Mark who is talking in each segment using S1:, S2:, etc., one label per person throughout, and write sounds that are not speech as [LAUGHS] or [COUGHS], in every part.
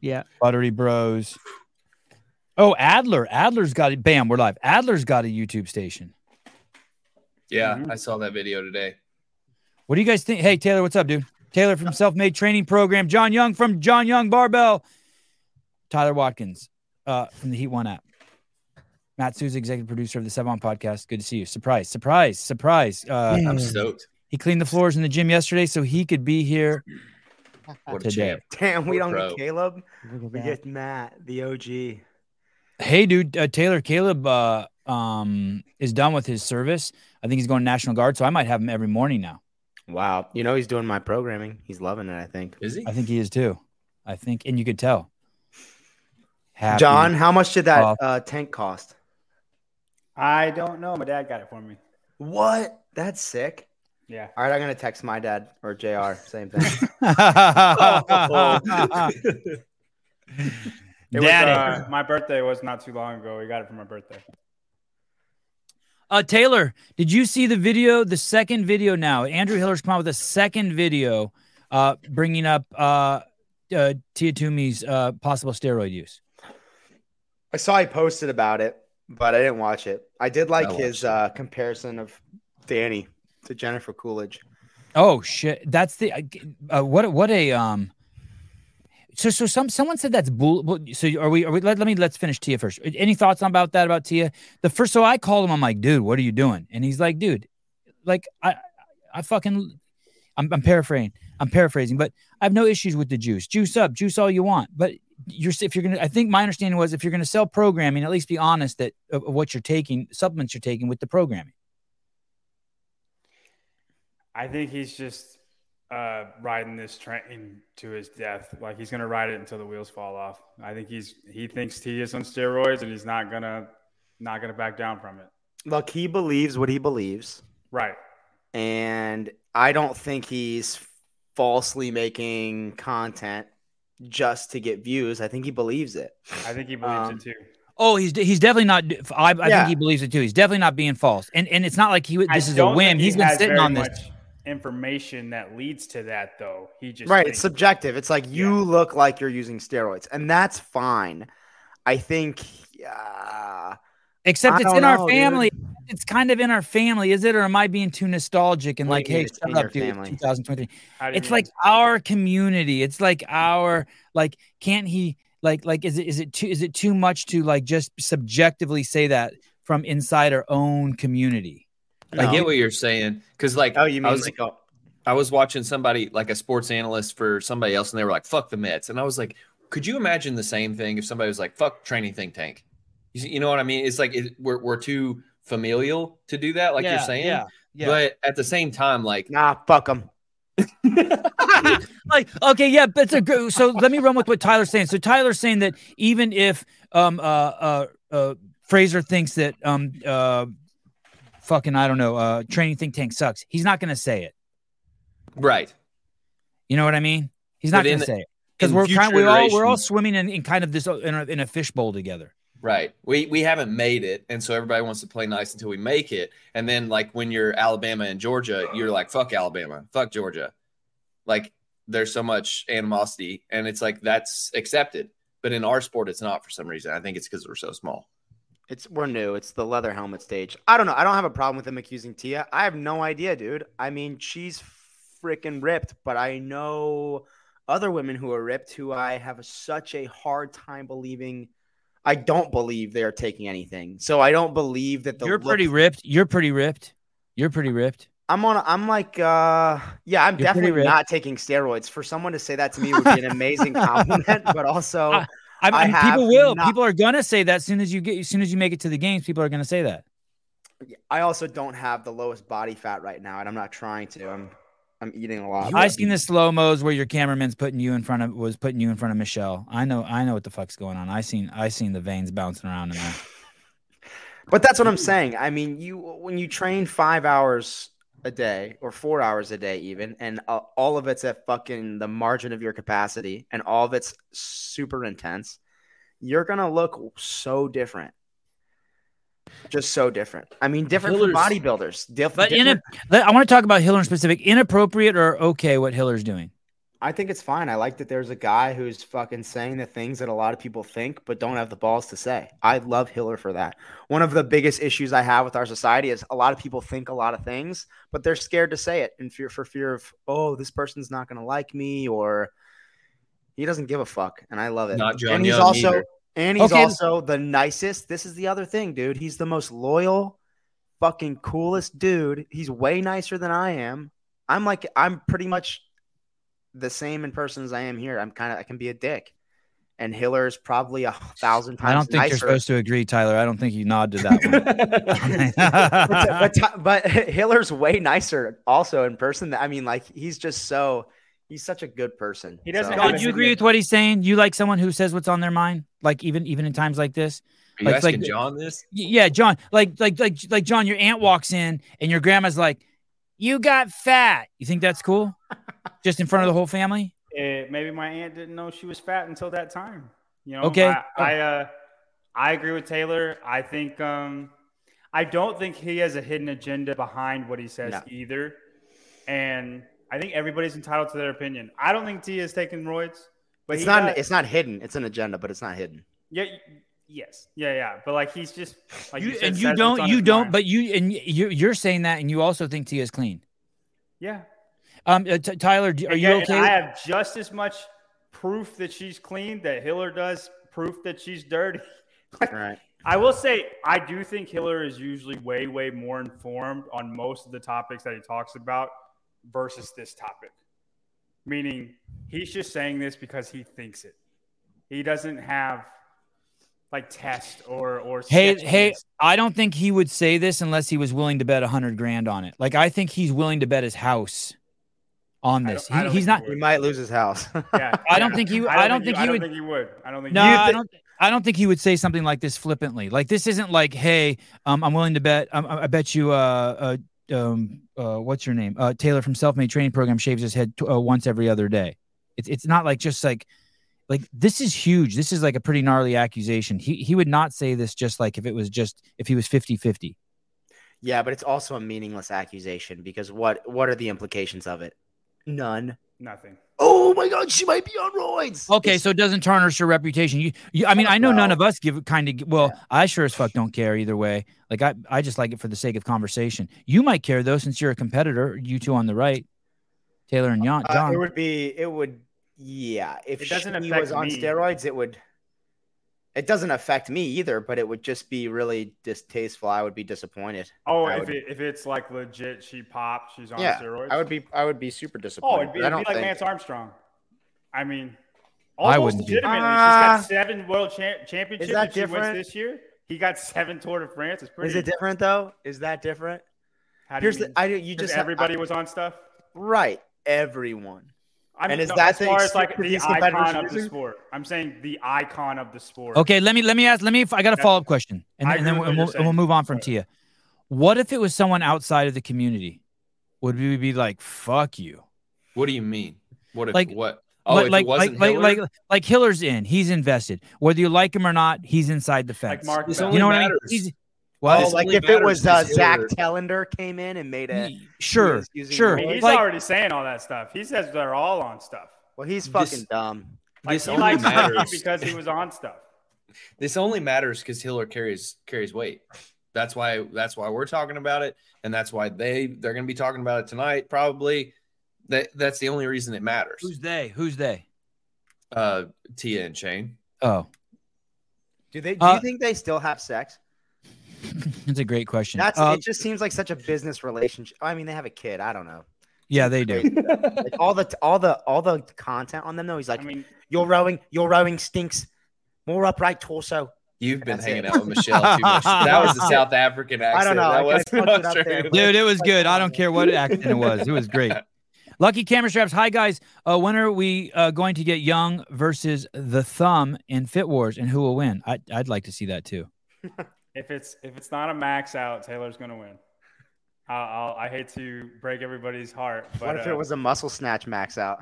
S1: Yeah.
S2: Buttery Bros. Oh, Adler. Adler's got it. Bam, we're live. Adler's got a YouTube station.
S3: Yeah, I saw that video today.
S2: What do you guys think? Hey, Taylor, what's up, dude? Taylor from Self Made Training Program. John Young from John Young Barbell. Tyler Watkins uh, from the Heat One app. Matt Sue's executive producer of the Sevon podcast. Good to see you. Surprise, surprise, surprise. Uh,
S1: Yeah.
S3: I'm stoked.
S2: He cleaned the floors in the gym yesterday so he could be here.
S3: What a
S2: Today.
S3: champ.
S4: Damn, we
S3: We're
S4: don't
S3: pro.
S4: get Caleb.
S1: Look at
S4: We
S1: that.
S4: get Matt, the OG.
S2: Hey, dude, uh, Taylor Caleb uh, um, is done with his service. I think he's going National Guard, so I might have him every morning now.
S1: Wow.
S4: You know he's doing my programming. He's loving it, I think.
S3: Is he?
S2: I think he is too. I think, and you could tell. Happy. [LAUGHS]
S4: [LAUGHS] John, how much did that
S2: Off.
S4: uh, tank cost?
S5: I don't know. My dad got it for me.
S4: What? That's sick.
S5: Yeah.
S4: All right, I'm gonna text my dad or Jr. Same
S1: [LAUGHS]
S4: thing.
S5: It
S2: Daddy.
S5: was uh, my birthday was not too long ago. We got it for my birthday.
S2: Uh, Taylor, did you see the video? The second video now. Andrew Hiller's come out with a second video, uh, bringing up uh, uh, Tia Toomey's uh, possible steroid use.
S4: I saw he posted about it, but I didn't watch it. I did like
S3: watched
S4: his
S3: it.
S4: uh, comparison of Danny to Jennifer Coolidge.
S2: Oh shit! That's the uh, what? What a um. So so some someone said that's bull. bull- So are we? Are we? Let, let me let's finish Tia first. Any thoughts about that about Tia? The first, so I called him. I'm like, dude, what are you doing? And he's like, dude, like I, I fucking, I'm, I'm paraphrasing. I'm paraphrasing, but I have no issues with the juice. Juice up, juice all you want. But you're if you're gonna, I think my understanding was if you're gonna sell programming, at least be honest that of of what you're taking, supplements you're taking with the programming.
S5: I think he's just uh, riding this train to his death. Like he's gonna ride it until the wheels fall off. I think he's he thinks he is on steroids and he's not gonna not gonna back down from it.
S4: Look, he believes what he believes.
S5: Right.
S4: and I don't think he's falsely making content just to get views. I think he believes it.
S5: I think he believes
S4: Um,
S5: it too.
S2: Oh, he's he's definitely not. I, I think
S4: Yeah.
S2: he believes it too. He's definitely not being false, and and it's not like he.
S5: I
S2: This is a
S5: don't
S2: whim.
S5: think he
S2: He's been
S5: has
S2: sitting
S5: very
S2: on this.
S5: much information that leads to that though. He just
S4: right,
S5: thinks-
S4: it's subjective. It's like you
S5: Yeah.
S4: look like you're using steroids, and that's fine. I think. Uh,
S2: Except
S4: I
S2: it's
S4: don't
S2: in
S4: know,
S2: our
S4: dude.
S2: family. It's kind of in our family, is it? Or am I being too nostalgic and
S4: What do
S2: like,
S4: you mean
S2: hey,
S4: it's
S2: shut
S4: in
S2: up,
S4: your
S2: dude?
S4: family?
S2: 2023.
S5: How do you
S2: It's like
S5: mean?
S2: our community. It's like our like. Can't he like like? Is it is it too is it too much to like just subjectively say that from inside our own community?
S3: I
S4: no.
S3: get what you're saying because, like,
S4: Oh, you mean
S3: I was,
S4: like oh,
S3: I was watching somebody, like a sports analyst for somebody else, and they were like, "Fuck the Mets," and I was like, "Could you imagine the same thing if somebody was like, fuck training think tank?" You, see- you know what I mean? It's like it, we're we're too familial to do that, like you're saying.
S2: yeah, yeah.
S3: But at the same time,
S4: [LAUGHS]
S3: like,
S4: nah, fuck him.
S2: [LAUGHS] like okay yeah but it's a good so let me run with what tyler's saying so tyler's saying that even if um uh uh, uh fraser thinks that um uh fucking i don't know uh training think tank sucks he's not gonna say it
S3: right?
S2: you know what i mean he's not
S3: But in
S2: gonna
S3: the-
S2: say it because
S3: in
S2: we're
S3: future
S2: kind we're all we're all
S3: iterations-
S2: swimming in, in kind of this uh, in a, in a fishbowl together
S3: Right. We we haven't made it, and so everybody wants to play nice until we make it. And then like when you're Alabama and Georgia, you're like fuck Alabama, fuck Georgia. Like there's so much animosity, and it's like that's accepted. But in our sport, it's not for some reason. I think it's because we're so small.
S4: It's we're new. It's the leather helmet stage. I don't know. I don't have a problem with him accusing Tia. I have no idea, dude. I mean, she's freaking ripped, but I know other women who are ripped who I have such a hard time believing. I don't believe they are taking anything. So I don't believe that the
S2: you're
S4: look-
S2: pretty ripped you're pretty ripped you're pretty ripped
S4: I'm on. I'm like, uh, yeah,
S2: You're
S4: I'm
S2: pretty
S4: definitely
S2: ripped.
S4: not taking steroids. For someone to say that to me would be an amazing compliment, but
S2: [LAUGHS]
S4: also
S2: i,
S4: I
S2: I mean,
S4: have
S2: people will
S4: not-
S2: people are gonna say that as soon as you get as soon as you make it to the games people are gonna say that
S4: I also don't have the lowest body fat right now, and I'm not trying to. I'm I'm eating a lot.
S2: I've seen the slow mos where your cameraman's putting you in front of was putting you in front of Michelle. I know, I know what the fuck's going on. I seen, I seen the veins bouncing around in there.
S4: But that's what I'm saying. I mean, you when you train five hours a day or four hours a day, even, and uh, all of it's at fucking the margin of your capacity, and all of it's super intense, you're gonna look so different. Just so different. I mean, different from
S3: Hillers-
S4: bodybuilders. Diff-
S2: But in
S4: different,
S2: a, let- I want to talk about Hiller in specific. Inappropriate or okay? What Hiller's doing?
S4: I think it's fine. I like that there's a guy who's fucking saying the things that a lot of people think but don't have the balls to say. I love Hiller for that. One of the biggest issues I have with our society is a lot of people think a lot of things, but they're scared to say it in fear for fear of, oh, this person's not gonna like me or he doesn't give a fuck. And I love it.
S3: Not John
S4: and he's
S3: Young
S4: also
S3: either.
S4: and he's
S2: Okay.
S4: also the nicest. This is the other thing, dude. He's the most loyal, fucking coolest dude. He's way nicer than I am. I'm like I'm pretty much the same in person as I am here. I'm kind of I can be a dick, and Hiller is probably a thousand times
S2: I don't think
S4: nicer.
S2: you're supposed to agree, Tyler. I don't think you nod to that one. [LAUGHS]
S4: [LAUGHS] but, but, Ti- but [LAUGHS] Hiller's way nicer also in person. I mean, like he's just so he's such a good person.
S5: He doesn't
S4: So-
S5: have
S2: Would you agree
S5: Yeah.
S2: with what he's saying? You like someone who says what's on their mind, like even even in times like this.
S3: Are you
S2: Like-
S3: asking
S2: like-
S3: John this?
S2: Y- Yeah, John. Like like like like John. Your aunt walks in and your grandma's like, "You got fat." You think that's cool? Just in front of the whole family.
S5: Eh, maybe my aunt didn't know she was fat until that time. You know,
S2: Okay.
S5: I, I uh, I agree with Taylor. I think um, I don't think he has a hidden agenda behind what he says
S4: No.
S5: either, and I think everybody's entitled to their opinion. I don't think T is taking roids, but
S4: it's
S5: he
S4: not
S5: got-
S4: it's not hidden. It's an agenda, but it's not
S5: [LAUGHS]
S4: hidden.
S5: yeah, yes, yeah, yeah. But like he's just like
S2: you,
S5: said,
S2: and
S5: says
S2: you
S5: what's on
S2: don't you
S5: his
S2: don't
S5: mind.
S2: but you and y- you you're saying that and you also think Tia's clean.
S5: yeah.
S2: Um, uh, T- Tyler, do, are
S5: And
S2: you
S5: yet- and
S2: okay?
S5: I have just as much proof that she's clean that Hiller does proof that she's dirty.
S4: All right.
S5: I will say I do think Hiller is usually way way more informed on most of the topics that he talks about versus this topic. Meaning he's just saying this because he thinks it. He doesn't have like test or or
S2: Hey,
S5: sketch
S2: hey,
S5: case.
S2: I don't think he would say this unless he was willing to bet a hundred grand on it. Like I think he's willing to bet his house on
S5: I don't-
S2: this.
S5: I
S2: He,
S5: don't
S2: he's
S5: think
S2: not.
S5: he
S4: He
S5: would.
S4: might lose his house. [LAUGHS]
S5: Yeah,
S2: [LAUGHS] I don't
S5: yeah.
S2: think he- I don't think he
S5: I don't
S2: would-
S5: think he would. I don't think
S2: No,
S5: he would.
S2: I don't. I don't think he would say something like this flippantly. Like this isn't like, hey, um, I'm willing to bet. Um, I I bet you, uh, uh, um, uh, what's your name? Uh, Taylor from Self Made Training Program shaves his head t- uh, once every other day. It's it's not like just like, like this is huge. This is like a pretty gnarly accusation. He he would not say this just like if it was just if he was 50-50.
S4: Yeah, but it's also a meaningless accusation because what what are the implications of it? None.
S5: Nothing.
S4: Oh my god, she might be on roids.
S2: Okay,
S4: It's-
S2: so it doesn't tarnish her reputation. You, you I mean, I know none
S4: No.
S2: of us give kind of. Well, I sure as fuck don't care either way. Like I, I just like it for the sake of conversation. You might care though, since you're a competitor. You two on the right, Taylor and Yon,
S4: uh,
S2: John.
S4: it would be it would yeah, if
S5: It doesn't
S4: she
S5: affect
S4: was on
S5: me.
S4: steroids it would it doesn't affect me either, but it would just be really distasteful. I would be disappointed.
S5: Oh,
S4: I
S5: if
S4: would-
S5: it, if it's like legit, she popped. She's on
S4: Yeah,
S5: steroids.
S4: I would be I would be super
S5: Oh,
S4: disappointed.
S5: it'd be,
S4: but I
S5: it'd be
S4: don't
S5: like
S4: think
S5: Lance Armstrong. I mean,
S2: I
S5: almost
S2: wouldn't do that.
S5: legitimately,
S4: Ah.
S5: she's got seven world champ- championships
S4: that
S5: that she
S4: different?
S5: wins this year. He got seven Tour de France. It's pretty.
S4: Is it different though? Is that different?
S5: How do
S4: Here's
S5: you
S4: the I you just uh,
S5: everybody was on stuff.
S4: right, everyone.
S5: I mean,
S4: And is
S5: no,
S4: that
S5: as
S4: the
S5: far as
S4: excuse
S5: like
S4: for
S5: the
S4: these competitors
S5: icon of the
S4: losing?
S5: sport? I'm saying the icon of the sport.
S2: Okay, let me let me ask. Let me. I got a
S5: Yeah.
S2: follow up question, and,
S5: I
S2: and then we'll,
S5: agree with what
S2: and
S5: you're
S2: we'll, and we'll
S5: saying.
S2: move on from
S5: Sorry.
S2: Tia. What if it was someone outside of the community? Would we be like, fuck you?
S3: What do you mean? What if
S2: Like-
S3: what? Oh,
S2: like
S3: if
S2: like
S3: it wasn't
S2: like,
S3: Hiller?
S2: like like like Hiller's in. He's invested. Whether you like him or not, he's inside the fence.
S5: like Mark.
S3: It's
S5: Bell.
S3: only
S2: you know what I mean?
S3: matters.
S2: He's,
S4: Oh,
S2: well,
S3: This
S4: like
S3: only
S4: if it was uh,
S3: matters is
S4: Zach
S3: Hiller.
S4: Tellender came in and made a
S2: y- sure,
S4: was using
S2: sure.
S5: I mean, he's
S2: Like-
S5: already saying all that stuff. He says they're all on stuff.
S4: well, he's
S3: This-
S4: fucking dumb.
S5: Like
S3: This
S5: he
S3: only
S5: likes Nike
S2: [LAUGHS]
S3: matters.
S5: [LAUGHS] because he was on stuff.
S3: this only matters because Hiller carries carries weight. That's why that's why we're talking about it, and that's why they they're going to be talking about it tonight. Probably that that's the only reason it matters.
S2: who's they? Who's they?
S3: Uh, Tia and Shane.
S2: Oh, [LAUGHS]
S4: Do they? Do
S2: Uh,
S4: you think they still have sex?
S2: that's a great question.
S4: That's
S2: Um,
S4: it. Just seems like such a business relationship. I mean, they have a kid. I don't know.
S2: yeah, they
S4: [LAUGHS]
S2: do.
S4: Like all the all the all the content on them though. He's like,
S5: I mean,
S4: your rowing, your rowing stinks. More upright torso.
S3: You've been
S4: That's
S3: hanging
S4: it.
S3: out with Michelle too
S4: [LAUGHS]
S3: much. That was the South African accent.
S4: know. I
S3: That
S4: kinda
S3: was
S4: fucked it up there,
S3: Australian.
S4: but- [LAUGHS]
S2: Dude, it was good. I don't care what accent it was. It was great. Lucky camera straps. Hi, guys. Uh, when are we uh, going to get Young versus the Thumb in Fit Wars, and who will win? I, I'd like to see that too.
S5: If it's if it's not a max out, Taylor's gonna win. I'll, I'll, I hate to break everybody's heart, but
S4: what if
S5: uh,
S4: it was a muscle snatch max out?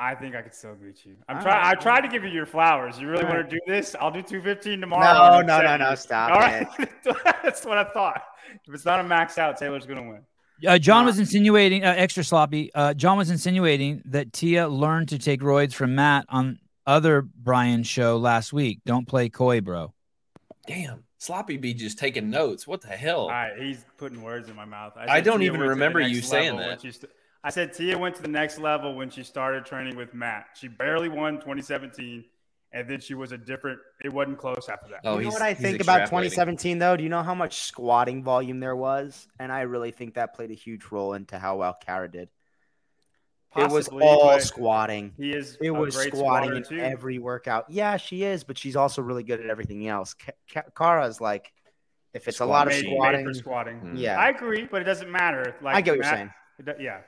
S5: I think I could still beat you. I'm
S4: All
S5: trying. I
S4: right.
S5: tried to give you your flowers. You really
S4: All
S5: want to do this? I'll do 215
S4: No,
S5: tomorrow.
S4: no, no, no. Stop
S5: All
S4: it.
S5: right, [LAUGHS] that's what I thought. If it's not a max out, Taylor's gonna win.
S2: Uh, John
S4: Nah.
S2: was insinuating uh, extra sloppy. Uh, John was insinuating that Tia learned to take roids from Matt on other Brian show last week. Don't play coy, bro.
S3: Damn, sloppy B just taking notes. What the hell?
S5: All right, he's putting words in my mouth.
S3: Oh. I
S5: said
S3: don't
S5: Tia
S3: even
S5: went to the
S3: remember
S5: next
S3: you saying
S5: level when
S3: that.
S5: she st- I said Tia went to the next level when she started training with Matt. She barely won 2017, and then she was a different. It wasn't close after that.
S3: oh,
S4: you know
S3: he's-
S4: what I
S3: he's
S4: think about
S3: extrapolating.
S4: 2017 though? Do you know how much squatting volume there was? And I really think that played a huge role into how well Kara did. it was
S5: Possibly,
S4: all
S5: but
S4: squatting.
S5: He is.
S4: It
S5: a
S4: was
S5: great
S4: squatting
S5: squatter,
S4: in
S5: too.
S4: every workout. Yeah, she is, but she's also really good at everything else. Ka- Ka- Kara's like, if it's a lot of
S5: Made- made
S4: squatting,
S5: for squatting.
S3: Mm.
S4: yeah,
S5: I
S4: I,
S5: agree, but it doesn't matter. Like
S4: get what you're
S5: Matt-
S4: saying.
S5: it do- Yeah,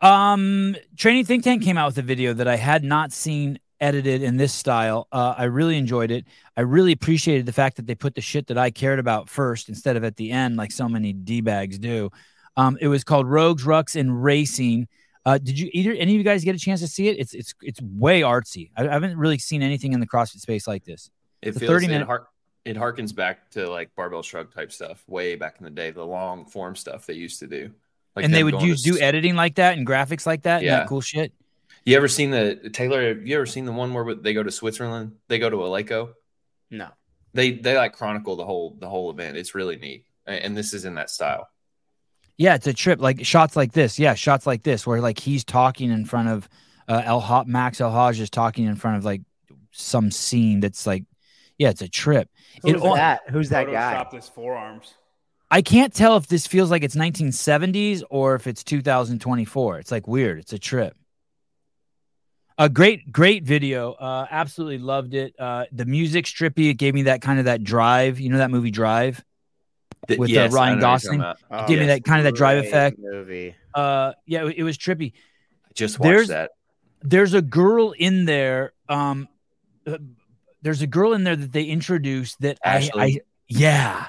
S2: Um, Training Think Tank came out with a video that I had not seen edited in this style. Uh, I really enjoyed it. I really appreciated the fact that they put the shit that I cared about first instead of at the end, like so many d bags do. Um, it was called Rogues, Rucks, and Racing. Uh, did you either any of you guys get a chance to see it? It's it's it's way artsy. I, I haven't really seen anything in the CrossFit space like this.
S3: It
S2: The
S3: feels
S2: 30
S3: it
S2: minute-
S3: hark- it harkens back to like barbell shrug type stuff way back in the day, the long form stuff they used to do. Like
S2: and they
S3: them
S2: would
S3: going to
S2: use do
S3: s-
S2: editing like that and graphics like that and
S3: Yeah.
S2: that cool shit.
S3: You ever seen the Taylor? Have you ever seen the one where they go to Switzerland? They go to Aleko.
S4: no.
S3: They they like chronicle the whole the whole event. It's really neat, A- and this is in that style.
S2: Yeah, it's a trip. Like shots like this. Yeah, shots like this where like he's talking in front of uh, El Hot Max El Haj is talking in front of like some scene that's like, yeah, it's a trip. It
S4: Who's
S2: all-
S4: that? Who's that guy?
S5: Photoshop his forearms.
S2: I can't tell if this feels like it's 1970s or if it's 2024. It's like weird. It's a trip. A great, great video. Uh, absolutely loved it. Uh, the music's trippy. It gave me that kind of that drive. You know that movie Drive.
S3: Th-
S2: With, uh,
S3: yes, I
S2: Ryan
S3: know what you're
S2: Gosling?
S3: talking about.
S4: Oh,
S2: Give me
S4: yes.
S2: that kind of that drive
S4: Great
S2: effect.
S4: Movie.
S2: Uh, yeah, it, it was trippy.
S3: I just watched
S2: There's-
S3: that.
S2: there's a girl in there um uh, there's a girl in there that they introduced that I,
S3: Ashley.
S2: I yeah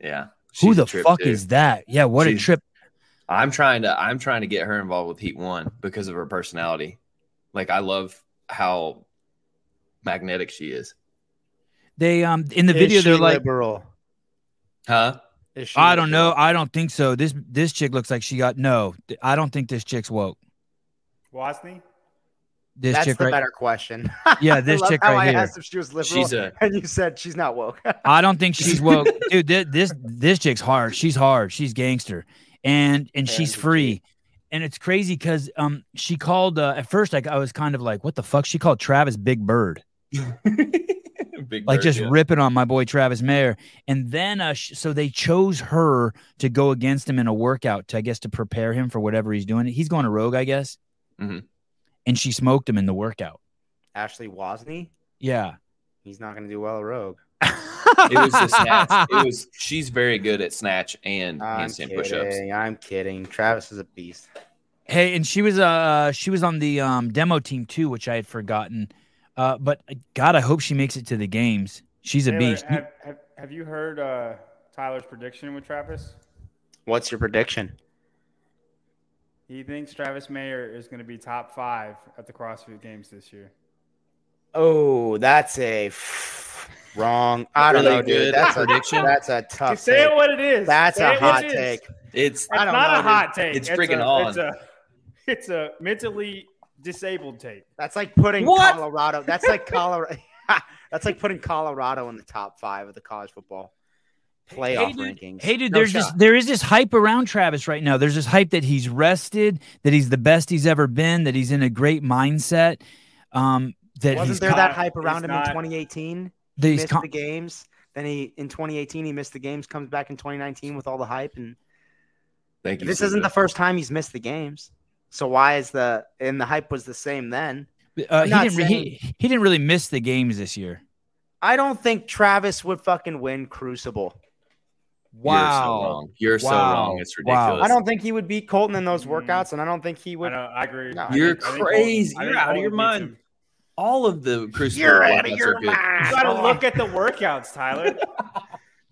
S3: Yeah.
S2: who
S3: She's a
S2: the
S3: trip,
S2: fuck
S3: too.
S2: is that yeah what a
S3: She's-
S2: trip
S3: I'm trying to I'm trying to get her involved with Heat One because of her personality. Like I love how magnetic she is.
S2: they um in the
S4: Is
S2: video they're
S4: she
S2: like
S4: liberal.
S3: Huh?
S4: Is she
S2: I don't know
S4: liberal?
S2: I don't think so this this chick looks like she got no th- I don't think this chick's woke
S5: Wozni?
S2: this
S4: That's
S2: chick
S4: the
S2: right
S4: better question.
S2: [LAUGHS]
S4: [LAUGHS]
S2: Yeah,
S4: I
S2: this
S4: love
S2: chick
S4: how
S2: right
S4: I
S2: here.
S4: asked if she was liberal,
S3: She's a-
S4: [LAUGHS] and you said she's not woke. [LAUGHS]
S2: I don't think she's woke dude thi- this this chick's hard she's hard she's gangster and and she's
S4: Fancy
S2: free and it's crazy because um she called uh, at first like I was kind of like what the fuck she called Travis Big Bird
S3: [LAUGHS] Big
S2: like
S3: Bird,
S2: just
S3: yeah.
S2: ripping on my boy Travis Mayer. And then, uh, sh- so they chose her to go against him in a workout to, I guess, to prepare him for whatever he's doing. He's going to Rogue, I guess.
S3: Mhm.
S2: And she smoked him in the workout.
S4: Ashley Wozni,
S2: Yeah.
S4: he's not going to do well at Rogue.
S3: it was
S2: [LAUGHS]
S3: the snatch. It was she's very good at snatch and
S4: I'm
S3: handstand push-ups.
S4: kidding. I'm kidding. Travis is a beast.
S2: Hey, and she was uh she was on the um demo team too, which I had forgotten. Uh, but uh, God, I hope she makes it to the games. She's a
S5: Taylor,
S2: beast.
S5: Have, have, have you heard uh, Tyler's prediction with Travis?
S4: What's your prediction?
S5: He thinks Travis Mayer is going to be top five at the CrossFit Games this year.
S4: Oh, that's a f- wrong. I don't
S3: Really
S4: know, dude.
S3: good
S4: That's a
S3: prediction.
S4: That's a tough.
S5: Just say it
S4: take.
S5: what it is.
S4: That's
S5: Say
S4: a
S5: it what
S4: hot
S5: it is.
S4: take.
S3: It's
S4: I
S5: It's
S4: don't
S5: not
S4: know,
S5: a
S4: dude.
S5: hot take.
S3: It's friggin'
S5: a,
S3: on.
S5: It's a, it's a mentally disabled take.
S4: That's like putting
S2: What?
S4: Colorado. That's
S2: [LAUGHS]
S4: like Colorado. [LAUGHS] that's like putting Colorado in the top five of the college football playoff
S2: hey, dude,
S4: rankings.
S2: Hey, dude,
S4: No
S2: there's
S4: shot.
S2: this there is this hype around Travis right now. There's this hype that he's rested, that he's the best he's ever been, that he's in a great mindset. Um, that he's
S4: Wasn't there
S2: con-
S4: that
S5: not-
S4: hype around
S5: he's
S4: him
S5: not-
S4: in 2018?
S2: that he's
S4: missed
S2: con-
S4: the games. Then he in 2018 he missed the games. Comes back in 2019 with all the hype, and
S3: thank you.
S4: this isn't the
S3: Susan.
S4: first time he's missed the games. So why is the and the hype was the same then?
S2: uh, he
S4: not
S2: didn't re- he, he didn't really miss the games this year.
S4: I don't think Travis would fucking win Crucible.
S3: You're so
S2: Wow.
S3: wrong. You're so
S2: Wow.
S3: wrong. It's
S2: Wow.
S3: ridiculous.
S4: I don't think he would beat Colton in those
S5: Mm.
S4: workouts, and I don't think he
S5: I
S4: would.
S5: know. I agree.
S4: No,
S5: I
S3: You're
S5: think- I think
S3: crazy.
S5: Colton- I
S3: You're
S5: think
S3: out of your
S5: Colton beats
S3: mind. All of the crucible workouts are good.
S5: him. You got to look at the
S3: [LAUGHS]
S5: workouts, Tyler.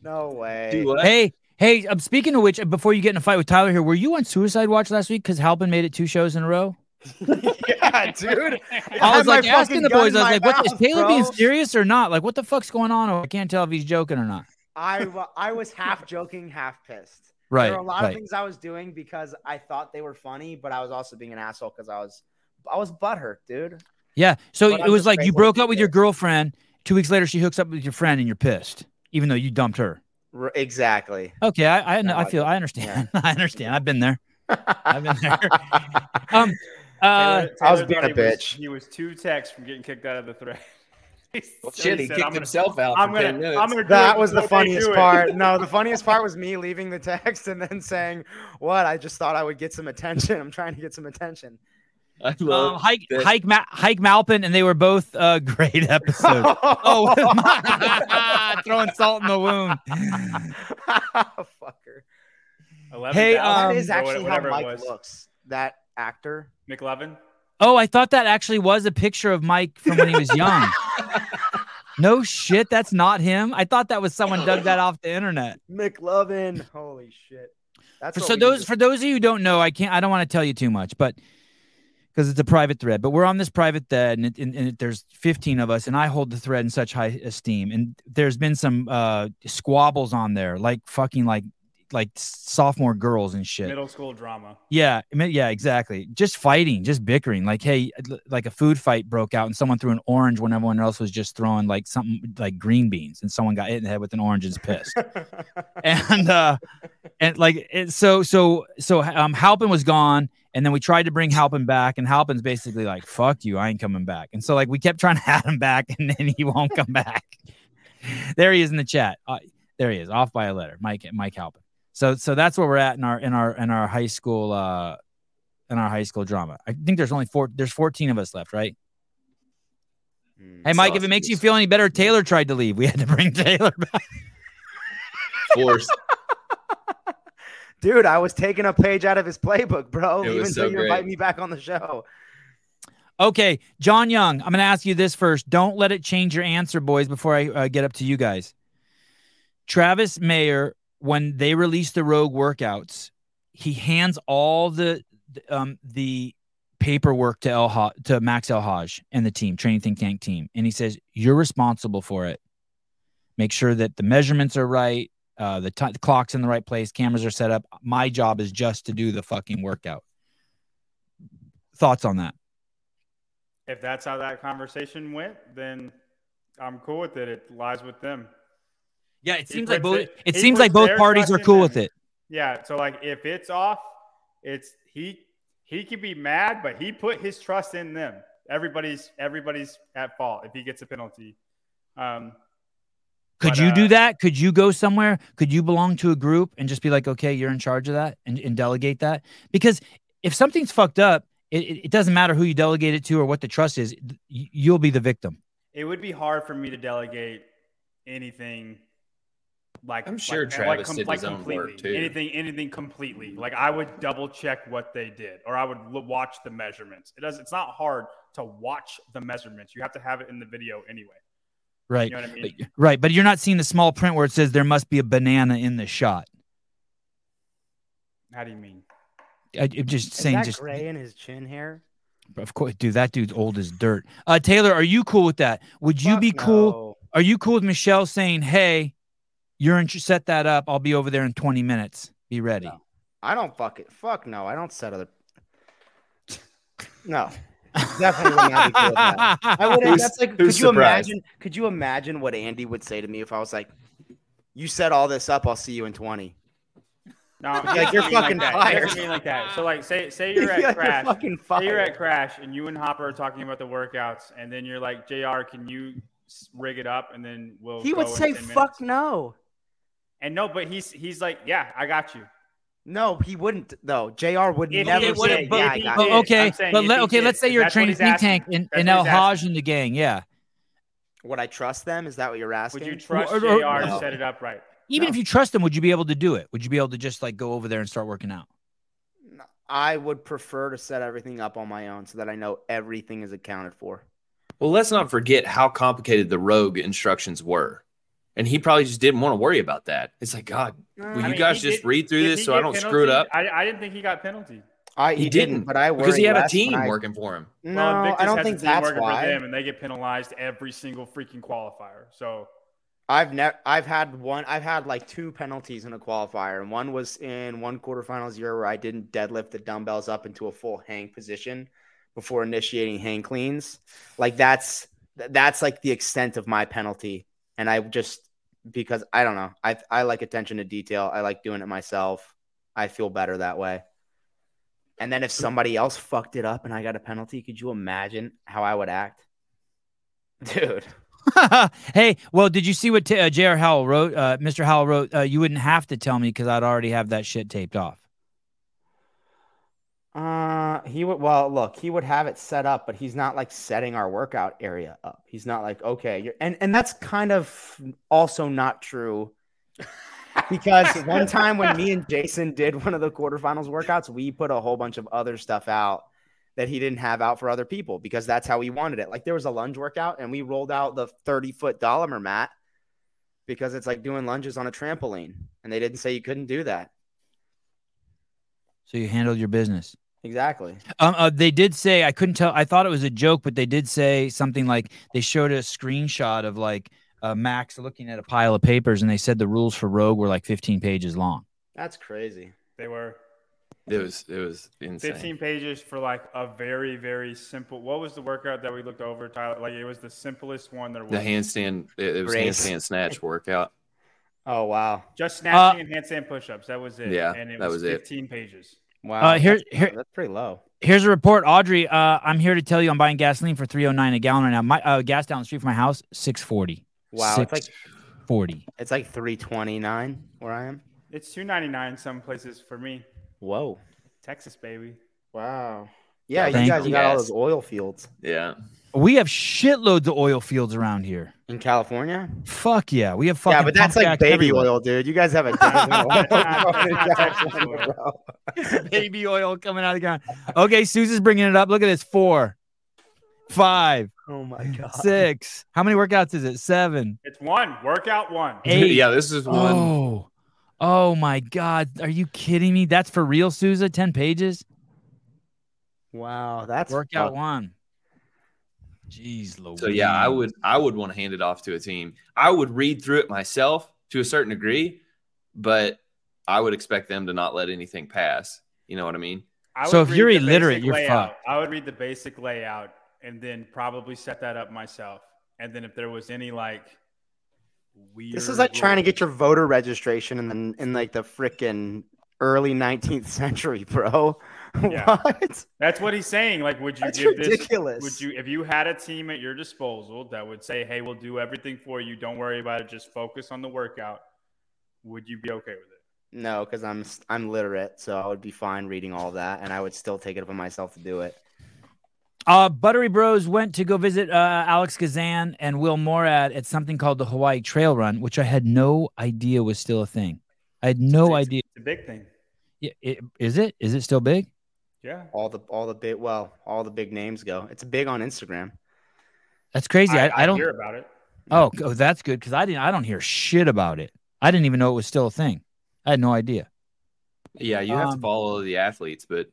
S4: No way.
S3: Do what?
S2: Hey, hey. Um, speaking of which, before you get in a fight with Tyler here, were you on Suicide Watch last week? Because Halpin made it two shows in a row.
S4: yeah, dude.
S2: I
S4: had
S2: was
S4: my
S2: like asking
S4: fucking
S2: the
S4: gun
S2: boys.
S4: in
S2: I was
S4: my
S2: like, "What is
S4: mouth,
S2: Taylor
S4: bro.
S2: being serious or not? Like, what the fuck's going on? I can't tell if he's joking or not."
S4: I, wa- I
S2: [LAUGHS]
S4: was half joking, half pissed.
S2: Right.
S4: there were a lot
S2: right.
S4: of things I was doing because I thought they were funny, but I was also being an asshole because I was I was butthurt, dude.
S2: Yeah. So
S4: But
S2: it
S4: I'm
S2: was
S4: just
S2: like you
S4: grateful to
S2: broke
S4: be
S2: up with your
S4: there.
S2: girlfriend. Two weeks later, she hooks up with your friend, and you're pissed, even though you dumped her.
S4: R- exactly.
S2: Okay, I I, know-
S4: No,
S2: I
S4: I
S2: feel I understand. [LAUGHS] I understand. I've been there. I've been [LAUGHS] there. um.
S5: Taylor-
S2: Uh.
S4: I was
S5: Taylor
S4: being
S5: thought
S4: a
S5: he
S4: bitch.
S5: he was two texts from getting kicked out of the thread. [LAUGHS] He
S3: Well,
S5: said-
S3: shit, he
S5: said,
S3: kicked
S5: "I'm gonna-
S3: himself out for
S5: I'm
S3: 10
S5: gonna,
S3: minutes.
S5: I'm gonna do
S4: That
S5: it
S4: was the
S5: before they
S4: funniest
S5: do it."
S4: part. No, [LAUGHS] the funniest part was me leaving the text and then saying, "What? I just thought I would get some attention. I'm trying to get some
S2: [LAUGHS]
S4: attention."
S3: [LAUGHS] I love
S2: Um, Hike,
S3: that-
S2: Hike, Ma- Hike Malpin, and they were both uh, [LAUGHS] great
S4: [LAUGHS]
S2: episodes. [LAUGHS] oh, throwing salt in the wound.
S4: fucker!
S5: 11,000
S2: Hey,
S4: That
S2: um,
S4: is
S5: or
S4: actually how
S5: whatever it
S4: Mike
S5: was.
S4: looks. That actor.
S5: McLevin.
S2: Oh, I thought that actually was a picture of Mike from when he was [LAUGHS] young. no shit, that's not him. I thought that was someone dug that off the internet.
S4: McLovin. Holy shit. That's
S2: For,
S4: what
S2: so
S4: we need
S2: those
S4: to-
S2: for those of you who don't know, I can't. I don't want to tell you too much, but because it's a private thread. But we're on this private thread, and, it, and, and it- there's 15 of us, and I hold the thread in such high esteem. And there's been some uh, squabbles on there, like fucking like like sophomore girls and shit.
S5: Middle school drama.
S2: Yeah, I mean, yeah, exactly. Just fighting, just bickering. Like, hey, uh, l- like a food fight broke out, and someone threw an orange when everyone else was just throwing like something like green beans, and someone got hit in the head with an orange and is pissed. and uh, and like it, so so so um, Halpin was gone, and then we tried to bring Halpin back, and Halpin's basically like, "Fuck you, I ain't coming back." And so like we kept trying to [LAUGHS] have him back, and then he won't come back. [LAUGHS] there he is in the chat. Uh, there he is, off by a letter, Mike Mike Halpin. So so that's where we're at in our in our in our high school uh in our high school drama. I think there's only four there's 14 of us left, right?
S3: Hmm.
S2: Hey Mike, if it makes you
S3: Sausages.
S2: feel any better, Taylor tried to leave. We had to bring [LAUGHS] Taylor back.
S3: forced.
S4: Dude, I was taking a page out of his playbook, bro.
S3: It was
S4: Even
S3: so
S4: though you
S3: great.
S4: invite me back on the show.
S2: Okay, John Young, I'm going to ask you this first. Don't let it change your answer, boys, before I uh, get up to you guys. Travis Mayer when they released the Rogue workouts, he hands all the the, um the paperwork to El Ha- to Max El Haj and the team, training think tank team, and he says, "You're responsible for it. Make sure that the measurements are right, uh, the, ti- the clock's in the right place, cameras are set up. My job is just to do the fucking workout." Thoughts on that?
S5: If that's how that conversation went, then I'm cool with it. It lies with them.
S2: Yeah, it
S5: He
S2: seems like
S5: puts
S2: both.
S5: it-
S2: It
S5: he
S2: seems
S5: puts
S2: like both
S5: their
S2: parties are
S5: trust in
S2: cool with
S5: them.
S2: it.
S5: Yeah. So like, if it's off, it's he. He could be mad, but he put his trust in them. Everybody's everybody's at fault if he gets a penalty. Um,
S2: Could
S5: But,
S2: you do
S5: uh,
S2: that? Could you go somewhere? Could you belong to a group and just be like, okay, you're in charge of that and, and delegate that? Because if something's fucked up, it, it it doesn't matter who you delegate it to or what the trust is, y- you'll be the victim.
S5: it would be hard for me to delegate anything like
S3: I'm sure
S5: like,
S3: Travis did his own
S5: completely.
S3: work, too.
S5: Anything, anything completely. Like I would double check what they did, or I would l- watch the measurements. It does. It's not hard to watch the measurements. You have to have it in the video anyway.
S2: Right.
S5: You know what I mean?
S2: But- right. But you're not seeing the small print where it says there must be a banana in the shot.
S5: How do you mean?
S2: I, am just
S4: Is
S2: saying,
S4: that
S2: just
S4: gray in his chin hair?
S2: of course, dude, that dude's old as dirt. Uh, Taylor, are you cool with that? Would you
S4: Fuck
S2: be cool?
S4: no.
S2: Are you cool with Michelle saying, hey, you're in, set that up. I'll be over there in 20 minutes. Be ready.
S4: No. I don't fuck it. Fuck no. I don't set other. No, definitely would not be cool with that.
S5: [LAUGHS]
S4: I would.
S3: Who's-
S4: That's like. Could you
S3: who's surprised?
S4: imagine? Could you imagine what Andy would say to me if I was like, "You set all this up. I'll see you in 20. [LAUGHS]
S5: No,
S4: Like,
S5: he doesn't
S4: you're
S5: mean
S4: fucking
S5: like that. He doesn't
S4: fired.
S5: mean like that. So like,
S4: [LAUGHS]
S5: say say you're at
S4: You're
S5: crash.
S4: fucking
S5: Say you're
S4: fired.
S5: at crash, and you and Hopper are talking about the workouts, and then you're like, Jr. Can you s- rig it up, and then we'll.
S4: He would
S5: go in
S4: say,
S5: 10 minutes."
S4: "Fuck no."
S5: And no, but he's he's like, yeah, I got you.
S4: No, he wouldn't. Though Jr. would
S5: If he
S4: never
S5: did,
S4: say,
S5: but
S4: "Yeah, I
S5: he
S4: got
S5: did.
S4: it."
S2: Oh, okay,
S5: I'm saying
S2: but
S5: if
S2: let,
S5: he
S2: okay,
S5: did,
S2: let's say
S5: if
S2: you're a
S5: that's what
S2: training
S5: he's
S2: think
S5: asking,
S2: tank and,
S5: that's
S2: and
S5: what
S2: El
S5: he's asking.
S2: Haj and the gang. Yeah.
S4: Would I trust them? Is that what you're asking?
S5: Would you trust
S2: or-
S5: JR
S2: or-
S5: to
S3: No.
S5: set it up right?
S2: Even
S4: No.
S2: if you trust him, would you be able to do it? Would you be able to just like go over there and start working out? [LAUGHS]
S4: No, I would prefer to set everything up on my own so that I know everything is accounted for.
S3: Well, let's not forget how complicated the rogue instructions were. And he probably just didn't want to worry about that. It's like, God, will
S5: Uh, I
S3: you
S5: mean,
S3: guys
S5: he
S3: just
S5: did-
S3: read through
S5: did
S3: this
S5: he
S3: so I
S5: get
S3: don't screw it up?
S5: penalty? I, I didn't think he got penalty.
S4: I
S3: He
S4: he,
S3: didn't,
S4: didn't, but I
S3: Because he
S4: worry
S3: had a
S4: less when
S3: team
S4: I-
S3: working for him.
S4: No,
S5: Well, Invictus
S4: I don't
S5: has
S4: think
S5: a team
S4: that's
S5: working for
S4: why.
S5: them, and they get penalized every single freaking qualifier. So
S4: I've never I've had one I've had like two penalties in a qualifier and one was in one quarterfinals year where I didn't deadlift the dumbbells up into a full hang position before initiating hang cleans. Like that's th- that's like the extent of my penalty and I just because I don't know. I I like attention to detail. I like doing it myself. I feel better that way. And then if somebody else fucked it up and I got a penalty, could you imagine how I would act? [LAUGHS] Dude.
S2: hey, well, did you see what t- uh, J.R. Howell wrote? Uh, Mr. Howell wrote, uh, "You wouldn't have to tell me because I'd already have that shit taped off."
S4: Uh, he would. Well, look, he would have it set up, but he's not like setting our workout area up. He's not like, okay, you're, and and that's kind of also not true. Because one time when me and Jason did one of the quarterfinals workouts, we put a whole bunch of other stuff out that he didn't have out for other people because that's how we wanted it. Like there was a lunge workout, and we rolled out the thirty foot Dolomer mat because it's like doing lunges on a trampoline, and they didn't say you couldn't do that.
S2: So you handled your business.
S4: Exactly.
S2: Um, uh, they did say I couldn't tell. I thought it was a joke, but they did say something like they showed a screenshot of like uh, Max looking at a pile of papers, and they said the rules for Rogue were like 15 pages long.
S4: That's crazy.
S5: they were
S3: It was it was insane.
S5: 15 pages for like a very, very simple. What was the workout that we looked over, Tyler? Like it was the simplest one there was.
S3: The handstand it, it was
S4: Grace.
S3: handstand snatch workout.
S4: Oh wow.
S5: Just snatching and handstand push-ups. That was it.
S3: Uh, Yeah,
S5: and it
S3: that
S5: was,
S3: was it.
S5: 15 pages.
S4: Wow.
S2: Uh, here-
S4: that's,
S2: here-
S4: that's pretty low.
S2: Here's a report, Audrey. Uh, I'm here to tell you I'm buying gasoline for 309 a gallon right now. My uh, gas down the street from my house 640.
S4: Wow, it's like
S2: 40.
S4: it's like 329 where I am.
S5: It's 2.99 some places for me.
S4: Whoa.
S5: Texas, baby.
S4: Wow. Yeah,
S2: Thank
S4: you guys
S2: you.
S4: got all
S3: Yes.
S4: those oil fields
S3: Yeah.
S2: We have shitloads of oil fields around here.
S4: in California.
S2: Fuck yeah, we have fucking.
S4: yeah, but that's
S2: pump
S4: like
S2: jacks
S4: baby
S2: everywhere.
S4: oil, dude. You guys have a
S2: [LAUGHS] baby oil coming out of the ground. Okay, Susie's bringing it up. Look at this. Four, five,
S4: [LAUGHS] Oh my god.
S2: six. How many workouts is it? Seven,
S5: It's one workout. One.
S2: eight.
S3: [LAUGHS] Yeah, this is one.
S2: Oh, oh my God! Are you kidding me? That's for real, Sousa. Ten pages.
S4: Wow, that's
S2: Workout
S4: fuck-
S2: one. Jeez, Louise.
S3: Uh, So yeah, I would I would want to hand it off to a team. I would read through it myself to a certain degree, but I would expect them to not let anything pass. You know what I mean?
S5: I
S2: So
S5: would
S2: if
S5: read
S2: you're
S5: the
S2: illiterate,
S5: basic
S2: you're
S5: layout.
S2: fucked.
S5: I would read the basic layout and then probably set that up myself. And then if there was any like weird,
S4: This is like trying to
S5: rule-
S4: get your voter registration in the in like the freaking early 19th century, bro. [LAUGHS]
S5: Yeah.
S4: what?
S5: That's what he's saying. Like, would you
S4: That's
S5: give
S4: ridiculous.
S5: this? Would you, if you had a team at your disposal that would say, "Hey, we'll do everything for you. Don't worry about it. Just focus on the workout." Would you be okay with it?
S4: No, because I'm s- I'm literate, so I would be fine reading all that, and I would still take it upon myself to do it.
S2: Uh, Buttery Bros went to go visit uh, Alex Kazan and Will Morad at something called the Hawaii Trail Run, which I had no idea was still a thing. I had no
S5: It's-
S2: idea.
S5: It's a big thing.
S2: Yeah, it- Is it? Is it still big?
S5: Yeah.
S4: All the all the big well, all the big names go. It's big on Instagram.
S2: That's crazy. I, I, don't.
S5: hear about it.
S2: Oh, oh, that's good because I didn't. I don't hear shit about it. I didn't even know it was still a thing. I had no idea.
S3: Yeah, you have
S2: Um,
S3: to follow the athletes, but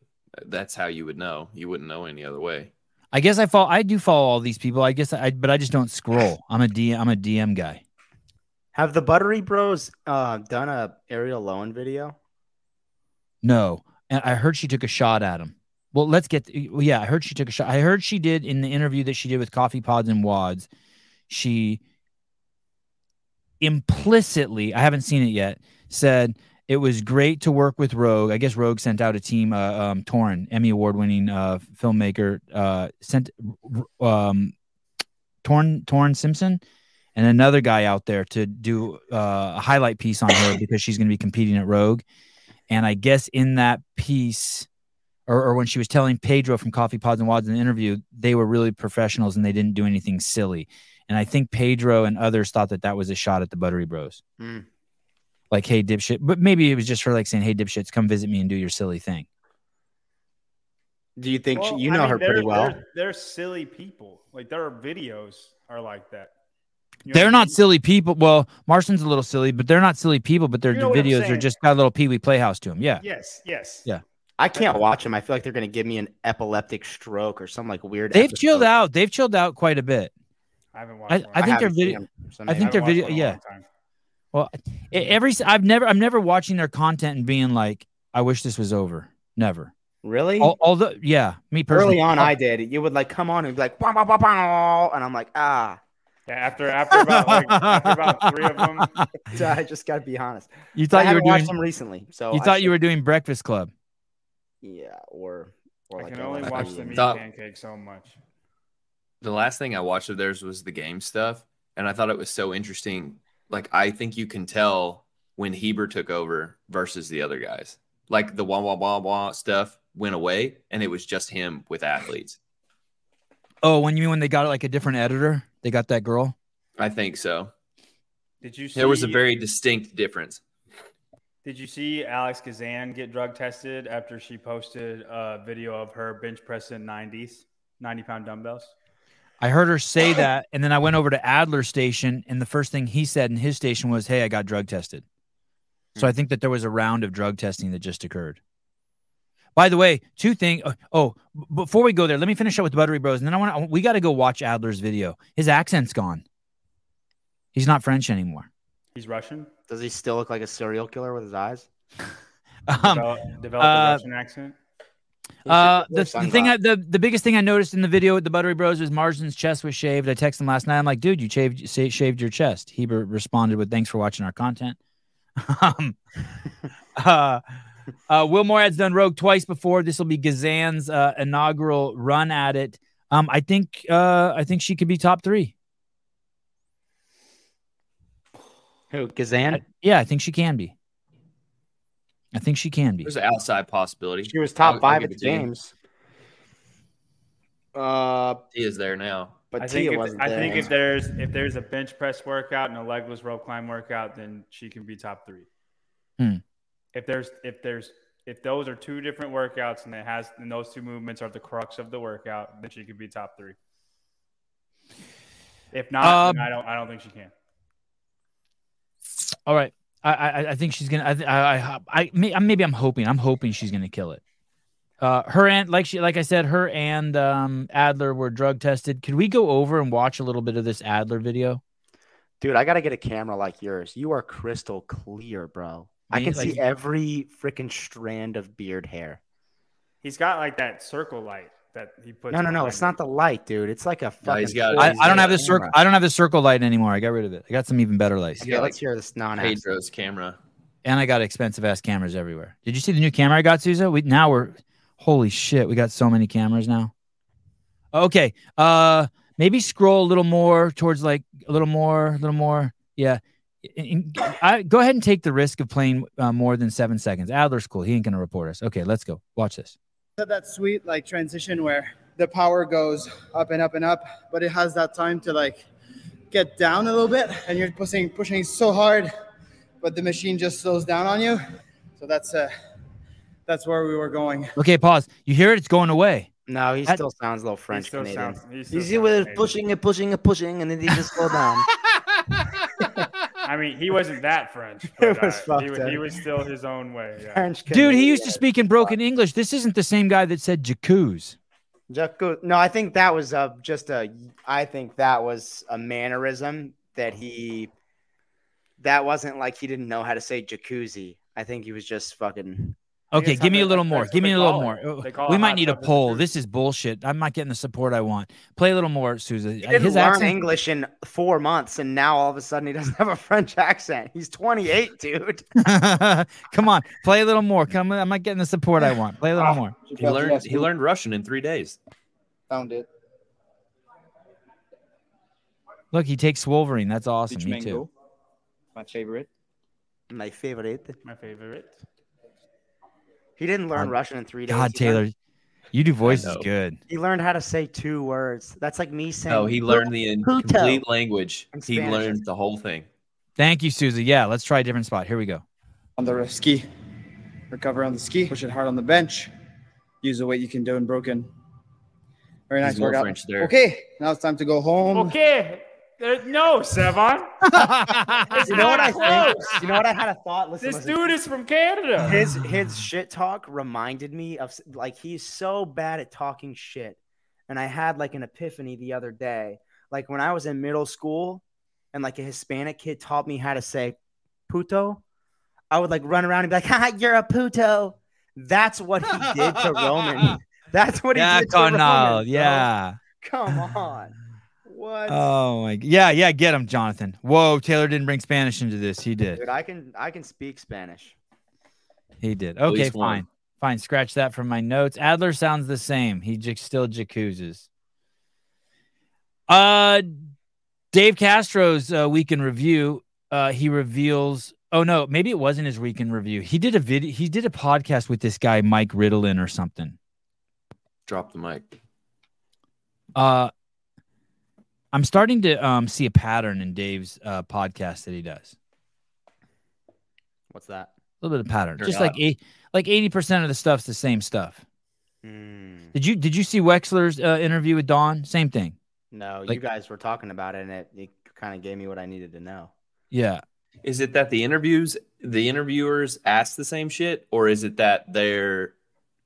S3: that's how you would know. You wouldn't know any other way.
S2: I guess I follow. I do follow all these people. I guess I, but I just don't scroll. I'm a DM. I'm a DM guy.
S4: Have the Buttery Bros uh, done a Ariel Lowen video?
S2: No, and I heard she took a shot at him. Well, let's get. well, yeah, I heard she took a shot. I heard she did in the interview that she did with Coffee Pods and Wads. She implicitly, I haven't seen it yet, said it was great to work with Rogue. I guess Rogue sent out a team. Uh, um, Torin, Emmy award-winning uh, filmmaker, uh, sent um, Torn Torn Simpson and another guy out there to do uh, a highlight piece on her because she's going to be competing at Rogue. And I guess in that piece, or, or when she was telling Pedro from Coffee Pods and Wads in the interview, they were really professionals and they didn't do anything
S5: Hmm.
S2: silly. And I think Pedro and others thought that that was a shot at the Buttery Bros. like, hey, dipshit. But maybe it was just her like saying, hey, dipshits, come visit me and do your silly thing.
S4: Do you think
S5: Well,
S4: she, you
S5: I
S4: know
S5: mean,
S4: her pretty
S5: they're-
S4: well?
S5: They're, they're silly people. Like their videos are like that. You know what
S2: They're
S5: I
S2: not
S5: mean?
S2: silly people. Well, Marston's a little silly, but they're not silly people, but their
S5: You know what I'm
S2: videos are
S5: saying.
S2: just got a little Pee Wee Playhouse to them. Yeah.
S5: Yes, yes.
S2: Yeah.
S4: I can't watch them. I feel like they're going to give me an epileptic stroke or some like weird.
S2: They've
S4: episode.
S2: chilled out. They've chilled out quite a bit.
S5: I haven't watched.
S2: I-
S5: one.
S2: I think
S4: haven't
S2: their
S4: seen
S2: video-
S4: them, so
S2: I
S4: maybe-
S2: think
S5: haven't
S2: their
S5: watched
S2: video-
S5: one in a
S2: yeah.
S5: long time.
S2: Well, e- every I've never I'm never watching their content and being like, I wish this was over. Never.
S4: really
S2: Al- Although, yeah, me personally.
S4: early
S2: [LAUGHS]
S4: on I did. You would like come on and be like, "Wah, wah, wah, wah," and I'm like, ah, [LAUGHS]
S5: Yeah, after after about like, after about three of them,
S4: So I just got to
S2: [LAUGHS]
S4: be honest.
S2: you
S4: I
S2: thought you were
S4: haven't
S2: doing.
S4: watched them recently, so
S2: You
S4: I
S2: thought you
S4: should-
S2: were doing Breakfast Club.
S4: yeah, or or
S5: I
S4: like
S5: can
S4: a
S5: only
S4: lesbian.
S5: watch them eat
S3: Stop.
S5: pancakes so much.
S3: the last thing I watched of theirs was the game stuff, and I thought it was so interesting. Like I think you can tell when Heber took over versus the other guys. Like the wah wah wah wah stuff went away, and it was just him with athletes.
S2: Oh, when you mean when they got like a different editor, they got that girl.
S3: I think so.
S5: Did you see?
S3: There was a very distinct difference.
S5: Did you see Alex Kazan get drug tested after she posted a video of her bench pressing 90s, 90 pound dumbbells?
S2: I heard her say that, and then I went over to Adler Station, and the first thing he said in his station was, "Hey, I got drug tested." So I think that there was a round of drug testing that just occurred. By the way, two things. Oh, b- before we go there, let me finish up with Buttery Bros, and then I want to. We got to go watch Adler's video. His accent's gone. He's not French anymore.
S5: He's Russian.
S4: Does he still look like a serial killer with his eyes?
S2: Um,
S5: develop develop
S2: uh,
S5: a Russian accent.
S4: He
S2: Uh,
S4: should
S2: the,
S4: wear
S2: the thing, I,
S4: sunglasses.
S2: the the biggest thing I noticed in the video with the Buttery Bros was Marsden's chest was shaved. I texted him last night. I'm like, dude, you shaved sa- shaved your chest. He re- responded with, "Thanks for watching our content." [LAUGHS] um, [LAUGHS] uh, uh, Will Morad's done Rogue twice before. This will be Gazan's uh, inaugural run at it. Um, I think uh, I think she could be top three.
S4: who Kazan?
S2: I- yeah, I think she can be. I think she can be.
S3: There's an outside possibility.
S4: She was top
S3: I'll- I'll
S4: five
S3: give
S4: at the
S3: it to you.
S4: games. Uh,
S3: He is there now.
S4: but
S5: I think,
S4: Tia
S5: if,
S4: wasn't
S5: I
S4: there.
S5: think if there's if there's a bench press workout and a legless rope climb workout, then she can be top three.
S2: Hmm.
S5: If there's if there's if those are two different workouts and it has and those two movements are the crux of the workout, then she could be top three. If not, then
S2: Um,
S5: I don't I don't think she can.
S2: All right. I, I, I think she's gonna. I, th- I, I, I may, maybe I'm hoping. I'm hoping she's gonna kill it. Uh, her and like she, like I said, her and um, Adler were drug tested. Could we go over and watch a little bit of this Adler video?
S4: Dude, I gotta get a camera like yours. You are crystal clear, bro. I
S2: Me?
S4: can
S2: Like-
S4: see every freaking strand of beard hair.
S5: He's got like that circle light that he puts.
S4: No, no, no.
S5: behind
S4: It's not
S5: you.
S4: the light, dude. It's like a fucking.
S3: he's got-
S2: I,
S4: full-
S2: I don't have this circle.
S4: camera.
S2: I don't have the circle light anymore. I got rid of it. I got some even better lights,
S3: He's
S4: Okay,
S3: got
S4: let's
S3: like
S4: hear this non
S3: Pedro's camera.
S2: and I got expensive ass cameras everywhere. Did you see the new camera I got, Sousa? We now we're holy shit. We got so many cameras now. Okay. Uh, maybe scroll a little more towards like a little more, a little more. Yeah. And- and- I, go ahead and take the risk of playing uh, more than seven seconds. Adler's cool. He ain't gonna report us. Okay, let's go. Watch this.
S1: had that sweet like transition where the power goes up and up and up, but it has that time to like get down a little bit, and you're pushing pushing so hard, but the machine just slows down on you. So that's uh, that's where we were going.
S2: Okay, pause. You hear it? It's going away.
S4: No, he
S2: That-
S4: still sounds a little
S5: He
S4: French
S5: still
S4: Canadian.
S5: sounds- he still
S4: He's he
S5: sounds
S4: was
S5: Canadian.
S4: pushing and pushing and pushing, and then he just slow [LAUGHS] down.
S5: I mean, he wasn't
S4: [LAUGHS]
S5: that French. But,
S4: was
S5: uh,
S4: fucked
S5: he, wa-
S4: up.
S5: he was still his own way. Yeah.
S4: French
S2: Dude, he
S4: Canadian.
S2: used to speak in broken English. This isn't the same guy that said jacuzzi.
S4: Jacques- No, I think that was uh, just a. I think that was a mannerism that he. That wasn't like he didn't know how to say jacuzzi. I think he was just fucking.
S5: I think
S2: Okay,
S5: it's
S2: give me a
S5: something-
S2: little
S5: that's
S2: more.
S5: what
S2: Give me
S5: they
S2: a little
S5: call
S2: more.
S5: it. They
S2: Oh,
S5: call
S2: We
S5: it
S2: might
S5: hot
S2: need a
S5: tub is a
S2: poll.
S5: fruit.
S2: This is bullshit. I'm not getting the support I want. Play a little more, Susan.
S4: He didn't learn English in four months, and now all of a sudden he doesn't have a French accent. He's 28, dude.
S2: [LAUGHS] Come on, play a little more. Come on, I'm not getting the support I want. Play a little more.
S3: He learned he learned Russian in three days.
S1: Found it.
S2: Look, he takes Wolverine. That's awesome. Me too.
S6: my favorite.
S4: My favorite.
S5: My favorite.
S4: He didn't learn
S2: God-
S4: Russian in three days.
S2: God,
S4: He learned-
S2: Taylor, you do voices
S3: know.
S2: good.
S4: he learned how to say two words. That's like me saying.
S5: Oh,
S3: No, Oh, he learned the
S4: Pluto.
S3: complete language.
S4: And
S3: He
S4: Spanish.
S3: learned the whole thing.
S2: Thank you, Susie. Yeah, let's try a different spot. Here we go.
S1: on the ski, recover on the ski, push it hard on the bench, use the weight you can do in broken. Very
S3: There's
S1: nice
S3: more
S1: workout.
S3: French there.
S1: Okay, now it's time to go home.
S5: Okay. There,
S2: [LAUGHS]
S5: no, Sevon.
S4: You know what I think?
S5: Close.
S4: You know what I had a thought. Listen,
S5: This
S4: listen.
S5: dude is from Canada.
S4: his his shit talk reminded me of like he's so bad at talking shit and i had like an epiphany the other day like when i was in middle school and like a hispanic kid taught me how to say puto i would like run around and be like [LAUGHS] ha you're a puto that's what he did to [LAUGHS] roman that's what he
S2: yeah,
S4: did to roman
S2: Carnal.
S4: bro.
S2: Yeah.
S4: come on what
S2: Oh my. g- Yeah, yeah. Get him, Jonathan. Whoa, Taylor didn't bring Spanish into this. He did.
S4: [LAUGHS] dude i can i can speak spanish
S2: He did.
S3: At
S2: Okay,
S3: least one.
S2: fine. Fine. Scratch that from my notes. Adler sounds the same. He j- still jacoozes. Uh, Dave Castro's uh, week in review. Uh, he reveals. Oh no, maybe it wasn't his week in review. He did a video. He did a podcast with this guy Mike Riddlin or something.
S3: Drop the mic.
S2: Uh, I'm starting to um see a pattern in Dave's uh podcast that he does.
S4: what's that
S2: A little bit of pattern,
S3: Sure
S2: just
S3: not.
S2: like eight, like eighty percent of the stuff's the same stuff.
S4: Mm.
S2: Did you did you see Wexler's uh, interview with Don? Same thing.
S4: no you
S2: Like-
S4: guys were talking about it and it, it kind of gave me what i needed to know
S2: Yeah.
S3: Is it that the interviews the interviewers ask the same shit, or is it that they're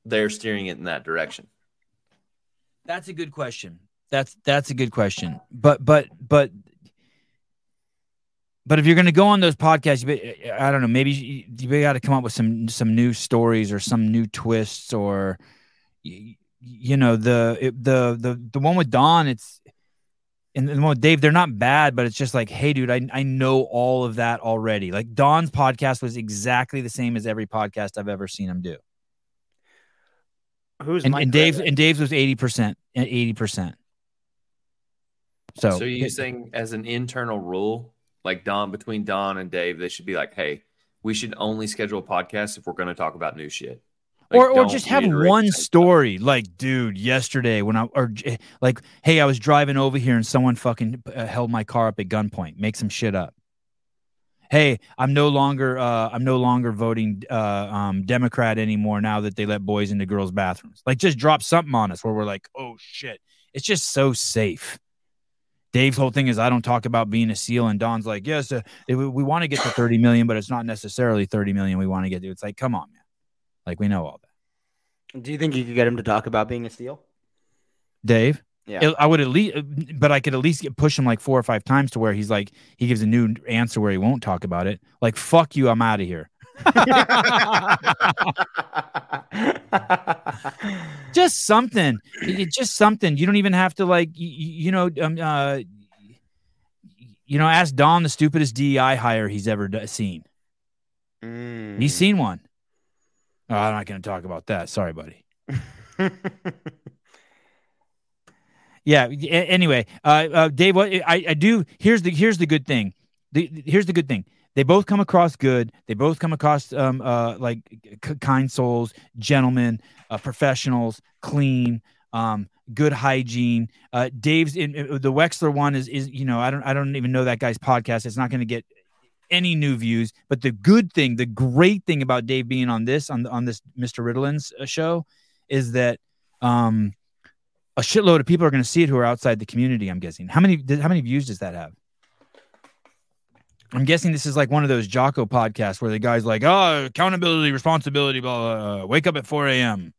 S3: they're steering it in that direction?
S2: That's a good question. That's that's a good question. But but but but if you're going to go on those podcasts, you be- I don't know. Maybe you, you got to come up with some some new stories or some new twists or you, you know the it, the the the one with Don. It's and the one with Dave. They're not bad, but it's just like, hey, dude, I I know all of that already. Like Don's podcast was exactly the same as every podcast I've ever seen him do.
S4: who's
S2: and,
S4: Mike
S2: and Dave's
S4: Riddle?
S2: and Dave's was eighty percent and eighty percent. So,
S3: So, you saying as an internal rule, like Don between Don and Dave, they should be like, hey, we should only schedule podcasts if we're going to talk about new shit, Like,
S2: or or
S3: don't
S2: just have
S3: reiterate
S2: one
S3: the same-
S2: story, like, dude, yesterday when I or j- eh, like, hey, I was driving over here and someone fucking uh, held my car up at gunpoint. Make some shit up. Hey, I'm no longer uh, I'm no longer voting uh, um, Democrat anymore now that they let boys into girls' bathrooms. Like, just drop something on us where we're like, oh shit, it's just so safe. Dave's whole thing is I don't talk about being a SEAL, and Don's like, yes, uh, it- we, we want to get to 30 million, but it's not necessarily 30 million we want to get to. It's like, come on, man. Like we know all that.
S4: Do you think you could get him to talk about being a steal?
S2: Dave,
S4: Yeah.
S2: I- I would at least, but I could at least get push him like four or five times to where he's like, he gives a new answer where he won't talk about it. Like, fuck you, I'm out of here. just something It- it- just something you don't even have to like you, you know um, uh, you know ask don the stupidest dei hire he's ever d- seen he's
S4: Mm-hmm. [LAUGHS]
S2: seen one oh, i'm not going to talk about that sorry buddy yeah a- anyway uh, uh dave what I, I do here's the here's the good thing the, the- here's the good thing they both come across good they both come across um uh like c- kind souls gentlemen uh, professionals clean um good hygiene uh dave's in uh, the wexler one is is you know i don't i don't even know that guy's podcast it's not going to get any new views but the good thing the great thing about dave being on this on the- on this mr riddlin's uh, show is that um a shitload of people are going to see it who are outside the community. I'm guessing. How many? How many views does that have? I'm guessing this is like one of those Jocko podcasts where the guy's like, "Oh, accountability, responsibility, blah, blah, blah. Wake up at 4 a.m."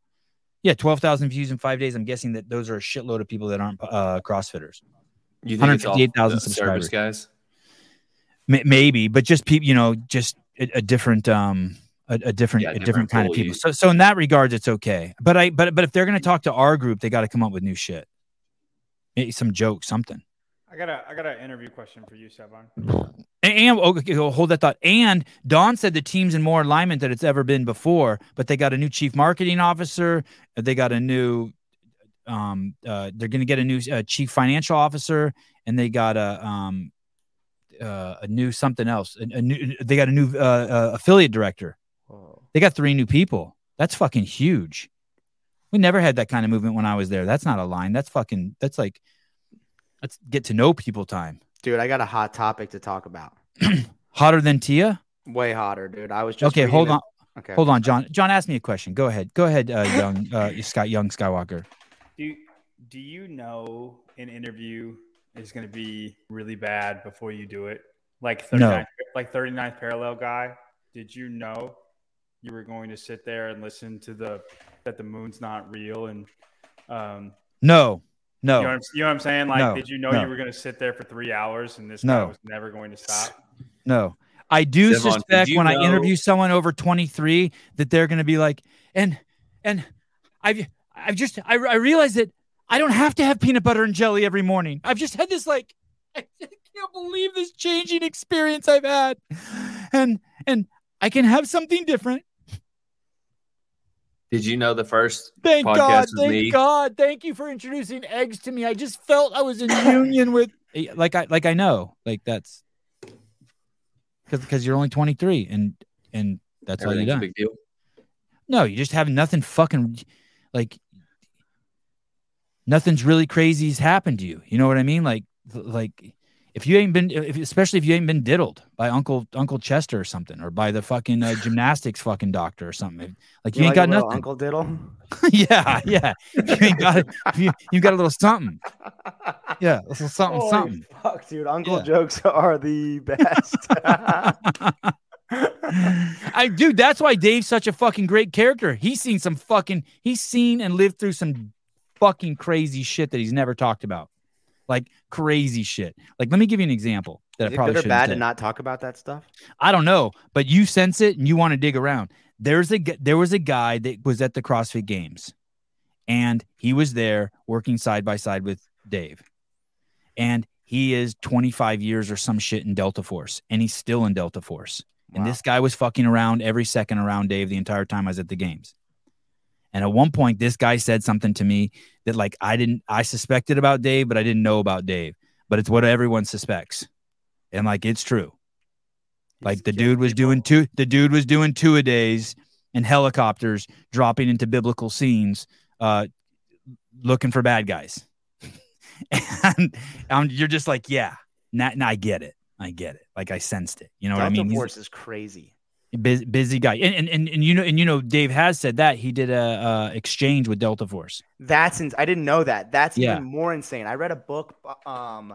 S2: Yeah, 12,000 views in five days. I'm guessing that those are a shitload of people that aren't uh, CrossFitters.
S3: You think it's all
S2: 158,000
S3: the service
S2: subscribers.
S3: guys?
S2: M- maybe, but just people, you know, just a, a different, um, a, a different,
S3: Yeah,
S2: a different,
S3: different
S2: kind of
S3: pool
S2: people.
S3: you-
S2: So, so in that regards, it's okay. But I, but but if they're going to talk to our group, they got to come up with new shit, Maybe some joke, something.
S5: I got a I got an interview question for you, Sevon.
S2: And, and oh, okay, okay, hold that thought. And Don said the team's in more alignment than it's ever been before. But they got a new chief marketing officer. They got a new. Um, uh, they're going to get a new uh, chief financial officer, and they got a um, uh, a new something else. A, a new. They got a new uh, uh, affiliate director. They got three new people. That's fucking huge. We never had that kind of movement when I was there. That's not a line. That's fucking. That's like. Let's get to know people time.
S4: Dude, I got a hot topic to talk about.
S2: Hotter than Tia?
S4: Way hotter, dude. I was just
S2: Okay,
S4: reading
S2: hold
S4: it.
S2: on.
S4: Okay,
S2: Hold on, John. John, ask me a question. Go ahead. Go ahead, uh, young uh,
S4: [LAUGHS]
S2: Scott Young Skywalker.
S5: Do Do you know an interview is going to be really bad before you do it? Like 39th, like 39th parallel guy. Did you know you were going to sit there and listen to the that the moon's not real and um
S2: No,
S5: you, know
S2: no,
S5: what I'm, you know what I'm saying? Like,
S2: No,
S5: did you know
S2: no.
S5: you were going to sit there for three hours and this
S2: No. Oh,
S5: guy was never going to stop?
S2: no. I do
S3: Devon, did
S2: suspect
S3: you
S2: when I
S3: know-
S2: interview someone over 23 that they're going to be like, and and I've I've just I, I realize that I don't have to have peanut butter and jelly every morning. I've just had this like [LAUGHS] I can't believe this changing experience I've had, and and I can have something different.
S3: Did you know the first?
S2: Thank
S3: Podcast
S2: God.
S3: with
S2: Thank
S3: me.
S2: God. Thank you for introducing eggs to me. I just felt I was in union [LAUGHS] with Eh, like I like I know. Like that's cuz cuz you're only 23 and and that's all you
S3: everything's a
S2: got.
S3: big deal.
S2: No, you just have nothing fucking like nothing's really crazy's happened to you. You know what I mean? Like like if you ain't been if, especially if you ain't been diddled by uncle uncle Chester or something or by the fucking uh, gymnastics fucking doctor or something. Like you,
S4: You
S2: ain't got
S4: like a little
S2: nothing.
S4: Uncle Diddle.
S2: [LAUGHS] yeah, yeah. If you ain't got it, if you, you got a little something. Yeah, a little something,
S4: Holy [LAUGHS]
S2: something.
S4: Fuck, dude. Uncle
S2: Yeah.
S4: jokes
S2: [LAUGHS]
S4: are the best. [LAUGHS]
S2: I dude, that's why Dave's such a fucking great character. He's seen some fucking he's seen and lived through some fucking crazy shit that he's never talked about. Like crazy shit. Like let me give you an example that
S4: Is
S2: I
S4: it
S2: probably
S4: good or
S2: should have
S4: bad to not talk about that stuff?
S2: I don't know, but you sense it and you want to dig around. There's a gu- there was a guy that was at the CrossFit Games, and he was there working side by side with Dave, and he is 25 years or some shit in Delta Force, and he's still in Delta Force. And
S4: Wow.
S2: this guy was fucking around every second around Dave the entire time I was at the games. And at one point, this guy said something to me that like I didn't I suspected about Dave, but I didn't know about Dave. But it's what everyone suspects, and like it's true. Like the dude was doing two the dude was doing two a days and helicopters dropping into biblical scenes uh looking for bad guys. [LAUGHS] and um, you're just like, yeah, now, now I get it. I get it. Like I sensed it. You know what I
S4: Delta
S2: mean? He's-
S4: Force is crazy.
S2: busy, busy guy and, and and and you know and you know dave has said that he did a uh exchange with delta force
S4: That's ins- I didn't know that. That's
S2: Yeah.
S4: even more insane. I read a book. bu- Um,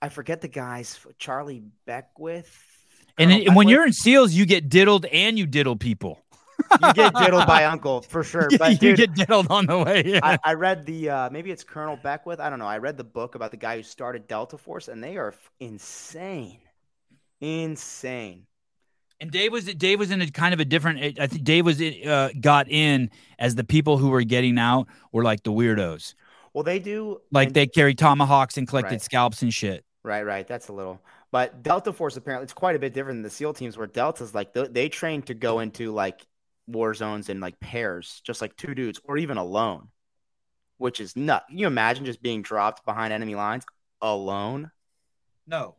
S4: I forget the guy's Charlie Beckwith. Oh,
S2: and,
S4: Colonel
S2: it- and when
S4: Beckwith?
S2: you're in seals you get diddled and you diddle people
S4: you get diddled by Uncle for sure.
S2: [LAUGHS] you
S4: But dude,
S2: get diddled on the way yeah.
S4: I, I read the uh, maybe it's Colonel Beckwith. I don't know. I read the book about the guy who started Delta Force, and they are f- insane, insane.
S2: and dave was dave was in a kind of a different i think dave was in- uh got in as the people who were getting out were like the weirdos
S4: Well, they do
S2: like
S4: and-
S2: they carried tomahawks and collected
S4: Right.
S2: scalps and shit
S4: Right, right. That's a little. But Delta Force apparently it's quite a bit different than the SEAL teams where Delta's like they, they train to go into like war zones in like pairs, just like two dudes or even alone, which is nut. Can you imagine just being dropped behind enemy lines alone?
S2: no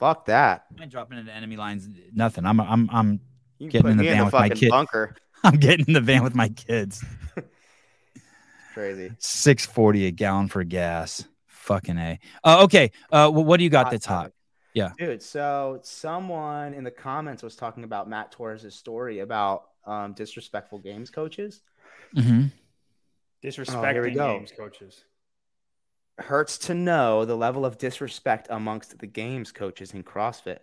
S4: Fuck that.
S2: i ain't dropping into enemy lines nothing i'm i'm i'm [LAUGHS]
S4: You
S2: Getting in the
S4: me
S2: van with my
S4: fucking
S2: kid.
S4: bunker.
S2: i'm getting in the van with my kids
S4: Crazy.
S2: 640 a gallon for gas fucking a uh, okay uh wh- what do you got that's hot
S4: topic.
S2: Yeah.
S4: Dude, so someone in the comments was talking about Matt Torres' story about um, disrespectful games coaches.
S2: mm-hmm.
S5: Disrespecting
S4: go.
S5: games coaches.
S4: hurts to know the level of disrespect amongst the games coaches in CrossFit.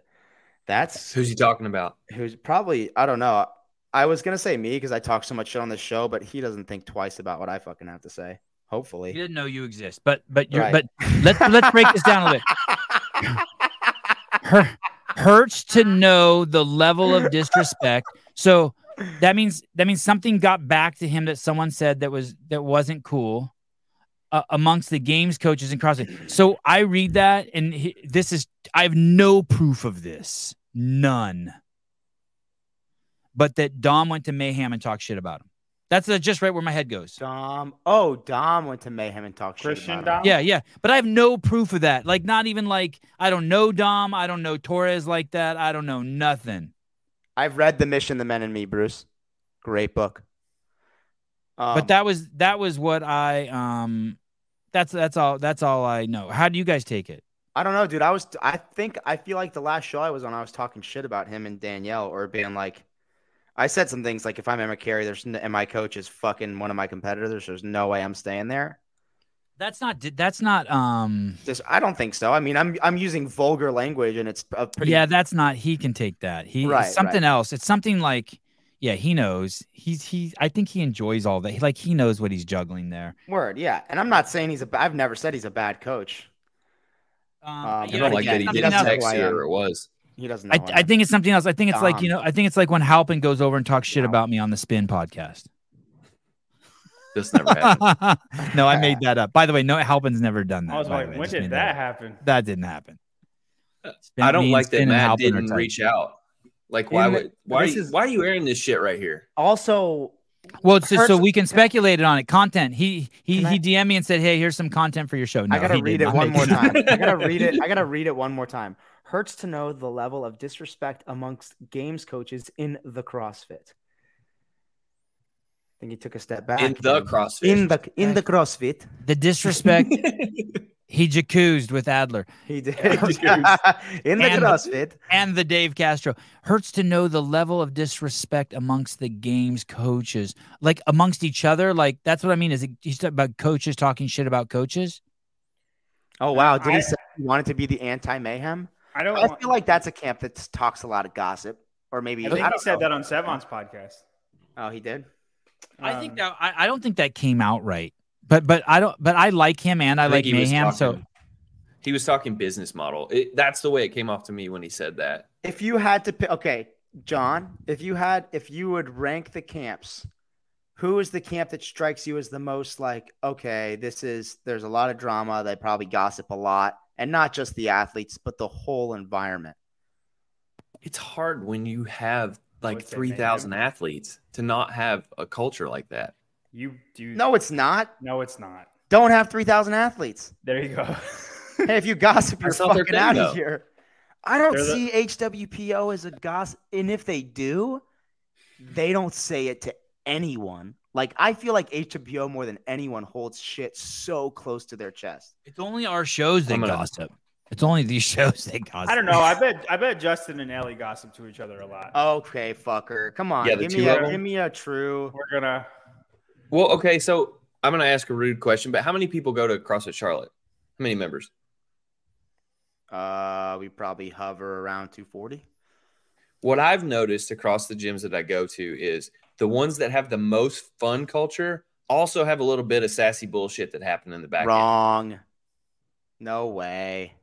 S4: That's
S3: Who's he talking about?
S4: who's probably I don't know. I was gonna say me because I talk so much shit on this show, but he doesn't think twice about what I fucking have to say.
S2: he
S4: Hopefully,
S2: didn't know you exist but but you're
S4: Right.
S2: but let's let's break this down a little bit Hur- hurts to know the level of disrespect so that means that means something got back to him that someone said that was that wasn't cool uh, amongst the games coaches in CrossFit. So I read that and he, this is I have no proof of this. None. But that Dom went to Mayhem and talked shit about him. That's uh, just right where my head goes.
S4: [LAUGHS] Dom. Oh, Dom went to Mayhem and talked
S5: Christian
S4: shit about him.
S5: Dom?
S2: Yeah, yeah. But I have no proof of that. Like, not even like, I don't know Dom. I don't know Torres like that. I don't know nothing.
S4: I've read The Mission, The Men, and Me, Bruce. Great book. Um,
S2: but that was, that was what I, um, that's, that's all, that's all I know. How do you guys take it?
S4: I don't know, dude. I was, I think, I feel like the last show I was on, I was talking shit about him and Danielle, or being like, I said some things like, if I'm Emma Carey, there's, n- and my coach is fucking one of my competitors, there's no way I'm staying there.
S2: That's not. That's not. Um.
S4: Just, I don't think so. I mean, I'm, I'm using vulgar language, and it's a pretty,
S2: yeah, that's not. He can take that. He
S4: Right,
S2: it's something else. It's something like. Yeah, he knows. He's he. I think he enjoys all that. Like he knows what he's juggling there.
S4: word, yeah. And I'm not saying he's a, ba- I've never said he's a bad coach.
S2: Um,
S4: Um,
S3: I
S4: You
S2: yeah,
S4: know,
S3: don't like
S4: yeah,
S3: that he
S2: something
S3: didn't
S2: else.
S4: that's
S3: text
S4: why
S3: you
S4: I'm-
S3: or it was.
S4: He doesn't.
S2: I,
S4: Know
S2: I think it's something else. I think it's like you know.
S4: Dom.
S2: I think it's like when Halpin goes over and talks shit
S4: Yeah.
S2: about me on the Spin podcast.
S3: This never happened.
S2: [LAUGHS]
S4: [LAUGHS]
S2: no, I made that up. By the way, no, Halpin's never done that.
S5: I was
S2: by the
S5: like,
S2: way.
S5: when
S2: Just
S5: did
S2: made
S5: that
S2: up.
S5: happen?
S2: That didn't happen.
S4: Uh,
S2: Spin-
S3: I
S2: me
S3: don't
S2: and
S3: like
S2: Spin
S3: that
S2: and
S3: Matt
S2: Halpin are
S3: didn't
S2: tight.
S3: reach out. Like, why
S4: And
S3: would why are
S4: this
S3: you,
S4: is-
S3: why are you airing this shit right here?
S4: also,
S2: Well, so, so
S4: Person-
S2: we can speculate on it. Content. He he
S4: Can I-
S2: he DM me and said, "Hey, here's some content for your show." No,
S4: I gotta
S2: he did
S4: read it
S2: not
S4: one
S2: make [LAUGHS]
S4: more
S2: that.
S4: time. I gotta read it. I gotta read it one more time. Hurts to know the level of disrespect amongst games coaches in the CrossFit. I think he took a step back.
S3: In the
S4: and-
S3: CrossFit.
S4: in the in the CrossFit,
S2: [LAUGHS] The
S4: [LAUGHS]
S2: disrespect. he jacuzzed with Adler
S4: he [LAUGHS] did
S3: Jeez.
S4: in the
S2: And-
S4: CrossFit.
S2: and the Dave Castro. Hurts to know the level of disrespect amongst the games coaches, like amongst each other. Like that's what I mean. Is it, he's talking about coaches talking shit about coaches?
S4: Oh wow! Did
S5: I-
S4: he say he wanted to be the anti mayhem?
S5: I don't.
S4: I feel like that's a camp that talks a lot of gossip, or maybe
S5: I think
S4: I
S5: he
S4: don't
S5: said
S4: know.
S5: that on Sevon's podcast.
S4: Oh, he did.
S2: I think
S5: Um,
S2: that I, I don't think that came out right. But but I don't. But I like him and I,
S3: think
S2: like
S3: he was
S2: Mayhem. So
S3: talking- he was talking business model. It, that's the way it came off to me when he said that.
S4: If you had to pick, okay, John, if you had, if you would rank the camps, who is the camp that strikes you as the most like, okay, this is, there's a lot of drama. They probably gossip a lot. And not just the athletes, but the whole environment.
S3: It's hard when you have like
S5: What's that,
S3: three thousand athletes to not have a culture like that.
S5: you do.
S4: No, it's not.
S5: no, it's not.
S4: Don't have 3,000 athletes.
S5: There you
S4: [LAUGHS]
S5: go.
S4: Hey, if you gossip, you're
S3: That's not their
S4: fucking
S3: thing,
S4: out of
S3: though.
S4: here. I don't
S5: They're the-
S4: see HWPO as a gossip. And if they do, they don't say it to anyone. Like, I feel like HWPO more than anyone holds shit so close to their chest.
S2: it's only our shows that
S3: I'm gonna-
S2: gossip. It's only these [LAUGHS] shows that gossip.
S5: I
S2: [LAUGHS]
S5: don't know. I bet. I bet Justin and Ellie gossip to each other a lot.
S4: Oh. Okay, fucker. Come on.
S3: Yeah, the
S4: give,
S3: two
S4: me
S3: of
S4: a,
S3: 'em.
S4: give me a true.
S5: We're gonna.
S3: Well, okay, so I'm gonna ask a rude question, but how many people go to CrossFit Charlotte? How many members?
S4: Uh, we probably hover around 240.
S3: What I've noticed across the gyms that I go to is the ones that have the most fun culture also have a little bit of sassy bullshit that happened in the back. end.
S4: Wrong. No way.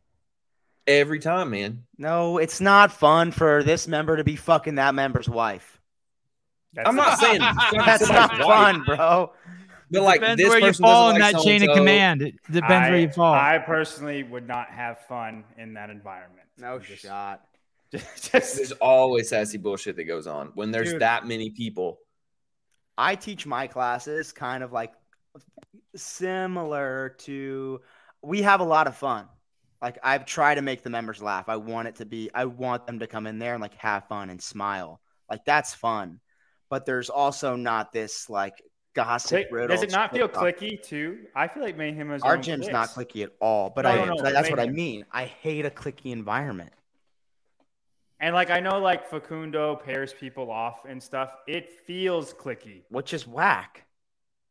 S3: Every time, man.
S4: No, it's not fun for this member to be fucking that member's wife.
S5: That's
S3: I'm not
S5: [LAUGHS]
S3: saying
S4: That's not fun, bro.
S3: But like
S2: depends
S3: this
S2: where you
S3: person
S2: fall in
S3: doesn't like
S2: that chain of
S3: so-and-so.
S2: command. It depends where you fall.
S5: I personally would not have fun in that environment.
S4: No
S5: I'm just-
S4: shot.
S5: Just,
S3: There's always sassy bullshit that goes on when there's
S5: Dude.
S3: that many people.
S4: I teach my classes kind of like similar to we have a lot of fun. Like I've tried to make the members laugh. I want it to be I want them to come in there and like have fun and smile. Like that's fun. But there's also not this like gossip
S5: Click-
S4: riddle.
S5: does it not feel clicky too? I feel like Mayhem has
S4: Our
S5: own
S4: gym's
S5: clicks.
S4: not clicky at all, but
S5: No,
S4: I,
S3: no,
S5: no,
S4: that's what I
S5: mayhem.
S4: mean. I hate a clicky environment.
S5: And like I know, like Facundo pairs people off and stuff. It feels clicky.
S4: Which is whack.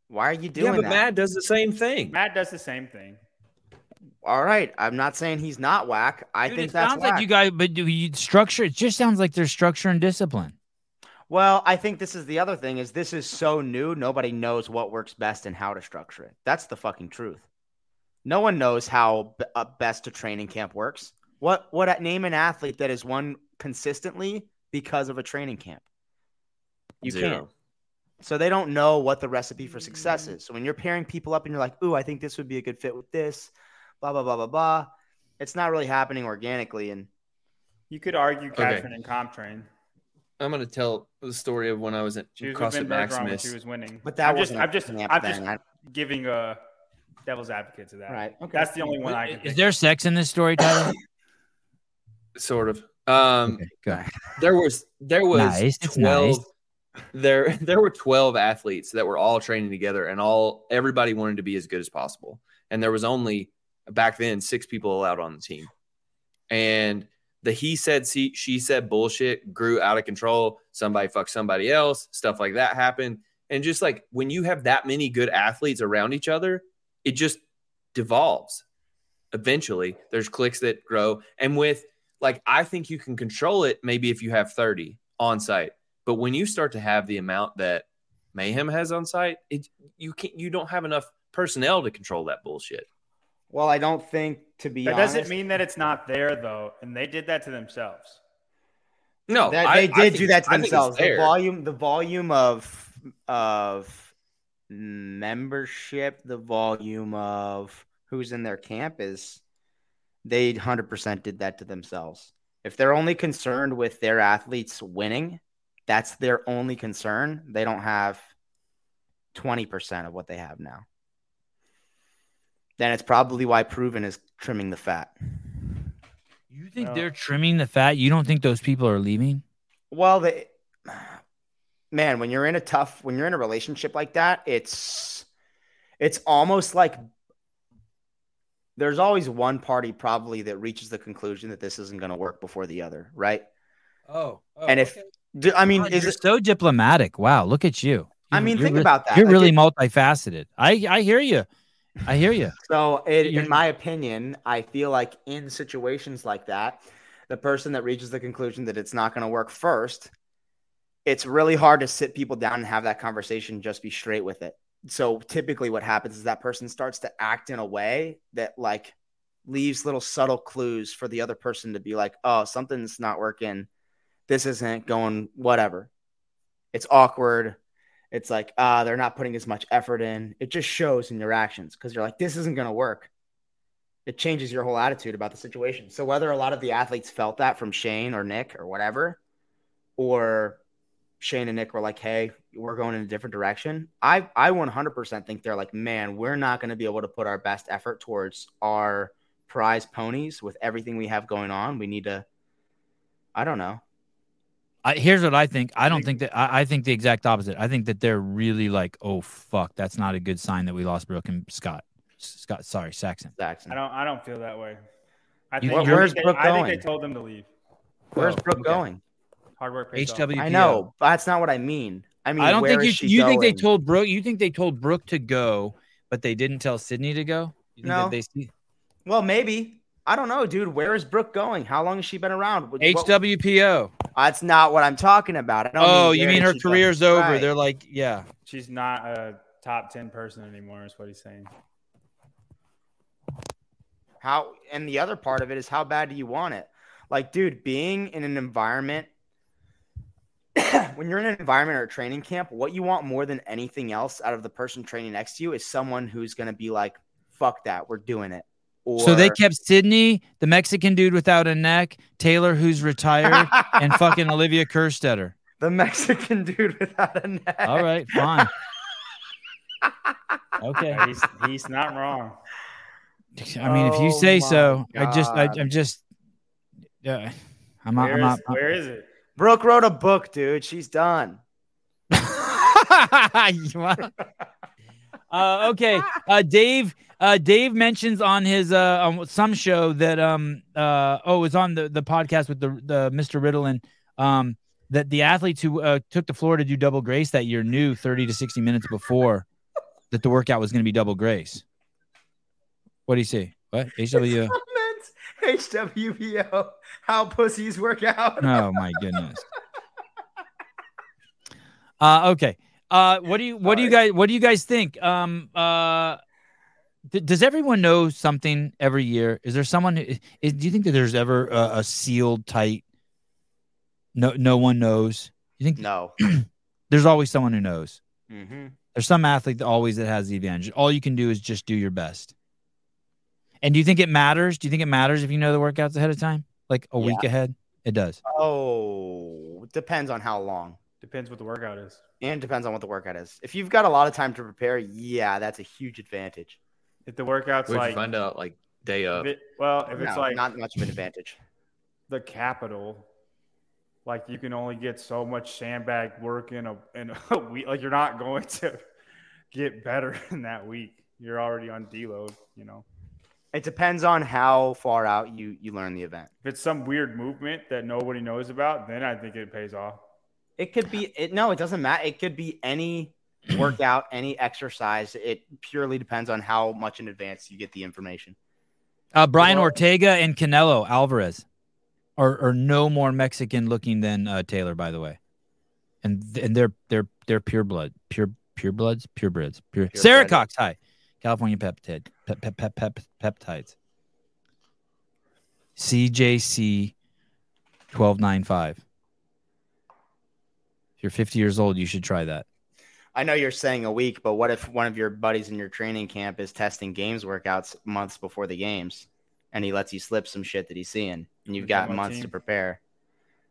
S4: Why are you doing
S3: yeah, but
S4: that?
S3: Matt does the same thing.
S5: Matt does the same thing.
S4: All right. I'm not saying he's not whack. I
S2: Dude,
S4: think
S2: it
S4: that's
S2: sounds
S4: whack.
S2: like you guys, but do you structure? It just sounds like there's structure and discipline.
S4: Well, I think this is the other thing is this is so new, nobody knows what works best and how to structure it. That's the fucking truth. No one knows how b- uh, best a training camp works. What what name an athlete that is won consistently because of a training camp? You
S3: Zero.
S4: can't. So they don't know what the recipe for success is. So when you're pairing people up and you're like, "Ooh, I think this would be a good fit with this," blah blah blah blah blah. It's not really happening organically, and
S5: You could argue Catherine and Comp Train.
S3: I'm gonna tell the story of when I was at
S5: She was with
S3: CrossFit
S5: Ben Bergeron when she
S3: Maximus.
S5: was winning.
S4: but that
S5: I'm just,
S4: wasn't. a
S5: I'm just,
S4: camp
S5: I'm
S4: thing.
S5: just
S4: I-
S5: giving a devil's advocate to that.
S4: right. Okay.
S5: That's the only one I can.
S2: Is
S5: think
S2: there sex in this story, Tyler?
S3: Sort of. Um,
S2: Okay, good.
S3: there was there was
S2: Nice, it's
S3: twelve. There [LAUGHS] there were twelve athletes that were all training together, and all everybody wanted to be as good as possible. And there was only back then six people allowed on the team, and the he said she, she said bullshit grew out of control. Somebody fucked somebody else. Stuff like that happened, and just like when you have that many good athletes around each other, it just devolves. Eventually, there's cliques that grow, and with like I think you can control it maybe if you have 30 on site. But when you start to have the amount that Mayhem has on site, it you can't you don't have enough personnel to control that bullshit.
S4: Well, I don't think to be
S5: That
S4: honest,
S5: doesn't mean that it's not there though, and they did that to themselves.
S3: No,
S4: that
S3: I-
S4: they did
S3: I
S4: do
S3: think-
S4: that to
S3: I think it's
S4: themselves. The
S3: there.
S4: volume, the volume of of membership, the volume of who's in their camp is they hundred percent did that to themselves. If they're only concerned with their athletes winning, that's their only concern. They don't have twenty percent of what they have now. Then it's probably why Proven is trimming the fat.
S2: You think
S5: Well-
S2: they're trimming the fat? You don't think those people are leaving?
S4: Well, the man, when you're in a tough, when you're in a relationship like that, it's it's almost like there's always one party probably that reaches the conclusion that this isn't going to work before the other, right?
S2: Oh,
S4: And if- Do, I mean, is
S2: you're
S4: it?
S2: so diplomatic. Wow, look at you.
S4: I
S2: You're-
S4: mean,
S2: you're
S4: think
S2: re-
S4: about that.
S2: You're
S4: Like,
S2: really
S4: it-
S2: multifaceted. I I hear you. I hear you.
S4: So, it,
S2: You're-
S4: in my opinion, I feel like in situations like that, the person that reaches the conclusion that it's not going to work first, it's really hard to sit people down and have that conversation, just be straight with it. So, typically, what happens is that person starts to act in a way that, like, leaves little subtle clues for the other person to be like, oh, something's not working. This isn't going, whatever. It's awkward it's like ah they're not putting as much effort in it just shows in your actions because you're like this isn't going to work it changes your whole attitude about the situation so whether a lot of the athletes felt that from shane or nick or whatever or shane and nick were like hey we're going in a different direction i i 100% think they're like man we're not going to be able to put our best effort towards our prize ponies with everything we have going on we need to i don't know
S2: I, here's what I think. I don't think that I, I think the exact opposite. I think that they're really like, oh fuck, that's not a good sign that we lost Brooke and Scott. Scott, sorry, Saxon.
S4: Jackson.
S5: I don't I don't feel that way. I
S2: You-
S5: think,
S2: Well,
S5: I think
S4: where's
S5: they-
S4: Brooke
S5: I think
S4: going?
S5: they told them to leave.
S4: where's brooke
S2: okay.
S4: going
S5: Hard work pays off.
S2: HW.
S4: I know, but that's not what I mean. I mean,
S2: I don't
S4: where
S2: think
S4: is
S2: you.
S4: she
S2: You think they
S4: going?
S2: told Brooke? You think they told Brooke to go, but they didn't tell Sydney to go? You think that
S4: No.
S2: They see-
S4: Well, maybe. I don't know, dude. Where is Brooke going? How long has she been around? What- what-
S2: HWPO.
S4: that's not what I'm talking about. I don't
S2: Oh, you
S4: where
S2: mean
S4: is
S2: her
S4: she going.
S2: career's over?
S4: Right.
S2: They're like, yeah.
S5: She's not a top ten person anymore, is what he's saying.
S4: How and the other part of it is how bad do you want it? Like, dude, being in an environment [COUGHS] when you're in an environment or a training camp, what you want more than anything else out of the person training next to you is someone who's gonna be like, fuck that, we're doing it. Or
S2: So they kept Sydney, the Mexican dude without a neck, Taylor, who's retired, and fucking Olivia Kerstetter.
S4: [LAUGHS] the Mexican dude without a neck.
S2: All right, fine.
S4: [LAUGHS]
S2: Okay.
S5: Yeah, he's he's not wrong.
S2: I mean, if you
S4: Oh
S2: say
S4: my
S2: so, I just, I,
S4: God.
S2: I'm just, yeah, I'm not,
S5: Where
S2: I'm
S5: is,
S2: not.
S5: where is it?
S4: Brooke wrote a book, dude. She's done.
S2: [LAUGHS] You want- uh, okay, uh, Dave. Uh, Dave mentions on his uh, on some show that um uh oh it was on the, the podcast with the the Mr. Riddlin um that the athletes who uh, took the floor to do double grace that year knew thirty to sixty minutes before that the workout was going to be double grace. What do you say? What
S4: [LAUGHS]
S2: HW?
S4: Comments, HWPO, how pussies work out.
S2: oh my goodness. Uh, okay. Uh, what do you what do you guys what do you guys think? Um, uh, d- does everyone know something every year? Is there someone? Who, is, do you think that there's ever a, a sealed tight? No, no one knows. You think
S4: No.
S2: [CLEARS THROAT] there's always someone who knows.
S4: Mm-hmm.
S2: There's some athlete that always that has the advantage. All you can do is just do your best. And do you think it matters? Do you think it matters if you know the workouts ahead of time, like a week ahead? It does.
S4: Oh, depends on how long
S5: Depends what the workout is.
S4: and depends on what the workout is. If you've got a lot of time to prepare, yeah, that's a huge advantage.
S5: If the workout's
S3: We
S5: like
S3: find out like day
S5: if
S3: of.
S5: it, well, if it's
S4: No,
S5: like
S4: not much of an advantage.
S5: the capital, like you can only get so much sandbag work in a in a [LAUGHS] week. Like you're not [LAUGHS] going to get better in that week. You're already on deload, you know.
S4: It depends on how far out you you learn the event.
S5: If it's some weird movement that nobody knows about, then I think it pays off.
S4: It could be it. No, it doesn't matter. It could be any workout, any exercise. It purely depends on how much in advance you get the information.
S2: Uh, Brian
S4: Well-
S2: Ortega and Canelo Alvarez are, are no more Mexican looking than uh, Taylor, by the way, and th- and they're they're they're pure blood, pure pure bloods, purebreds, pure.
S4: Purebred.
S2: Sarah Cox, hi, California peptide, pep, pep, pep, pep, peptides, CJC, twelve nine five. If you're 50 years old, you should try that.
S4: I know you're saying a week, but what if one of your buddies in your training camp is testing games workouts months before the games and he lets you slip some shit that he's seeing and you've
S5: Look at
S4: got
S5: my
S4: months to
S5: team.
S4: prepare?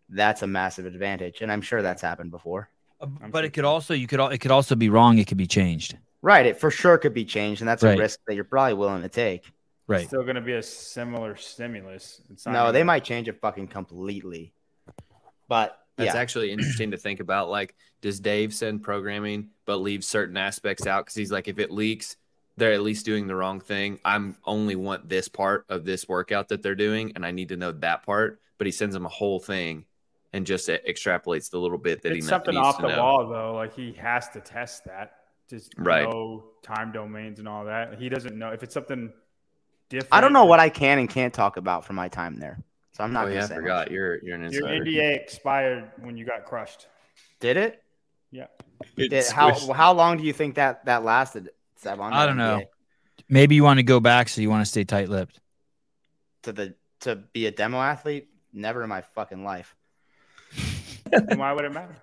S4: That's a massive advantage. And I'm sure that's happened before.
S2: Uh,
S5: I'm
S2: But
S5: sure
S2: it could
S5: so.
S2: also you could al- it could also be wrong. It could be changed.
S4: Right. It for sure could be changed. And that's
S2: Right.
S4: a risk that you're probably willing to take.
S2: Right.
S5: It's still going to be a similar stimulus. It's not
S4: No,
S5: gonna-
S4: they might change it fucking completely. But
S3: That's
S4: yeah,
S3: actually interesting to think about. Like, does Dave send programming but leave certain aspects out? Because he's like, if it leaks, they're at least doing the wrong thing. I'm only want this part of this workout that they're doing, and I need to know that part. But he sends them a whole thing and just e- extrapolates the little bit that he
S5: it's
S3: kn-
S5: something
S3: needs
S5: off
S3: to
S5: the
S3: know.
S5: wall though. Like he has to test that. Just
S3: Right.
S5: know time domains and all that. He doesn't know if it's something different.
S4: I don't know what I can and can't talk about for my time there. So I'm not
S3: Oh,
S4: going to
S3: yeah, I
S4: say.
S3: forgot. You're you're an
S5: Your
S3: insider. [LAUGHS]
S5: NDA expired when you got crushed.
S4: Did it?
S5: Yeah.
S4: Did, how how long do you think that that lasted? Savon?
S2: I don't know. Maybe you want to go back, so you want to stay tight lipped.
S4: to the to be a demo athlete? Never in my fucking life.
S5: Then why would it matter?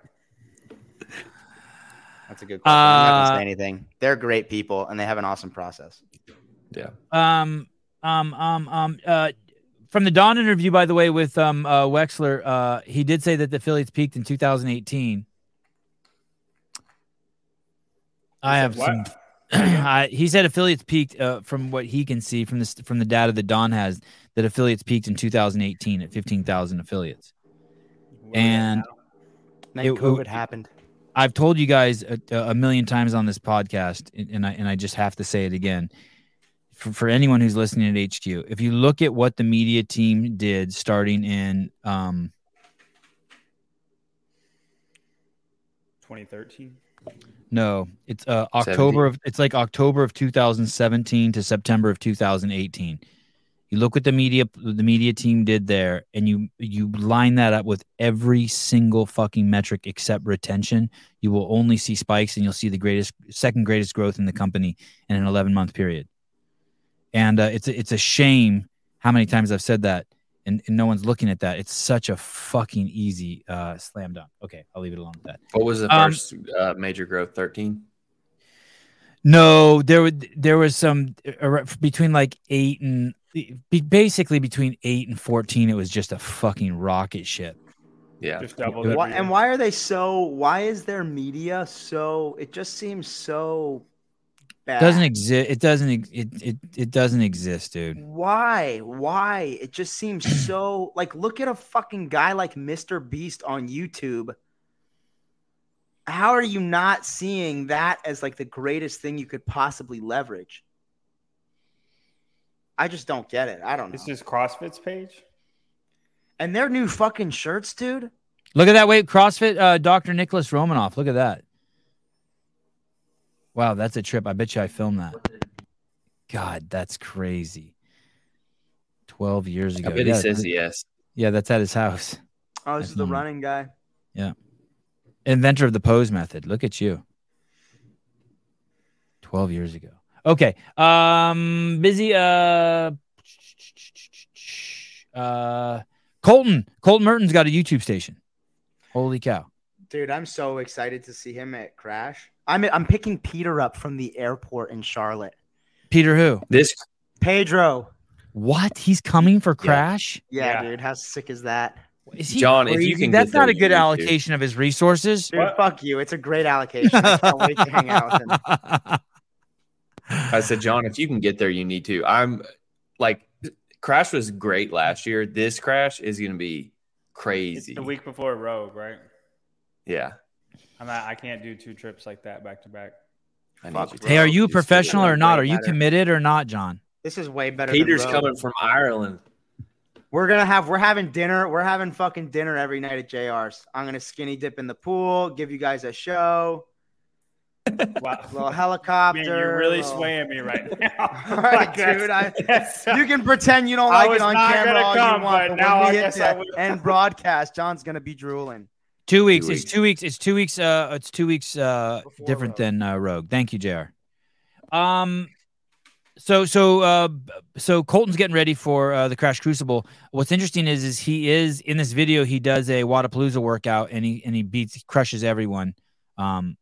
S4: That's a good question. I'm
S2: Uh,
S4: not gonna say anything. They're great people and they have an awesome process.
S2: Um, um, um, um, uh, from the Don interview, by the way, with um uh, Wexler, uh, he did say that the Phillies peaked in 2018. I
S5: He
S2: have
S5: said
S2: some. [CLEARS THROAT]
S5: what?
S2: I, he said affiliates peaked uh, from what he can see from this from the data that Don has that affiliates peaked in 2018 at 15,000 affiliates.
S5: What does that
S2: And
S5: matter?
S4: Then
S2: It-
S4: COVID happened.
S2: I've told you guys a, a million times on this podcast, and, and I and I just have to say it again. For, for anyone who's listening at HQ, if you look at what the media team did starting in um,
S5: 2013.
S2: no, it's uh, October of it's like October of 2017 to September of 2018. You look what the media the media team did there, and you you line that up with every single fucking metric except retention. You will only see spikes, and you'll see the greatest second greatest growth in the company in an 11 month period. And uh, it's a, it's a shame how many times I've said that, and, and no one's looking at that. It's such a fucking easy uh, slam dunk. Okay, I'll leave it alone with that.
S3: What was the
S2: Um,
S3: first uh, major growth? Thirteen.
S2: No, there were there was some uh, ar- between like eight and e, be- basically between eight and fourteen. It was just a fucking rocket ship.
S3: Yeah.
S5: Just doubled every
S4: Why,
S5: year.
S4: and why are they so? Why is their media so? It just seems so bad.
S2: Doesn't exist. It doesn't. ex- It, it it doesn't exist, dude.
S4: Why? Why? It just seems so like look at a fucking guy like Mr. Beast on YouTube. How are you not seeing that as like the greatest thing you could possibly leverage? I just don't get it. I don't know.
S5: This is CrossFit's page.
S4: and their new fucking shirts, dude.
S2: Look at that weight CrossFit. Uh, Doctor Nicholas Romanoff. Look at that. Wow, that's a trip. I bet you I filmed that. God, that's crazy. Twelve years
S3: I
S2: ago.
S3: bet
S2: yeah,
S3: he says
S2: th-
S3: yes.
S2: yeah, that's at his house.
S4: Oh, this is the
S2: Mhm.
S4: running guy.
S2: inventor of the pose method. Look at you. 12 years ago. Okay. Um busy uh uh Colton, Colton Merton's got a YouTube station. Holy cow.
S4: Dude, I'm so excited to see him at Crash. I'm I'm picking Peter up from the airport in Charlotte.
S2: Peter who?
S3: This
S4: Pedro.
S2: What? He's coming for Crash?
S4: Yeah,
S5: Yeah.
S4: dude, how sick is that?
S2: Is he
S3: John, if you
S2: crazy?
S3: can
S2: That's
S3: get
S2: not
S3: there,
S2: a good
S3: you need to.
S2: allocation of his resources.
S4: Dude,
S5: What?
S4: fuck you. It's a great allocation. [LAUGHS] I can't wait to hang out with
S5: [LAUGHS]
S4: him.
S3: I said, John, if you can get there, you need to. I'm like, Crash was great last year. This Crash is going to be
S5: It's
S3: crazy.
S5: the week before Rogue, right?
S3: Yeah.
S5: I'm not, I can't do
S4: [LAUGHS]
S5: two trips like that back to back.
S3: I
S4: Fuck,
S3: need you
S2: [LAUGHS]
S3: to-
S2: hey, are you a
S3: Just do it.
S2: professional or not? Are you
S4: better.
S2: committed or not, John?
S4: This is way better. than
S3: Peter's
S4: Rogue.
S3: coming from Ireland.
S4: We're gonna have we're having dinner. We're having fucking dinner every night at JR's. I'm gonna skinny dip in the pool, give you guys a show,
S5: Wow. [LAUGHS]
S4: little helicopter.
S5: Man, you're really
S4: little-
S5: swaying
S4: [LAUGHS]
S5: me right now.
S4: All
S5: [LAUGHS]
S4: right,
S5: Like, that's-
S4: dude. I,
S5: that's- [LAUGHS]
S4: you can pretend you don't
S5: I
S4: like it
S5: was
S4: on
S5: not
S4: camera
S5: gonna
S4: all
S5: come,
S4: you want,
S5: but
S4: but
S5: now
S4: when
S5: I
S4: we hit
S5: guess I
S4: that
S5: will.
S4: end broadcast, John's gonna be drooling.
S2: Two weeks.
S3: Two
S2: it's
S3: weeks.
S2: two weeks. It's two weeks. Uh, it's two weeks. Uh,
S4: Before
S2: different
S4: Rogue.
S2: than uh, Rogue. Thank you, Jr. Um, so so uh, b- so Colton's getting ready for uh, the Crash Crucible. What's interesting is is he is in this video. He does a Wadapalooza workout and he and he beats he crushes everyone. Um,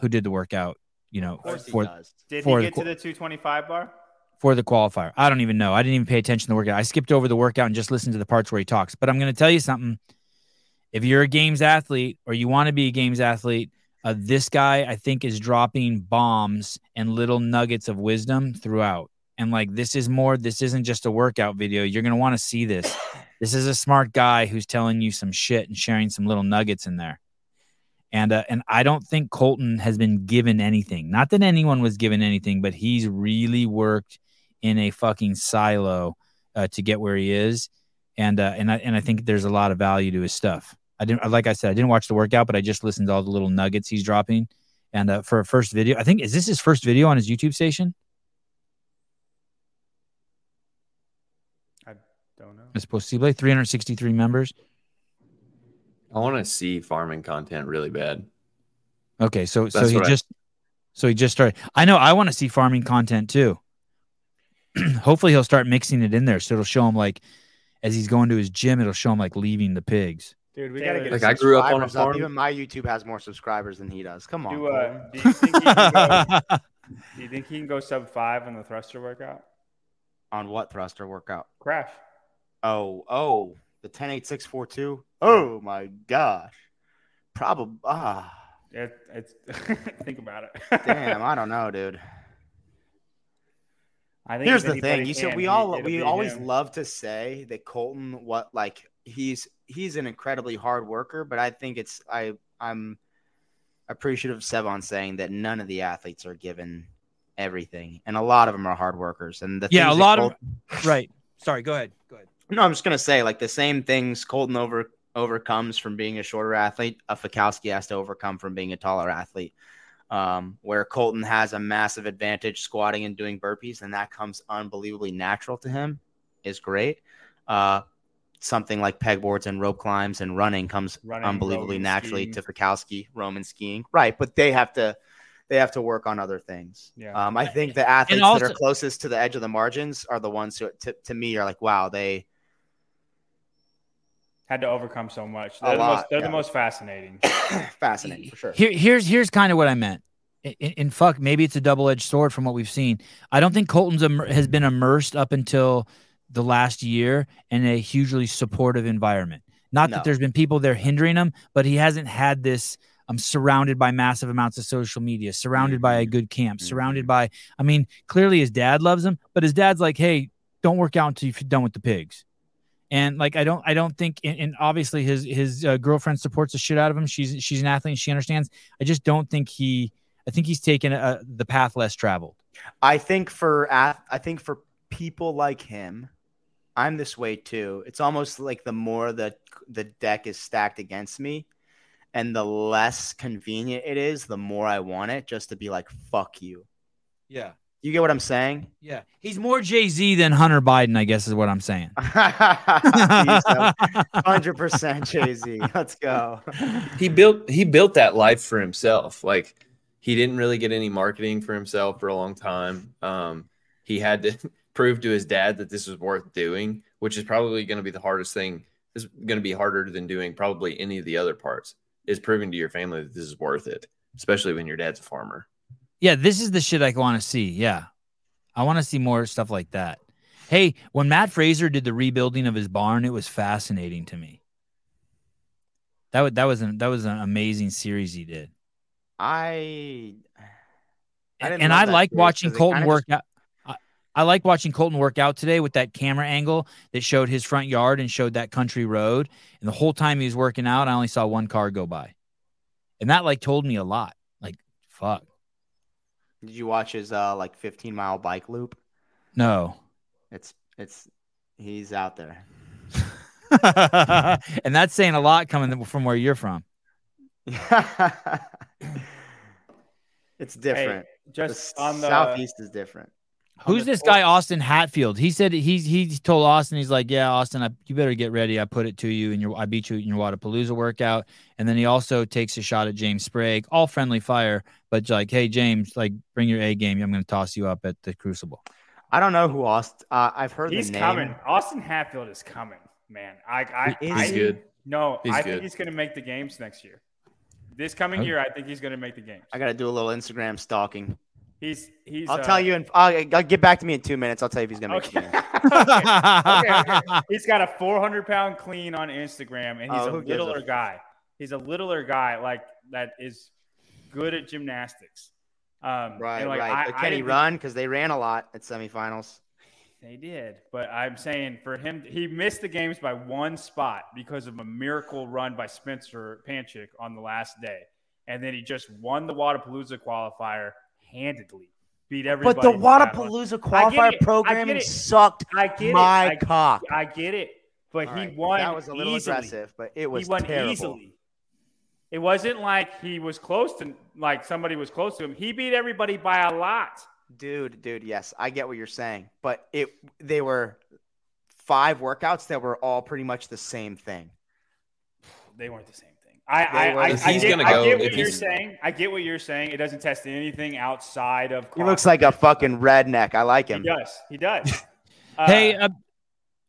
S2: who did the workout? You know,
S4: course he
S2: for
S4: does.
S5: Did
S2: For
S5: he
S2: the
S5: get to
S2: qu-
S5: the 225 bar?
S2: for the qualifier. I don't even know. I didn't even pay attention to the workout. I skipped over the workout and just listened to the parts where he talks. But I'm going to tell you something. If you're a games athlete or you want to be a games athlete, uh, this guy I think is dropping bombs and little nuggets of wisdom throughout. And like this is more. This isn't just a workout video. You're going to want to see this. This is a smart guy who's telling you some shit and sharing some little nuggets in there. And uh, and I don't think Colton has been given anything. Not that anyone was given anything, but he's really worked in a fucking silo uh, to get where he is. And uh, and I and I think there's a lot of value to his stuff. I didn't like I said I didn't watch the workout, but I just listened to all the little nuggets he's dropping. And uh, for a first video, I think is this his first video on his YouTube station?
S5: I don't know.
S2: Miss Posible, 363 members.
S3: I want to see farming content really bad.
S2: Okay, so so
S3: That's
S2: he
S3: right.
S2: just so he just started. I know I want to see farming content too. [CLEARS THROAT] Hopefully he'll start mixing it in there, so it'll show him like as he's going to his gym, it'll show him like leaving the pigs.
S4: Dude, we
S5: Taylor,
S4: gotta get
S3: Like,
S4: his
S3: I grew up on a
S4: subscribers up.
S3: farm.
S4: Even my YouTube has more subscribers than he does. Come on.
S5: Do, uh,
S4: Cole.
S5: do, you think he can go,
S4: [LAUGHS]
S2: [LAUGHS]
S5: do you think he can go sub five on the thruster workout?
S4: on what thruster workout?
S5: Crash.
S4: Oh, oh, the 108.642. Oh my gosh. Probably.
S5: [LAUGHS]
S4: Ah,
S5: It, it's [LAUGHS] think about it.
S4: damn. I don't know, dude.
S5: [LAUGHS] I think
S4: Here's
S5: if
S4: the thing.
S5: anybody
S4: You said
S5: can,
S4: we
S5: he-
S4: all
S5: it'll
S4: we
S5: be
S4: always
S5: him.
S4: love to say that Colton what like he's he's an incredibly hard worker, but I think it's I I'm appreciative of Sevon saying that none of the athletes are given everything, and a lot of them are hard workers. And the
S2: Yeah,
S4: things
S2: a
S4: that
S2: lot of-
S4: Col-
S2: right. Sorry, go ahead. Go ahead.
S4: No, I'm just gonna say like the same things Colton over overcomes from being a shorter athlete, a Fakowski has to overcome from being a taller athlete. Um, where Colton has a massive advantage squatting and doing burpees, and that comes unbelievably natural to him, is great. Uh, something like pegboards and rope climbs and running comes
S5: Running,
S4: unbelievably
S5: Roman
S4: naturally
S5: skiing.
S4: to Fakowski, Roman skiing, right? But they have to they have to work on other things.
S5: Yeah.
S4: Um, I think the athletes that
S2: also-
S4: are closest to the edge of the margins are the ones who, to, to me, are like, wow, they
S5: had to overcome so much. They're, the,
S4: lot,
S5: most, they're
S4: yeah.
S5: the most fascinating.
S4: [COUGHS] fascinating for sure.
S2: Here, here's here's kind of what I meant. And, and fuck, maybe it's a double edged sword from what we've seen. I don't think Colton's immer- has been immersed up until the last year in a hugely supportive environment. Not
S4: No.
S2: that there's been people there hindering him, but he hasn't had this. I'm surrounded by massive amounts of social media, surrounded by a good camp, surrounded by. I mean, clearly his dad loves him, but his dad's like, "Hey, don't work out until you're done with the pigs." And like, I don't, I don't think, and, and obviously his his uh, girlfriend supports the shit out of him. She's she's an athlete, and she understands. I just don't think he. I think he's taken uh, the path less traveled.
S4: I think for ath- I think for people like him, I'm this way too. It's almost like the more the the deck is stacked against me, and the less convenient it is, the more I want it just to be like, fuck you.
S2: Yeah,
S4: You get what I'm
S2: [LAUGHS]
S4: saying? [LAUGHS]
S2: yeah. He's more Jay Z than Hunter Biden, I guess, is what I'm saying.
S4: Hundred percent, Jay Z. Let's go.
S3: He built he built that life for himself. Like he didn't really get any marketing for himself for a long time. Um, he had to [LAUGHS] prove to his dad that this was worth doing, which is probably going to be the hardest thing. This is going to be harder than doing probably any of the other parts. Is proving to your family that this is worth it, especially when your dad's a farmer.
S2: [LAUGHS] Yeah, this is the shit I want to see. Yeah. I want to see more stuff like that. Hey, when Matt Fraser did the rebuilding of his barn, it was fascinating to me. That was that was an that was an amazing series he did.
S4: I I
S2: And,
S4: didn't
S2: and
S4: love
S2: I
S4: that
S2: like
S4: series
S2: watching
S4: 'cause it
S2: Colton
S4: kinda
S2: work out. I, I like watching Colton work out today with that camera angle that showed his front yard and showed that country road. And the whole time he was working out, I only saw one car go by. And that like told me a lot. Like, fuck.
S4: Did you watch his uh like 15 mile bike loop?
S2: No.
S4: It's it's he's out there. [LAUGHS]
S2: [LAUGHS] and that's saying a lot coming from where you're from.
S4: it's different. The
S5: Just on the
S4: southeast is different.
S5: on
S2: Who's
S5: the-
S2: this guy, Austin Hatfield? He said he's he told Austin he's like, yeah, Austin, I, you better get ready. I put it to you, and your I beat you in your Wadapalooza workout. And then he also takes a shot at James Sprague, all friendly fire, but like, hey James, like bring your A game. I'm going to toss you up at the Crucible.
S4: I don't know who Austin. Uh, I've heard
S5: He's
S4: the name.
S5: coming. Austin Hatfield is coming, man. I, I,
S4: He is
S5: I
S3: He's good.
S5: No,
S3: He's
S5: I
S3: good.
S5: think he's going to make the games next year. This coming
S2: Oh.
S5: year, I think he's going to make the games.
S4: I gotta do a little Instagram stalking.
S5: He's he's.
S4: I'll
S5: uh,
S4: tell you, and I'll, I'll get back to me in two minutes. I'll tell you if he's gonna make
S5: [LAUGHS] Okay.
S4: it.
S5: [LAUGHS]
S4: again.
S5: okay. he's got a 400 pound clean on Instagram, and he's
S4: Oh,
S5: a
S4: who gives a
S5: littler
S4: f-
S5: guy. He's a littler guy, like that is good at gymnastics. Um,
S4: Right,
S5: and, like,
S4: right.
S5: I-
S4: but
S5: I
S4: can he
S5: didn't-
S4: run? Because they ran a lot at semifinals.
S5: They did, but I'm saying for him, he missed the games by one spot because of a miracle run by Spencer Panchik on the last day, and then he just won the Wadapalooza qualifier handedly, beat everybody.
S4: But the
S5: by that much.
S4: Wadapalooza
S5: I get
S4: qualifier
S5: it. I
S4: programming
S5: get it.
S4: sucked
S5: I get
S4: my
S5: it. I,
S4: cock.
S5: I get it, but
S4: All
S5: he
S4: right,
S5: won.
S4: That was a little
S5: easily.
S4: aggressive, but it was
S5: he won
S4: terrible.
S5: easily. It wasn't like he was close to like somebody was close to him. He beat everybody by a lot.
S4: Dude, dude, yes, I get what you're saying, but it they were five workouts that were all pretty much the same thing.
S5: They weren't the same thing. I I,
S4: They were
S5: I,
S4: the
S5: I
S4: same.
S5: get,
S4: He's gonna
S5: I
S4: go
S5: get what
S3: if
S5: you're
S3: he's-
S5: saying. I get what you're saying. It doesn't test anything outside of.
S4: He
S5: cost.
S4: looks like a fucking redneck. I like
S5: He
S4: him.
S5: does.
S4: [LAUGHS]
S5: He does.
S2: hey,
S5: Uh,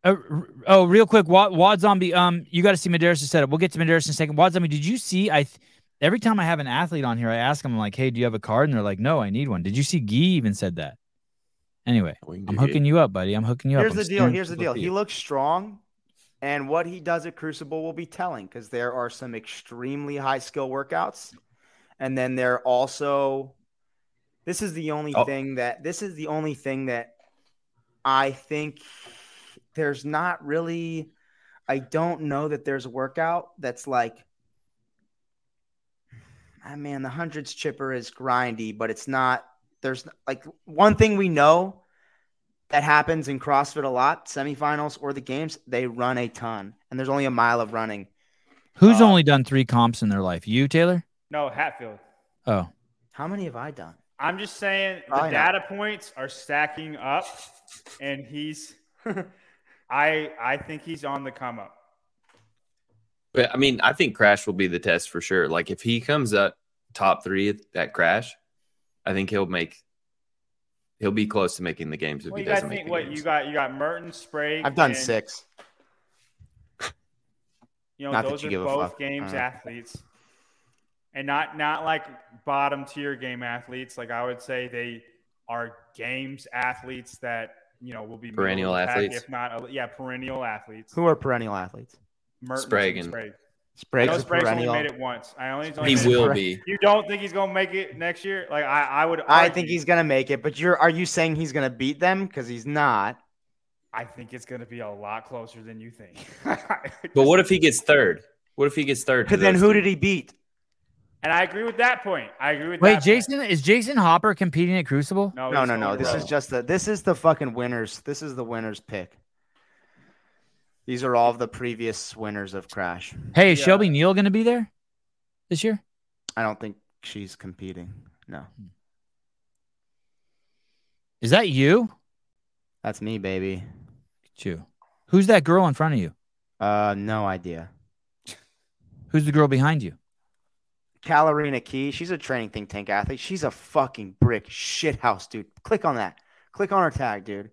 S2: uh, uh, r- oh, real quick, Wad, Wad Zombie, um, you got to see Medeiros' setup. We'll get to Medeiros in a second. Wad Zombie, did you see? I th- every time I have an athlete on here, I ask them like, hey, do you have a card? And they're like, no, I need one. Did you see? Gee even said that. Anyway. I'm hooking you up, buddy. I'm hooking you
S4: Here's
S2: up.
S4: the
S2: I'm
S4: deal.
S2: steering
S4: Here's the
S2: people
S4: deal.
S2: to
S4: He
S2: you.
S4: looks strong, and what he does at Crucible will be telling because there are some extremely high skill workouts, and then there are also. This is the only
S3: Oh.
S4: thing that this is the only thing that I think there's not really. I don't know that there's a workout that's like. I mean, the hundreds chipper is grindy, but it's not. There's like one thing we know that happens in CrossFit a lot, semifinals or the games, they run a ton. And there's only a mile of running.
S2: Who's
S5: Uh,
S2: only done three comps in their life? You, Taylor?
S5: no, Hatfield.
S2: Oh,
S4: How many have I done?
S5: I'm just saying the
S4: Probably not.
S5: data points are stacking up, and he's. I I think he's on the come up.
S3: But I mean, I think Crash will be the test for sure. Like if he comes up top three at, at Crash, I think he'll make. He'll be close to making the games if
S5: Well,
S3: he
S5: you guys
S3: doesn't make
S5: think
S3: the
S5: what
S3: games.
S5: you got? You got Merton, Sprague.
S4: I've done
S5: and,
S4: six.
S5: You know,
S4: Not that
S5: those
S4: you
S5: are
S4: give a
S5: both
S4: fuck.
S5: games
S4: Uh.
S5: athletes, and not not like bottom tier game athletes. Like I would say, they are games athletes that you know will be middle of
S3: Perennial
S5: the pack,
S3: athletes.
S5: if not yeah, perennial athletes.
S4: Who are perennial athletes?
S5: Mertens
S3: Sprague
S5: and
S3: and-
S5: Sprague.
S4: Sprague's
S5: No,
S4: a
S5: Sprague's only
S4: perennial.
S5: made it once. I only. he's only
S3: he
S5: made it
S3: will
S4: Right.
S3: be.
S5: You don't think he's gonna make it next year? Like I, I would.
S4: I
S5: argue-
S4: think he's gonna make it, but you're are you saying he's gonna beat them? Because he's not.
S5: I think it's gonna be a lot closer than you
S4: [LAUGHS]
S5: think.
S3: But what if he gets third? What if he gets third? to
S4: Because then
S3: those
S4: who
S3: two?
S4: did he beat?
S5: And I agree with that point. I agree with
S2: wait,
S5: that.
S2: Jason is Jason Hopper competing at Crucible?
S5: Point.
S4: No,
S5: Oh, he's
S4: no, no.
S5: older
S4: This is
S5: brother.
S4: just the this is the fucking winners. This is the winners pick. These are all of the previous winners of Crash.
S2: Hey, is
S5: Yeah.
S2: Shelby Neal going to be there this year?
S4: I don't think she's competing. No.
S2: Is that you?
S4: That's me, baby.
S2: Chew. Who's that girl in front of you?
S4: Uh no idea.
S2: Who's the girl behind you?
S4: Kalorina Key, she's a training think tank athlete. She's a fucking brick shithouse, dude. Click on that. Click on her tag, dude.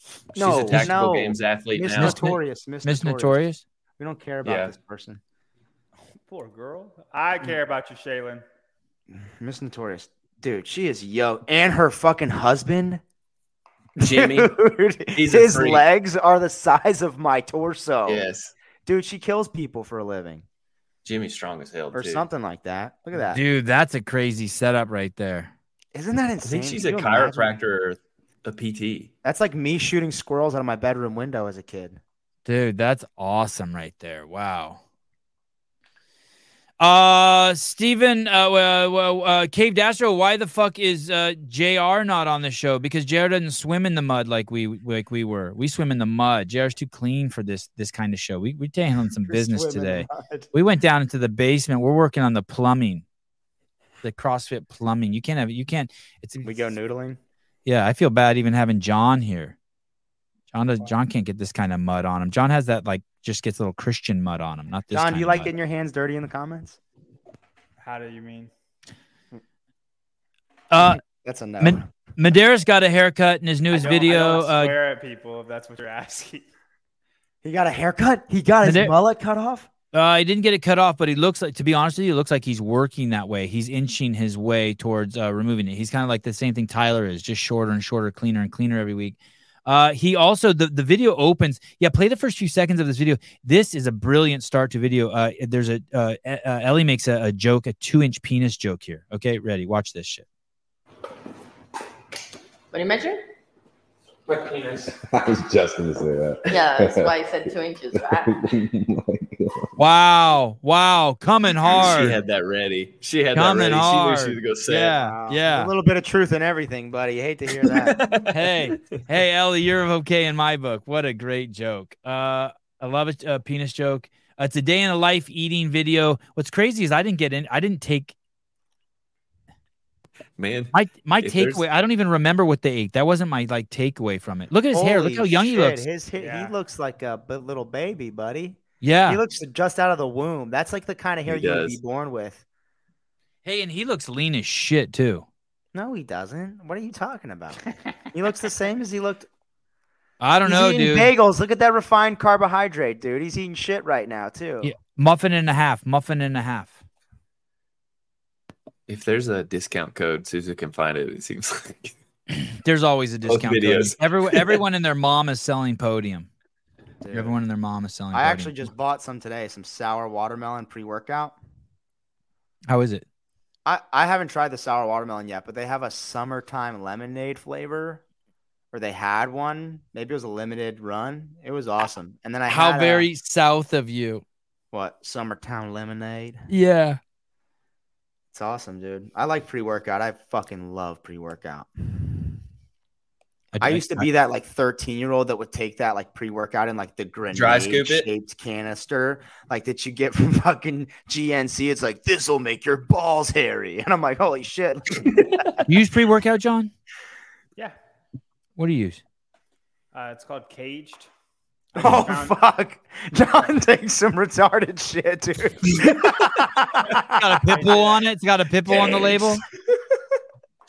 S3: She's
S4: no,
S3: a tactical
S4: no.
S3: games athlete
S4: Miss
S3: now.
S4: Notorious. Miss,
S2: Miss
S4: Notorious.
S2: Notorious?
S4: We don't care about
S3: Yeah.
S4: this person.
S5: Poor girl. I care about you, Shaylin.
S4: Miss Notorious. Dude, she is yo. And her fucking husband.
S3: Jimmy.
S4: [LAUGHS] Dude,
S3: he's a
S4: his
S3: freak.
S4: legs are the size of my torso.
S3: Yes,
S4: Dude, she kills people for a living
S3: Jimmy's strong as hell.
S4: or
S3: too.
S4: something like that. Look at that.
S2: Dude, that's a crazy setup right there.
S4: not that
S3: I
S4: insane?
S3: think she's a
S4: Can you imagine?
S3: chiropractor or a PT.
S4: That's like me shooting squirrels out of my bedroom window as a kid.
S2: Dude, that's awesome right there. Wow. Uh, Steven, uh, uh, uh, Cave Dastro, why the fuck is uh, JR not on the show? Because JR doesn't swim in the mud like we like we were. We swim in the mud. JR's too clean for this this kind of show. We we're handling
S4: [LAUGHS]
S2: some business
S4: Swimming
S2: today.
S4: mud.
S2: We went down into the basement. We're working on the plumbing, the CrossFit plumbing. You can't have you can't. It's
S4: We go noodling.
S2: yeah, I feel bad even having John here. John does, John can't get this kind of mud on him. John has that like just gets a little Christian mud on him. Not this.
S4: John,
S2: kind
S4: do you
S2: of
S4: like
S2: mud.
S4: getting your hands dirty in the comments?
S5: How do you mean?
S2: Uh,
S4: That's a no.
S2: Min- Madera's got a haircut in his newest
S5: I don't- I
S2: video.
S5: don't
S2: Uh,
S5: swear at people if that's what you're [LAUGHS] asking.
S4: he got a haircut. He got his
S2: There-
S4: mullet cut off.
S2: uh, he didn't get it cut off, but he looks like, to be honest with you, it looks like he's working that way. He's inching his way towards uh, removing it. He's kind of like the same thing Tyler is, just shorter and shorter, cleaner and cleaner every week. Uh, he also the, the video opens. Yeah, play the first few seconds of this video. This is a brilliant start to video. Uh, there's a uh, E- uh, Ellie makes a, a joke, a two inch penis joke here. Okay, ready? Watch this shit.
S6: What do you measure?
S7: [LAUGHS] I was just gonna say that.
S6: Yeah, that's why I
S7: [LAUGHS]
S6: said two inches. Right?
S2: Wow, wow, coming hard.
S3: She had that ready. She had
S2: Coming
S3: that ready. She
S2: hard.
S3: knew she was gonna say it.
S2: yeah,
S4: Wow.
S2: yeah.
S4: A little bit of truth in everything, buddy. Hate to hear that. [LAUGHS]
S2: hey, hey, Ellie, you're okay in my book. What a great joke. Uh, I love a, a penis joke. Uh, it's a day in a life eating video. What's crazy is I didn't get in. I didn't take
S3: [LAUGHS] Man,
S2: my my
S3: If there's-
S2: takeaway. I don't even remember what they ate. That wasn't my like takeaway from it. Look at [LAUGHS] his hair. Look
S4: Holy
S2: how young he
S4: shit,
S2: looks.
S4: His hair,
S5: Yeah.
S4: He looks like a b- little baby, buddy. He
S2: Yeah.
S4: looks just out of the womb. That's like the kind of hair
S3: He
S4: you would be
S3: does.
S4: born with.
S2: Hey, and he looks lean as shit too.
S4: No, he doesn't. What are you
S2: [LAUGHS]
S4: talking about? he looks the same as he looked.
S2: I don't
S4: He's
S2: know,
S4: eating
S2: dude.
S4: Bagels. Look at that refined carbohydrate, dude. He's eating shit right now too.
S2: Yeah. Muffin and a half. Muffin and a half.
S3: if there's a discount code, Susan can find it. It seems like
S2: There's always a
S3: Both
S2: discount. Cody.
S3: videos.
S2: Everyone, everyone
S4: [LAUGHS]
S2: and their mom is selling podium.
S4: dude.
S2: Everyone and their mom is selling.
S4: I
S2: Podium.
S4: actually just bought some today. Some sour watermelon pre-workout.
S2: How is it?
S4: I, I haven't tried the sour watermelon yet, but they have a summertime lemonade flavor, or they had one. Maybe it was a limited run. It was awesome. And then I
S2: How
S4: had a-
S2: very south of you.
S4: what summertime lemonade.
S2: Yeah.
S4: It's awesome, dude. I like pre-workout. I fucking love pre-workout. I used to be that like 13 year old that would take that like pre workout in like the grenade
S3: scoop it?
S4: shaped canister like that you get from [LAUGHS] fucking GNC. It's like this will make your balls hairy, [LAUGHS] and I'm like, holy shit.
S2: You use pre workout, John?
S5: Yeah.
S2: What do you use?
S5: Uh, it's called Caged. I just
S4: oh
S5: found-
S4: [LAUGHS] fuck, John takes some retarded shit, dude.
S2: [LAUGHS] Got a pit bull on it. It's got a pit bull on the label. [LAUGHS]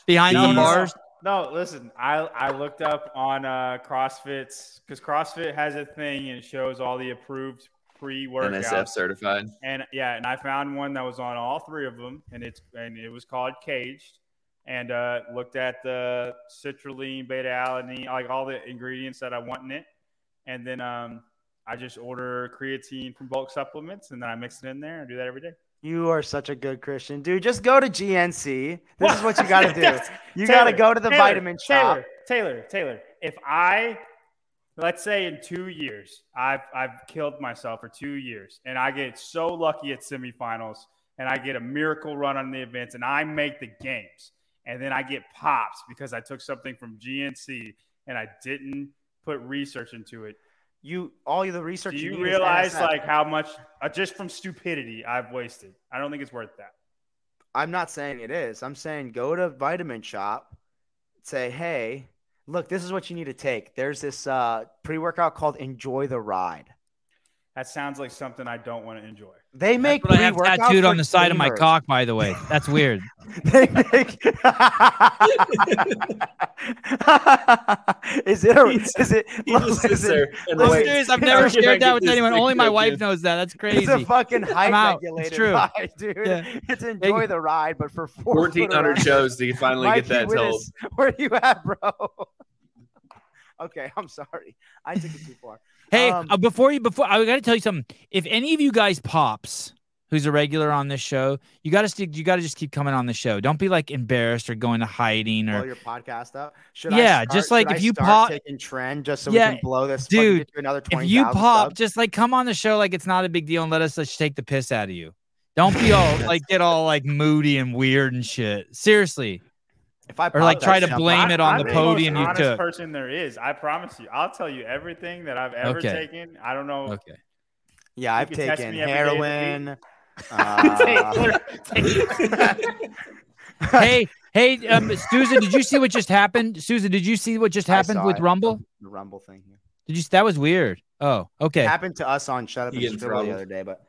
S2: Behind
S5: No,
S2: the
S5: no, no.
S2: bars.
S5: No, listen, I, I looked up on uh, CrossFit's because CrossFit has a thing and it shows all the approved pre
S3: NSF
S5: workouts.
S3: certified.
S5: And yeah, and I found one that was on all three of them, and it's and it was called Caged, and uh, looked at the citrulline, beta alanine, like all the ingredients that I want in it, and then um, I just order creatine from bulk supplements, and then I mix it in there and do that every day.
S4: you are such a good Christian, dude. Just go to GNC. This is what you got to
S2: [LAUGHS]
S4: do.
S5: That's-
S4: You
S5: Taylor,
S4: got to go to the
S5: Taylor,
S4: vitamin shop.
S5: Taylor, Taylor, Taylor. If I, let's say in two years, I've I've killed myself for two years, and I get so lucky at semifinals, and I get a miracle run on the events, and I make the games, and then I get pops because I took something from GNC and I didn't put research into it.
S4: You all the research.
S5: Do
S4: need
S5: you
S4: is
S5: realize
S4: NSF.
S5: like how much uh, just from stupidity I've wasted? I don't think it's worth that.
S4: I'm not saying it is. I'm saying go to vitamin shop, say, hey, look, this is what you need to take. There's this uh, pre workout called Enjoy the Ride.
S5: That sounds like something I don't want to enjoy.
S4: They
S2: That's
S4: make
S2: what I have
S4: pre-workout
S2: tattooed
S4: for
S2: on the side of my
S4: gamers.
S2: cock, by the way. That's weird.
S4: They [LAUGHS] make- is it? A, is it?
S3: [LAUGHS] He
S4: look,
S3: just
S4: is
S3: sits
S4: it-
S3: there and
S2: I'm
S4: [LAUGHS] Wait.
S3: waits.
S2: serious. I've
S3: How
S2: never
S3: can I
S2: shared
S3: get
S2: that with
S3: this
S2: anyone.
S3: thing
S2: Only my
S3: broken?
S2: wife knows that. That's
S4: It's a
S2: crazy.
S4: fucking height
S2: out. It's
S4: regulated
S2: true.
S4: ride, [LAUGHS] dude.
S2: Yeah.
S4: It's enjoy
S2: you.
S4: the ride, but for four
S3: Fourteen
S4: [LAUGHS]
S3: hundred shows to finally get
S4: Mikey,
S3: that
S4: where
S3: told.
S4: is- [LAUGHS] Where you at, bro? okay, I'm sorry. I took it too
S2: [LAUGHS]
S4: far.
S2: Hey,
S4: Um,
S2: uh, before you, before I got to tell you something. If any of you guys pops, who's a regular on this show, you got to stick. You got to just keep coming on the show. Don't be like embarrassed or going to hiding
S4: Blow
S2: or
S4: your podcast up. Should
S2: Yeah,
S4: I start,
S2: just like
S4: should
S2: if
S4: I
S2: you
S4: start
S2: pop-
S4: taking trend just so
S2: Yeah,
S4: we can blow this fucking
S2: dude,
S4: get to another
S2: if
S4: 20,
S2: you pop, just like come on the show like it's not a big deal and let us just take the piss out of you. Don't be
S4: [LAUGHS]
S2: all like get all like moody and weird and shit. Seriously.
S4: If I
S2: Or, like,
S4: apologize
S2: try to
S4: now,
S2: blame
S5: I-
S2: it on
S5: I'm
S2: the
S5: most
S2: podium you
S5: honest
S2: took.
S5: person there is. I promise you. I'll tell you everything that I've ever
S2: Okay.
S5: taken. I don't know.
S2: Okay.
S4: Yeah, I've
S5: can test
S4: taken
S5: me every day of the week.
S4: heroin. Uh,
S2: Hey, hey, um, Susan, did you see what just happened? Susan, did you see what just
S4: I
S2: happened
S4: saw
S2: with
S4: it.
S2: Rumble?
S4: the Rumble thing. Here.
S2: Did you? That was weird. Oh, okay.
S4: Happened to us on Shut Up
S3: You
S4: and
S3: get in
S4: Scribble the
S3: trouble.
S4: other day, but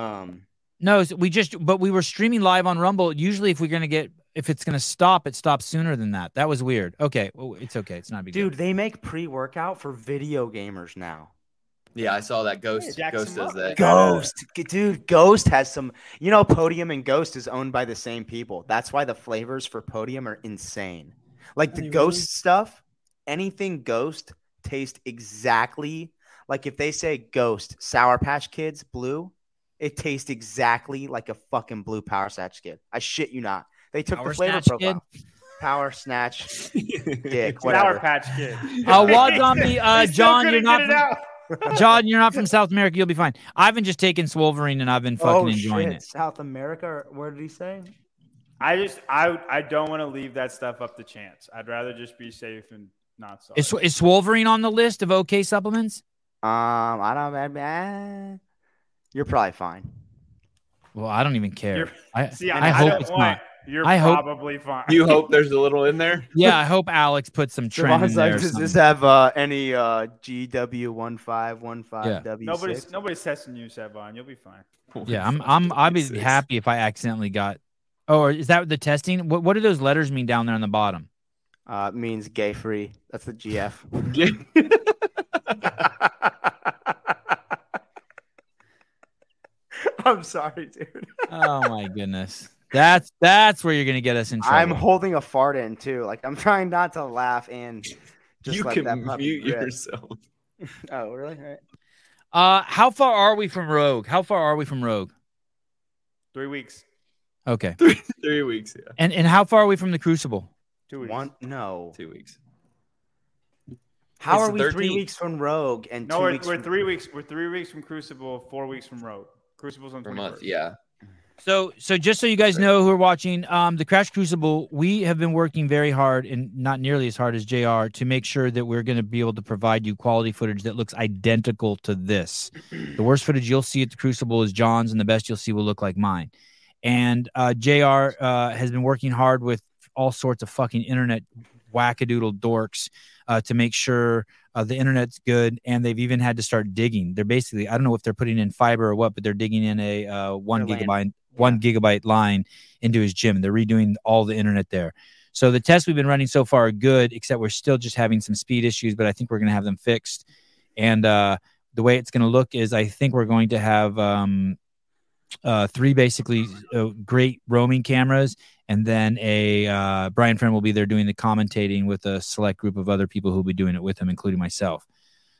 S4: um,
S2: No, so we just but we were streaming live on Rumble. Usually, if we're gonna get if it's gonna stop, it stops sooner than that. That was weird. Okay, well, it's okay. It's not a big deal.
S4: dude, they make pre-workout for video gamers now.
S3: Yeah, I saw that. Ghost
S5: Jackson
S3: Ghost does that.
S5: Mark.
S4: Ghost, G- dude, Ghost has some. You know, Podium and Ghost is owned by the same people. That's why the flavors for Podium are insane. Like the Ghost stuff, anything Ghost tastes exactly like if they say Ghost Sour Patch Kids Blue, it tastes exactly like a fucking blue Power Snatch Kid. I shit you not. They took
S2: Power
S4: the flavor
S2: Snatch Kid?
S4: profile. Power
S2: [LAUGHS]
S4: Snatch Dick,
S5: Sour
S4: whatever.
S5: Patch Kid.
S2: Uh, Wad Zombie, uh,
S5: [LAUGHS] They still
S2: John,
S5: couldn't
S2: you're not
S5: get it
S2: from-
S5: out.
S2: John, you're not from South America. You'll be fine. I've been just taking Swolverine and I've been fucking
S4: oh
S2: enjoying
S4: shit!
S2: it.
S4: South America. or- Where did he say?
S5: I just I I don't want to leave that stuff up to chance. I'd rather just be safe and not sorry.
S2: Is, Sw- is Swolverine on the list of OK supplements?
S4: Um, I don't. eh, you're probably fine.
S2: Well, I don't even care.
S5: You're-
S2: I,
S5: See,
S2: I,
S5: I, I,
S2: hope
S5: don't
S2: it's
S5: want.
S2: not.
S5: You're
S2: I hope-
S5: probably fine.
S3: You hope there's a little in
S4: [LAUGHS]
S3: there.
S2: Yeah, I hope Alex puts some trend in
S4: Devon's like,
S2: there. or
S4: does this
S2: something.
S4: have uh, any uh, GW1515
S2: Yeah.
S4: W?
S5: [LAUGHS] nobody's nobody's testing you, Savon. You'll be fine.
S2: Yeah, I'm I'm I'd be happy if I accidentally got. Oh, or is that the testing? What what do those letters mean down there on the bottom?
S4: Uh, it means gay free. That's the GF. [LAUGHS] I'm sorry, dude.
S2: Oh my goodness. That's that's where you're gonna get us in trouble.
S4: I'm holding a fart in too. Like I'm trying not to laugh and
S3: [LAUGHS]
S4: just
S3: you
S4: let that
S3: can
S4: puppy
S3: mute
S4: rip.
S3: yourself. [LAUGHS]
S4: Oh, really? All right.
S2: Uh, how far are we from Rogue? How far are we from Rogue?
S5: Three weeks,
S2: Okay,
S3: Three weeks. Yeah,
S2: and and how far are we from the Crucible?
S5: two weeks.
S4: One? No.
S3: two weeks.
S4: How
S3: It's
S4: are
S3: the
S4: we three
S3: 13th.
S4: weeks from Rogue and
S5: no,
S4: 2
S5: we're,
S4: weeks
S5: we're
S4: from-
S5: three weeks. We're three weeks from Crucible. Four weeks from Rogue. Crucible's on
S3: Per
S5: 21st.
S3: month. Yeah.
S2: So, so just so you guys know who are watching, um, the Crash Crucible, we have been working very hard and not nearly as hard as JR to make sure that we're going to be able to provide you quality footage that looks identical to this. The worst footage you'll see at the Crucible is John's, and the best you'll see will look like mine. And uh, JR uh, has been working hard with all sorts of fucking internet wackadoodle dorks uh, to make sure uh, the internet's good. And they've even had to start digging. They're basically, I don't know if they're putting in fiber or what, but they're digging in a uh, one
S4: They're laying-
S2: gigabyte one gigabyte line into his gym. They're redoing all the internet there. So the tests we've been running so far are good, except we're still just having some speed issues, but I think we're going to have them fixed. And uh, the way it's going to look is I think we're going to have um, uh, three basically uh, great roaming cameras, and then a uh, Brian Friend will be there doing the commentating with a select group of other people who'll be doing it with him, including myself.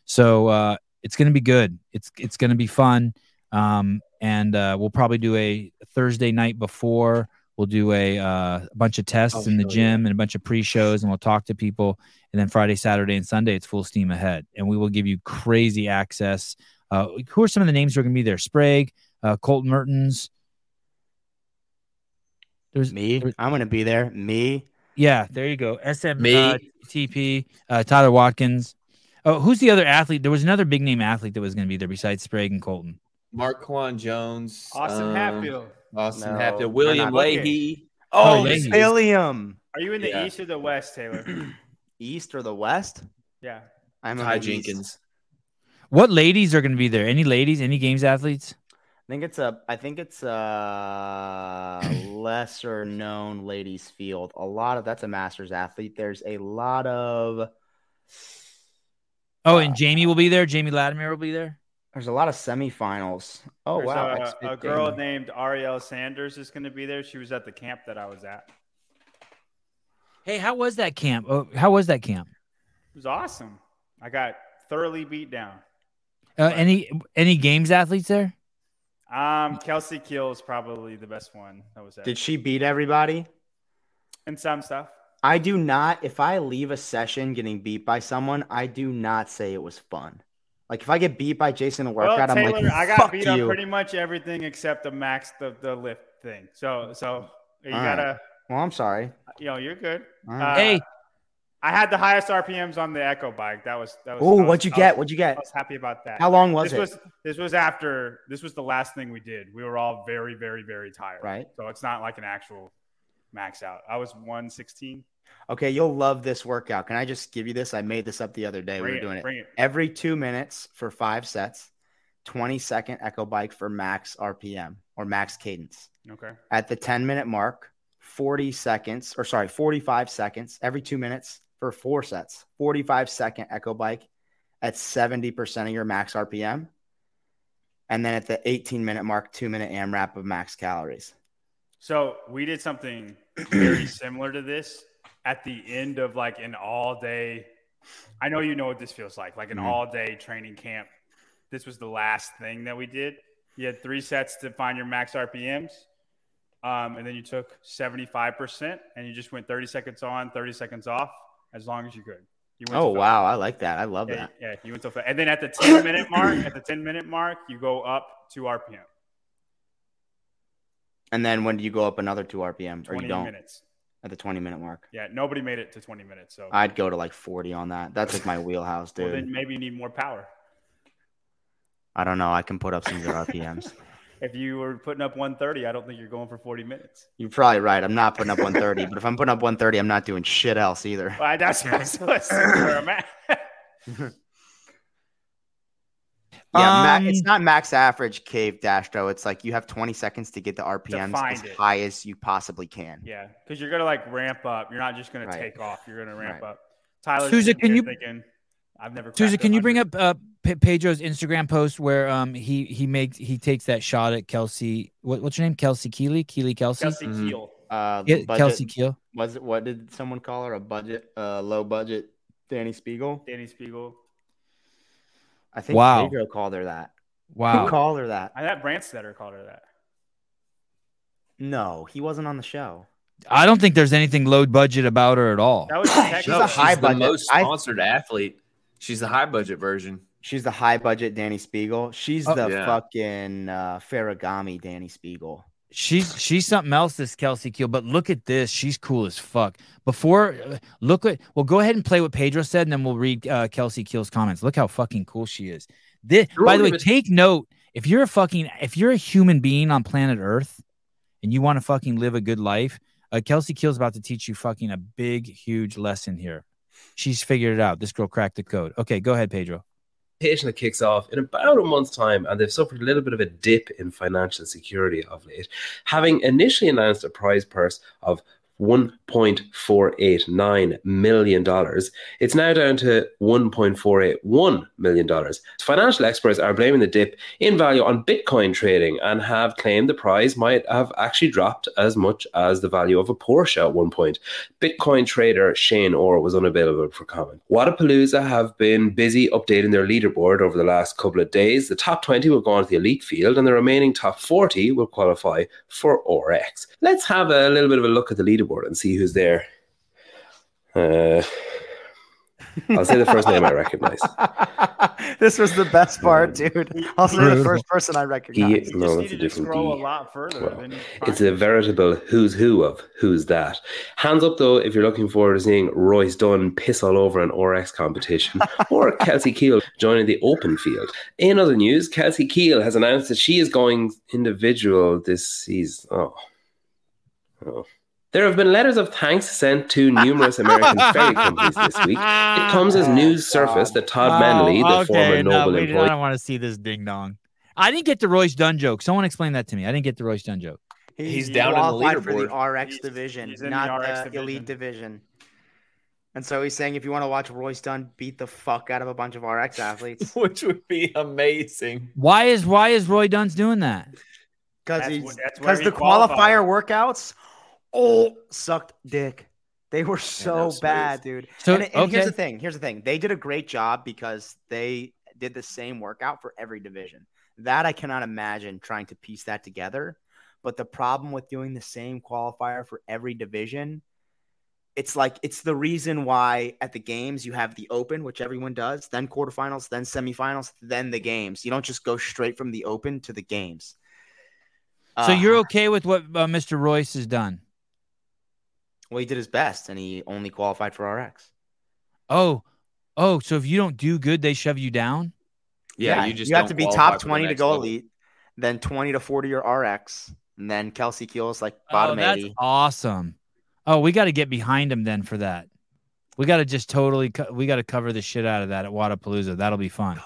S2: So uh, it's going to be good. It's it's going to be fun, um, and uh, we'll probably do a Thursday night before. We'll do a, uh, a bunch of tests
S3: Oh,
S2: in the
S3: hell yeah.
S2: gym and a bunch of pre-shows, and we'll talk to people. And then Friday, Saturday, and Sunday, it's full steam ahead, and we will give you crazy access. Uh, who are some of the names who are going to be there? Sprague, uh, Colt Mertens. There's
S4: Me? I'm gonna be there. Me?
S2: yeah, there you go. SM
S3: Me.
S2: uh, TP uh, Tyler Watkins. Oh, who's the other athlete? There was another big name athlete that was going to be there besides Sprague and Colton.
S3: Mark Quan Jones.
S5: Austin
S3: um,
S5: Hatfield.
S3: Austin
S4: No, they're
S3: Hatfield. William
S4: not
S3: Leahy.
S2: Oh,
S4: Oh,
S2: Leahy.
S4: William.
S5: Are you in the
S3: Yeah.
S5: east or the
S4: [CLEARS THROAT]
S5: west, Taylor?
S4: East or the West?
S5: yeah.
S4: I'm on
S3: Ty
S4: the East.
S3: Jenkins.
S2: What ladies are going to be there? Any ladies? Any games athletes?
S4: I think it's a. I think it's a
S5: [CLEARS THROAT]
S4: lesser known ladies field. A lot of that's a masters athlete. There's a lot of.
S2: Oh, and Jamie will be there. Jamie Latimer will be there.
S4: There's a lot of semifinals. Oh
S5: There's
S4: wow!
S5: a-
S4: that's
S5: A,
S4: 15.
S5: girl named Ariel Sanders is going to be there. She was at the camp that I was at. It
S2: Hey, how was that camp? Oh, how was that camp?
S5: was awesome. I got thoroughly beat down.
S2: Uh, any any games athletes there?
S5: Um, Kelsey Keel is probably the best one that was at.
S4: Mm. Did she beat everybody?
S5: and some stuff.
S4: I do not. If I leave a session getting beat by someone, I do not say it was fun. Like if I get beat by Jason in a
S5: Well,
S4: workout,
S5: Taylor,
S4: I'm like,
S5: I got
S4: fuck
S5: beat
S4: you.
S5: on pretty much everything except the max the the lift thing. So so you
S4: All right.
S5: gotta
S4: well, I'm sorry.
S5: you know you're good.
S4: All right.
S5: Uh,
S2: Hey,
S5: I had the highest RPMs on the Echo bike. That was that was. I
S4: oh,
S5: was-
S4: what'd you
S5: I
S4: get?
S5: was-
S4: What'd you get?
S5: I was happy about that.
S4: How long was
S5: this
S4: it?
S5: was this was after this was the last thing we did. We were all very very very tired.
S4: right.
S5: So it's not like an actual max out. I was one sixteen.
S4: Okay, you'll love this workout. Can I just give you this? I made this up the other day. we
S5: Bring
S4: were doing it.
S5: Bring it.
S4: every two minutes for five sets, 20 second echo bike for max RPM or max cadence.
S5: Okay.
S4: At the 10 minute mark, 40 seconds or sorry, 45 seconds every two minutes for four sets, 45 second echo bike at 70% of your max RPM. And then at the 18 minute mark, two minute AMRAP of max calories.
S5: So we did something
S4: [CLEARS THROAT]
S5: very similar to this at the end of like an all day. I know you know what this feels like, like an
S4: Mhm.
S5: all day training camp. This was the last thing that we did. You had three sets to find your max RPMs. Um, and then you took 75% and you just went 30 seconds on, 30 seconds off as long as you could. You went
S4: Oh,
S5: to-
S4: wow. I like that. I love
S5: Yeah,
S4: that.
S5: yeah, you went so fast. And then at the 10
S4: [CLEARS THROAT]
S5: minute mark, at the 10 minute mark, you go up to RPM,
S4: And then when do you go up another two RPM or
S5: 20
S4: you don't
S5: minutes.
S4: at the 20 minute mark?
S5: Yeah, nobody made it to 20 minutes. So
S4: I'd go to like 40 on that. That's like my wheelhouse, dude.
S5: [LAUGHS] Well, then maybe you need more power.
S4: I don't know. I can put up some good RPMs.
S5: If you were putting up 130, I don't think you're going for 40 minutes.
S4: [LAUGHS] You're probably right. I'm not putting up 130, but if I'm putting up 130, I'm not doing shit else either.
S5: Well, that's, that's where I'm at. [LAUGHS]
S4: Yeah, ma-
S2: Um,
S4: it's not max average cave dash though. It's like you have 20 seconds to get the RPMs as
S5: find it.
S4: high as you possibly can.
S5: yeah, because you're gonna like ramp up. You're not just gonna
S4: Right.
S5: take off. You're gonna ramp
S4: Right.
S5: up. Tyler,
S2: Sousa, can you-
S5: Thinking, I've never.
S2: Susan,
S5: cracked
S2: can you bring
S5: 100.
S2: up uh, Pe- Pedro's Instagram post where um he he makes he takes that shot at Kelsey? What, what's your name? Kelsey Keeley? Keeley Kelsey?
S5: Kelsey
S3: Mhm.
S5: Keel?
S4: Uh,
S2: Yeah,
S4: budget-
S2: Kelsey Keel.
S4: Was it what did someone call her? A budget, uh, low budget Danny Spiegel?
S5: Danny Spiegel?
S4: I think
S2: Wow.
S4: Pedro called her that. Who
S2: Wow.
S4: called her that?
S5: I that Brandstetter called her that.
S4: No, he wasn't on the show.
S2: I don't think there's anything low budget about her at all.
S5: That was
S2: [COUGHS]
S4: She's a high
S3: the
S4: budget.
S3: most
S4: I-
S3: sponsored athlete. She's the high budget version.
S4: She's the high budget Danny Spiegel. She's
S2: Oh,
S4: the
S3: yeah.
S4: fucking uh, Farragami Danny Spiegel.
S2: She's she's something else, this Kelsey Keel. But look at this, she's cool as fuck. Before, uh, look at well, go ahead and play what Pedro said, and then we'll read uh, Kelsey Keel's comments. Look how fucking cool she is. This,
S3: You're
S2: by the
S3: only
S2: way,
S3: mis-
S2: take note if you're a fucking if you're a human being on planet Earth, and you want to fucking live a good life, uh, Kelsey Keel's about to teach you fucking a big, huge lesson here. She's figured it out. This girl cracked the code. Okay, go ahead, Pedro.
S8: patient that kicks off in about a month's time, and they've suffered a little bit of a dip in financial security of late, having initially announced a prize purse of $1.489 million. It's now down to $1.481 million. Financial experts are blaming the dip in value on Bitcoin trading and have claimed the prize might have actually dropped as much as the value of a Porsche at one point. Bitcoin trader Shane Orr was unavailable for comment. Wadapalooza have been busy updating their leaderboard over the last couple of days. The top 20 will go on to the elite field, and the remaining top 40 will qualify for ORX. Let's have a little bit of a look at the leaderboard and see who's there. Uh, I'll say the first name I recognize.
S4: [LAUGHS] this was the best part, dude. I'll say the first person I
S8: He,
S4: recognize.
S8: no,
S5: you
S8: that's
S5: just
S8: a
S5: needed to
S8: different
S5: scroll
S8: D.
S5: a lot further.
S8: Well,
S5: than you
S8: It's
S5: find
S8: a
S5: it.
S8: veritable who's who of who's that. Hands up though if you're looking forward to seeing Royce Dunn piss all over an RX competition
S2: [LAUGHS]
S8: or Kelsey Keel joining the open field. In other news, Kelsey Keel has announced that she is going individual this season. Oh. Oh. There have been letters of thanks sent to
S2: [LAUGHS]
S8: numerous American ferry companies this week. It comes as
S4: Oh,
S8: news
S4: God.
S8: surfaced that Todd Manley, the former
S2: Oh, no,
S8: Noble
S2: we-
S8: employee,
S2: I don't want to see this ding dong. I didn't get the Royce Dunn joke. Someone explain that to me. I didn't get the Royce Dunn joke.
S4: He
S3: He's down in the
S4: qualified for the
S3: leaderboard.
S4: RX
S5: He's-
S4: division,
S5: he's in the
S4: not the,
S5: RX
S4: elite division. And so he's saying, if you want to watch Royce Dunn beat the fuck out of a bunch of
S5: [LAUGHS]
S4: RX athletes,
S3: Which would be amazing.
S2: Why is why is Roy Dunn's doing that?
S4: because
S5: That's
S4: he's
S5: wh- that's where
S4: because
S5: he
S4: the
S5: qualified.
S4: qualifier workouts, oh, sucked dick. They were
S3: that
S4: so
S3: was
S4: bad, dude.
S2: So
S4: and, and
S2: okay,
S4: here's the thing. Here's the thing. They did a great job because they did the same workout for every division. That I cannot imagine trying to piece that together. But the problem with doing the same qualifier for every division it's like it's the reason why at the games you have the open, which everyone does, then quarterfinals, then semifinals, then the games. You don't just go straight from the open to the games.
S2: So
S4: Uh,
S2: you're okay with what uh, Mr. Royce has done?
S4: well, he did his best, and he only qualified for RX.
S2: Oh, oh, so if you don't do good, they shove you down?
S3: Yeah, you just
S4: have
S3: don't
S4: to be
S3: qualify
S4: top
S3: for the
S4: twenty to
S3: next
S4: go
S3: level.
S4: elite, then twenty to forty your RX, and then Kelsey Keel's like bottom
S2: oh,
S4: eighty.
S2: That's awesome. Oh, we got to get behind him then for that. We got to just totally, co- we got to cover the shit out of that at Wadapalooza. That'll be fun.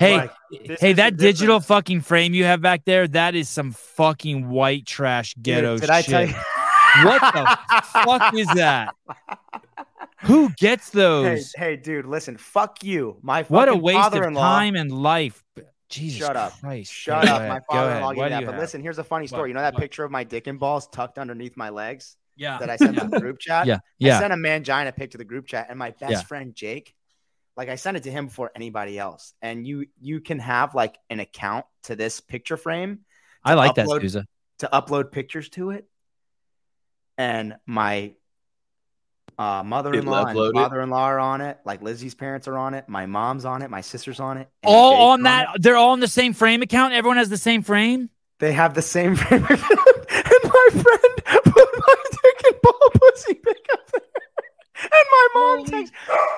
S2: Hey,
S5: Right. This
S2: hey,
S5: is the
S2: that digital fucking frame you have back there, that is some fucking white trash
S4: Dude,
S2: ghetto
S4: did
S2: shit.
S4: I tell you?
S2: [LAUGHS] what the
S4: [LAUGHS]
S2: fuck is that? Who gets
S4: Hey,
S2: those?
S4: hey, dude, listen. Fuck you. My
S2: what a
S4: fucking
S2: waste of
S4: father-in-law-
S2: time and life. Jesus
S4: Shut up.
S2: Christ.
S4: Shut
S2: Go
S4: up.
S2: ahead. Go
S4: My
S2: ahead.
S4: father-in-law
S2: What
S4: gave
S2: do
S4: that.
S2: you
S4: But
S2: have?
S4: listen, here's a funny story.
S2: What?
S4: You know that
S2: What?
S4: picture of my dick and balls tucked underneath my legs
S2: [LAUGHS] Yeah.
S4: that I sent to the group chat?
S2: yeah. Yeah.
S4: I sent a mangina pic to the group chat, and my best
S2: Yeah.
S4: friend Jake, like I sent it to him before anybody else. And you you can have like an account to this picture frame
S2: I like that,
S4: upload-
S2: Sousa.
S4: to upload pictures to it. And my uh, mother-in-law
S3: uploaded?
S4: and father-in-law are on it. Like Lizzie's parents are on it. My mom's on it. My sister's on it. and
S2: All
S4: Jake's
S2: on
S4: it.
S2: that. They're all in the same frame account. Everyone has the same frame.
S4: They have the same frame account. [LAUGHS] and my friend put my dick and ball pussy pick up there. And my mom text,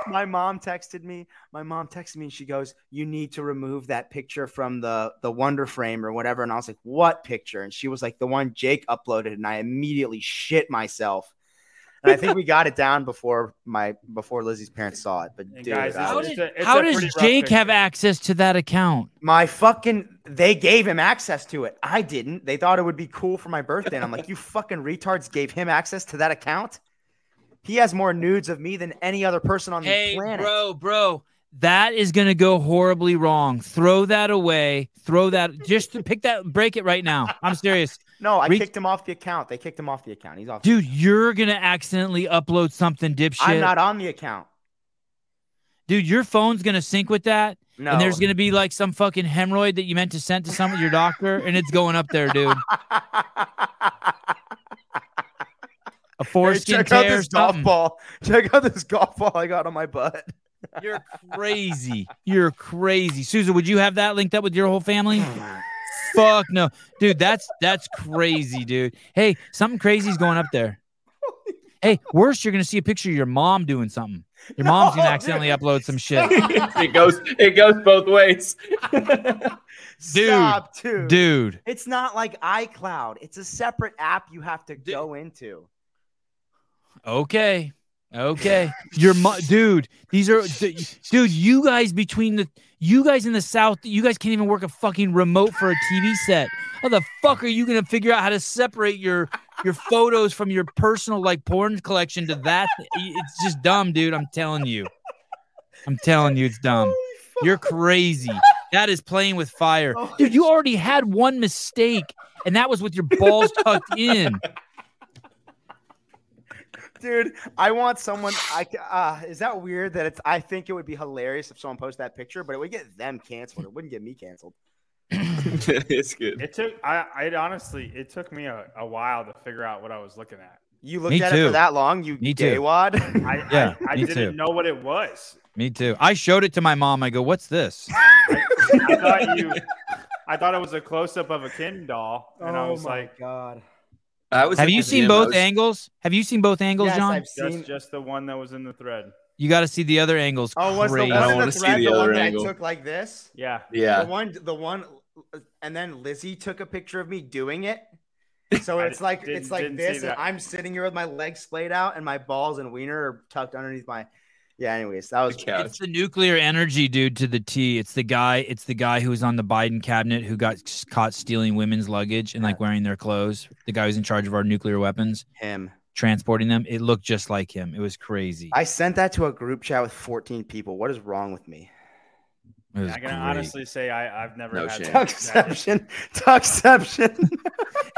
S4: my mom texted me. My mom texted me and she goes, You need to remove that picture from the the wonder frame or whatever. And I was like, What picture? And she was like, the one Jake uploaded, and I immediately shit myself. And I think we got it down before my before Lizzie's parents saw it. But
S5: And
S4: dude,
S5: guys,
S4: I
S5: this
S2: How,
S4: was-
S5: is-
S2: did-
S5: a- it's
S2: how
S5: a
S2: does
S5: pretty rough
S2: Jake have
S5: picture.
S2: access to that account?
S4: My fucking they gave him access to it. I didn't. They thought it would be cool for my birthday. And
S2: [LAUGHS]
S4: I'm like, you fucking retards gave him access to that account. He has more nudes of me than any other person on the
S2: Hey,
S4: planet.
S2: bro, bro, that is gonna go horribly wrong. Throw that away. Throw that. Just to pick that. Break it right now. I'm serious,
S4: No, I
S2: Re-
S4: kicked him off the account. They kicked him off the account. He's off.
S2: dude. You're gonna accidentally upload something, dipshit.
S4: I'm not on the account.
S2: dude. Your phone's gonna sync with that,
S4: No.
S2: and
S4: [LAUGHS]
S2: there's gonna be like some fucking hemorrhoid that you meant to send to some your doctor, and it's going up there, dude. A
S4: Hey,
S2: foreskin
S4: check out
S2: tear.
S4: this golf
S2: something.
S4: ball. Check out this golf ball I got on my butt.
S2: You're crazy. You're crazy. Susan, would you have that linked up with your whole family? Fuck no. Dude, that's that's crazy, dude. Hey, something crazy's going up there. Hey, worse, you're gonna see a picture of your mom doing something. Your mom's
S4: [LAUGHS]
S2: gonna
S4: No,
S2: accidentally
S4: Oh, dude.
S2: upload some shit.
S7: it goes it goes both ways.
S4: Stop, dude.
S2: Dude.
S4: It's not like iCloud. It's a separate app you have to go into.
S2: Okay. Okay. [LAUGHS] Your mo- dude, these are d- dude, you guys between the you guys in the south, you guys can't even work a fucking remote for a TV set. How the fuck are you going to figure out how to separate your your photos from your personal like porn collection to that it's just dumb, dude. I'm telling you. I'm telling you it's dumb. You're crazy. That is playing with fire. Dude, you already had one mistake and that was with your balls tucked in.
S4: Dude, I want someone. I ca- uh, is that weird that it's? I think it would be hilarious if someone posted that picture, but it would get them canceled. It wouldn't get me canceled.
S3: [LAUGHS] it's good.
S5: It took I, I honestly it took me a, a while to figure out what I was looking at.
S4: You looked
S2: Me
S4: at it
S2: too.
S4: for that long, you
S2: Me too.
S5: [LAUGHS]
S4: gaywad.
S5: I
S2: Yeah,
S5: I, I
S2: me
S5: didn't
S2: too.
S5: know what it was.
S2: Me too. I showed it to my mom. I go, "What's this?"
S5: I thought you I thought it was a close up of a Ken doll. And
S3: Oh
S5: I was like,
S4: Oh God.
S3: I was
S2: Have
S3: at
S2: you
S3: the
S2: seen
S3: gym, I
S2: both
S3: was-
S2: angles? Have you seen both angles,
S4: Yes,
S2: John?
S4: I've seen.
S5: that's just the one that was in the thread.
S2: You got to see the other angles.
S4: Oh, was the
S2: Crazy.
S3: I
S4: one
S3: don't
S4: in the
S3: wanna see
S4: thread
S3: the
S4: the, one
S3: other
S4: that I
S3: angle.
S4: took like this?
S5: Yeah.
S4: The
S3: Yeah,
S4: one, the one, and then Lizzie took a picture of me doing it. So
S5: I
S4: it's like
S5: didn't-
S4: it's like
S5: didn't see
S4: this, and
S5: that.
S4: I'm sitting here with my legs splayed out, and my balls and wiener are tucked underneath my. Yeah. Anyways, that was.
S3: couch.
S2: It's the nuclear energy dude to the T. It's the guy. It's the guy who was on the Biden cabinet who got s- caught stealing women's luggage and like wearing their clothes. The guy who's in charge of our nuclear weapons,
S4: him.
S2: transporting them. It looked just like him. It was crazy.
S4: I sent that to a group chat with 14 people. What is wrong with me?
S2: It was
S5: I can
S2: great.
S5: honestly say I, I've never
S3: No
S5: had
S3: shame.
S5: [LAUGHS] that- that-
S4: Tuckception.
S5: [LAUGHS]
S4: Tuckception.
S2: [LAUGHS]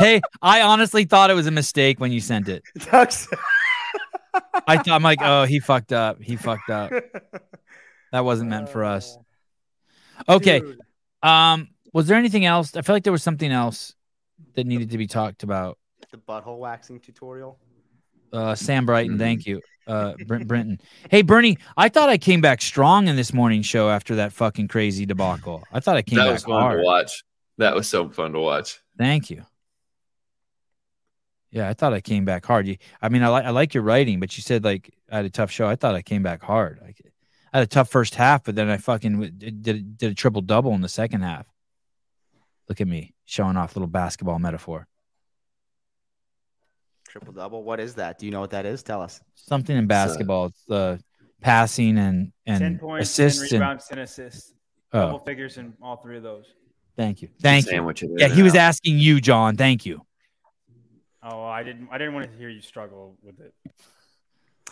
S2: Hey, I honestly thought it was a mistake when you sent it.
S4: Tucks.
S2: I thought I'm like, oh, he fucked up. He fucked up. That wasn't meant for us.
S5: Oh.
S2: Okay.
S4: [LAUGHS] Dude,
S2: Um, was there anything else? I feel like there was something else that needed to be talked about.
S4: The butthole waxing tutorial.
S2: Uh, Sam
S3: Mm-hmm.
S2: Brighton, thank you. Uh, Brent Brenton. Hey, Bernie, I thought I came back strong in this morning show after that fucking crazy debacle. I thought I came
S3: that
S2: back
S3: was fun
S2: hard.
S3: to watch. That was so fun to watch.
S2: Thank you. Yeah, I thought I came back hard. You, I mean, I like I like your writing, but you said like I had a tough show. I thought I came back hard. Like, I had a tough first half, but then I fucking w- did did, did a triple double in the second half. Look at me showing off little basketball metaphor.
S4: Triple double. What is that? Do you know what that is? Tell us.
S2: Something in basketball, it's uh, passing and
S5: ten
S2: and
S5: points, ten
S2: assists. And,
S5: rebounds, ten assists. Double
S2: oh,
S5: figures in all three of those.
S2: thank you, thank you.
S3: Sandwich it in
S2: Yeah,
S3: and
S2: he was
S3: out.
S2: asking you, John. Thank you.
S5: Oh, I didn't. I didn't want to hear you struggle with it.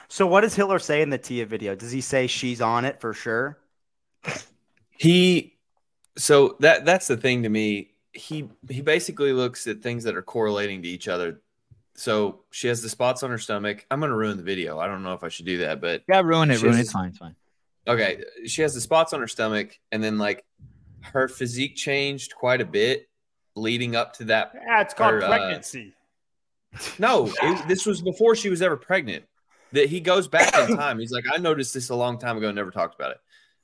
S4: So what does Hiller say in the Tia video? Does he say she's on it for sure?
S3: he so that that's the thing to me he he basically looks at things that are correlating to each other so she has the spots on her stomach i'm gonna ruin the video i don't know if i should do that but
S2: Yeah, ruin it, ruin it.
S3: She's-
S2: It's fine, it's fine.
S3: okay she has the spots on her stomach and then like her physique changed quite a bit leading up to that
S5: Yeah, it's called
S3: Or, uh,
S5: pregnancy.
S3: no it- this was before she was ever pregnant that he goes back in time he's like i noticed this a long time ago and never talked about it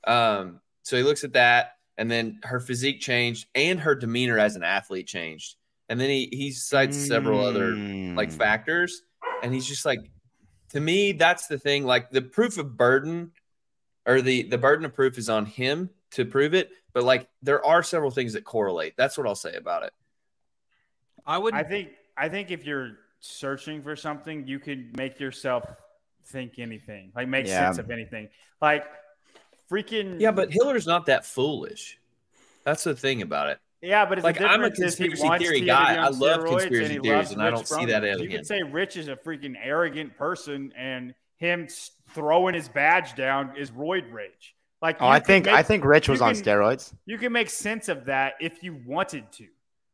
S3: um, so he looks at that and then her physique changed and her demeanor as an athlete changed and then he he cites several other like
S4: Mm.
S3: factors and he's just like to me that's the thing like the proof of burden or the the burden of proof is on him to prove it but like there are several things that correlate that's what i'll say about it
S2: I
S5: I
S2: wouldn't.
S5: think. I think if you're searching for something, you can make yourself think anything, like make
S4: Yeah.
S5: sense of anything, like freaking.
S3: yeah but hiller's not that foolish that's the thing about it
S5: Yeah, but it's
S3: Like,
S5: the
S3: I'm a
S5: difference is he
S3: conspiracy
S5: wants
S3: theory
S5: TNA
S3: guy.
S5: on
S3: I love
S5: steroids
S3: conspiracy
S5: he
S3: theories,
S5: loves
S3: and I
S5: Rich
S3: don't see
S5: Fromm.
S3: that out of
S5: You
S3: him.
S5: could say Rich is a freaking arrogant person, and him s- throwing his badge down is roid rage. Like,
S4: Oh,
S5: you
S4: I
S5: could
S4: think I
S5: make-
S4: think Rich
S5: you
S4: was on
S5: can-
S4: steroids.
S5: you can make sense of that if you wanted to,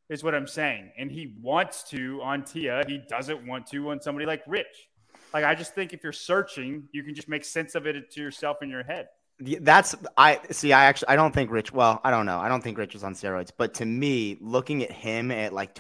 S5: is what I'm saying. And he wants to on Tia. He doesn't want to on somebody like Rich. Like, I just think if you're searching, you can just make sense of it to yourself in your head.
S4: Y- That's I see. I actually I don't think Rich. Well, I don't know. I don't think Rich was on steroids. But to me, looking at him at like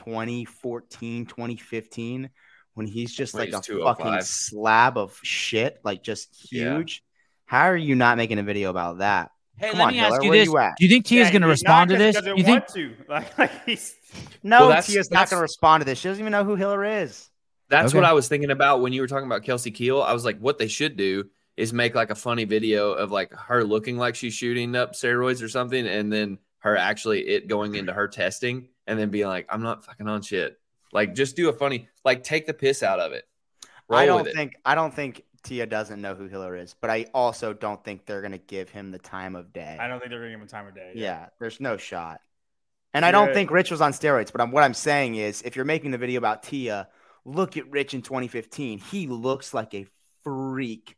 S4: 2014, 2015, when he's just
S3: When
S4: like
S3: he's
S4: a
S3: 205.
S4: fucking slab of shit, like just
S3: Yeah.
S4: huge. How are you not making a video about that?
S2: Hey,
S4: Come
S2: let
S4: on,
S2: me
S4: Hiller,
S2: ask you
S4: where
S2: this:
S4: you at?
S2: Do you think Tia's
S5: Yeah,
S2: going to
S5: not
S2: respond to
S5: 'cause he
S2: this?
S5: doesn't
S2: You think?
S5: want to. [LAUGHS] Like, like he's
S4: No,
S3: that's-
S4: Tia's not
S3: that's-
S4: going to respond to this. She doesn't even know who Hiller is.
S3: That's
S2: Okay.
S3: what I was thinking about when you were talking about Kelsey Keel. I was like, what they should do is make like a funny video of like her looking like she's shooting up steroids or something, and then her actually it going into her testing, and then being like, I'm not fucking on shit. Like, just do a funny, like, take the piss out of it. Roll
S4: I don't
S3: with it.
S4: think I don't think Tia doesn't know who Hiller is, but I also don't think they're going to give him the time of day.
S5: I don't think they're gonna give him time of day.
S4: Yeah, there's no shot. And I don't
S5: Yeah.
S4: think Rich was on steroids, but I'm, what I'm saying is if you're making the video about Tia, look at Rich in 2015. He looks like a freak.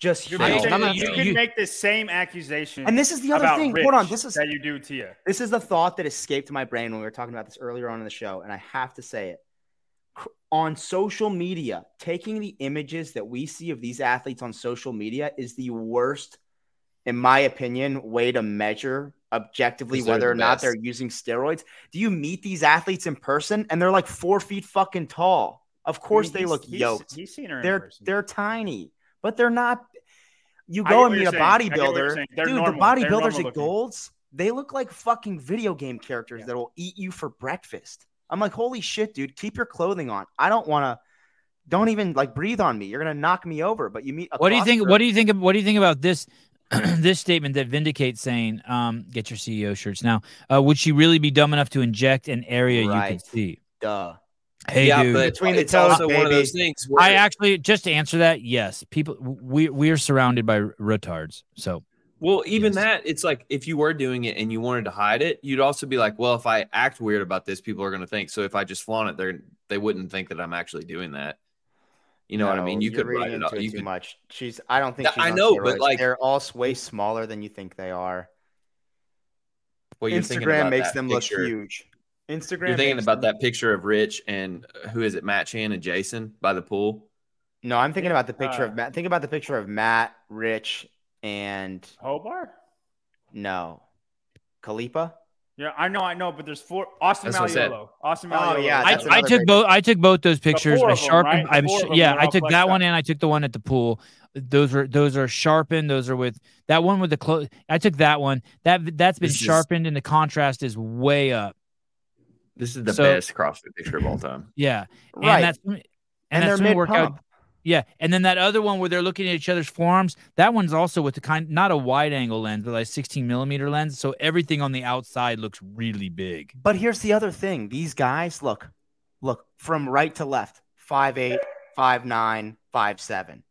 S4: Just
S5: You're
S4: huge.
S3: making-
S4: And I'm not-
S5: you
S3: saying-
S5: can
S2: you-
S5: make the same accusation.
S4: And this is the other
S5: about
S4: thing.
S5: Rich
S4: Hold on, this is
S5: that you do, Tia.
S4: this is the thought that escaped my brain when we were talking about this earlier on in the show, and I have to say it. Cr- On social media, taking the images that we see of these athletes on social media is the worst, in my opinion, way to measure objectively
S3: 'Cause they're
S4: whether
S3: the
S4: or not
S3: best.
S4: they're using steroids. Do you meet these athletes in person and they're like four feet fucking tall? Of course
S5: I mean,
S4: they
S5: he's-
S4: look
S5: he's-
S4: yoked.
S5: He's seen her. in
S4: They're
S5: person.
S4: they're tiny, but they're not. You
S5: I get
S4: go and
S5: what
S4: meet a
S5: you're saying. I get what you're
S4: bodybuilder,
S5: saying.
S4: dude.
S5: They're
S4: The
S5: normal. They're
S4: bodybuilders
S5: normal
S4: at
S5: looking.
S4: Golds, they look like fucking video game characters
S5: Yeah.
S4: that will eat you for breakfast. I'm like, holy shit, dude, keep your clothing on. I don't want to. Don't even like breathe on me. You're gonna knock me over. But you meet. A
S2: What do you think? What
S4: CrossFitter-
S2: do you think? What do you think about this? [CLEARS THROAT] this statement that vindicates saying, um, "Get your CEO shirts now." Uh, would she really be dumb enough to inject an area you can
S4: Right.
S2: see?
S4: Duh.
S2: Hey,
S3: yeah,
S2: dude.
S3: but
S4: Between the
S3: it's
S4: toes,
S3: also one of
S4: baby.
S3: those things. Where
S2: I actually just to answer that, yes, people we we are surrounded by retards. So
S3: Well, even
S2: Yes.
S3: that, it's like if you were doing it and you wanted to hide it, you'd also be like, well, if I act weird about this, people are going to think. So if I just flaunt it, they're they wouldn't think that I'm actually doing that. You know what I
S4: No,
S3: mean? You
S4: you're
S3: could write
S4: reading
S3: it
S4: into
S3: up. You
S4: too
S3: could,
S4: much. She's. I don't think.
S3: Yeah,
S4: She's
S3: I
S4: on
S3: know, but,
S4: steroids.
S3: like-
S4: they're all s- way smaller than you think they are.
S3: well, you're thinking
S4: Instagram
S3: about
S4: makes
S3: that
S4: them
S3: picture.
S4: look huge. Instagram.
S3: You're thinking
S4: makes
S3: about
S4: them-
S3: that picture of Rich and uh, who is it, Matt Chan and Jason by the pool.
S4: No, I'm thinking about the picture
S5: Uh,
S4: of Matt. Think about the picture of Matt, Rich, and
S5: Hobart.
S4: no, Kalipa.
S5: Yeah, I know, I know, but there's four. Austin
S3: That's what I said.
S5: Malliolo. Austin
S4: Oh,
S5: Malliolo.
S4: yeah,
S2: I,
S4: that's
S2: I
S4: another
S2: took
S4: big-
S2: both. I took both those pictures.
S5: four
S2: I
S5: of 'em,
S2: sharpened.
S5: right? The
S2: I'm
S5: four
S2: sh-
S5: of 'em
S2: yeah.
S5: were
S2: I
S5: all
S2: took
S5: flexed
S2: that
S5: up.
S2: one and I took the one at the pool. Those are those are sharpened. Those are with that one with the close. I took that one. That that's been
S3: This is-
S2: sharpened and the contrast is way up.
S3: This is the
S2: So-
S3: best CrossFit picture of all time.
S2: Yeah, and
S4: right.
S2: that's and,
S4: and
S2: that's
S4: they're
S2: swimming
S4: mid
S2: workout. Yeah, and then that other one where they're looking at each other's forearms. That one's also with the kind not a wide angle lens, but like 16 millimeter lens. So everything on the outside looks really big.
S4: But here's the other thing: these guys look, look from right to left, five eight, five nine, five seven.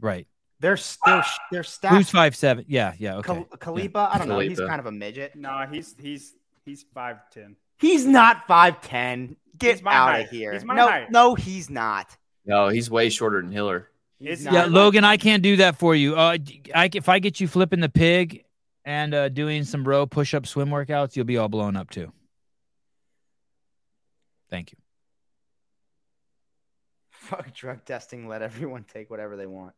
S2: Right.
S4: They're still they're stacked.
S2: Who's five seven? Yeah. Yeah. Okay.
S4: Kal- Kalipa, I don't know. He's
S3: Kalipa.
S4: kind of a midget.
S5: No, he's he's he's five ten.
S4: He's not five ten. Get
S5: He's my
S4: out
S5: height.
S4: of here.
S5: He's my
S4: no,
S5: height.
S4: no, he's not.
S3: No, he's way shorter than Hiller.
S4: He's
S5: It's-
S4: not.
S2: Yeah,
S5: I-
S2: Logan, I can't do that for you. Uh, I, if I get you flipping the pig and uh, doing some row push up swim workouts, you'll be all blown up too. Thank you.
S4: Fuck drug testing. Let everyone take whatever they want.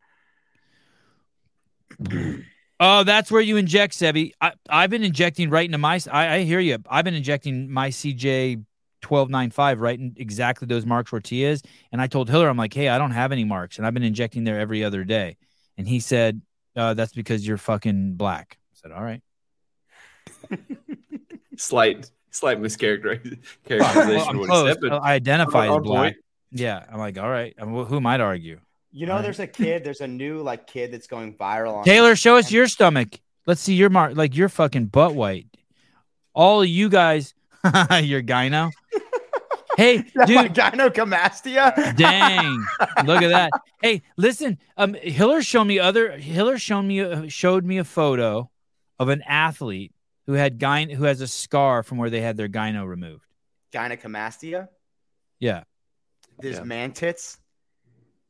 S2: Oh, that's where you inject, Sebi. I, I've been injecting right into my. I, I hear you. I've been injecting my CJ twelve nine five right in exactly those marks where T is. And I told Hiller, I'm like, hey, I don't have any marks, and I've been injecting there every other day. And he said, uh, that's because you're fucking black. I said, all right.
S3: Slight, slight [LAUGHS] mischaracterization
S2: Well, I'm
S3: would
S2: close. Uh,
S3: accept it.
S2: I identify
S3: On-
S2: as
S3: on
S2: black.
S3: point.
S2: Yeah, I'm like, all right. I mean, who might argue?
S4: You know,
S2: Right.
S4: there's a kid. There's a new like kid that's going viral. On
S2: Taylor, show us
S4: Instagram. [LAUGHS]
S2: your stomach. Let's see your mark, like your fucking butt white. All of you guys, [LAUGHS] your gyno. Hey,
S4: Is that my
S2: dude,
S4: gynecomastia.
S2: dang, look at that. Hey, listen, um, Hiller showed me other. Hiller showed me uh, showed me a photo of an athlete who had gyn who has a scar from where they had their gyno removed.
S4: gynecomastia.
S2: Yeah,
S4: There's
S3: Yeah.
S4: man tits.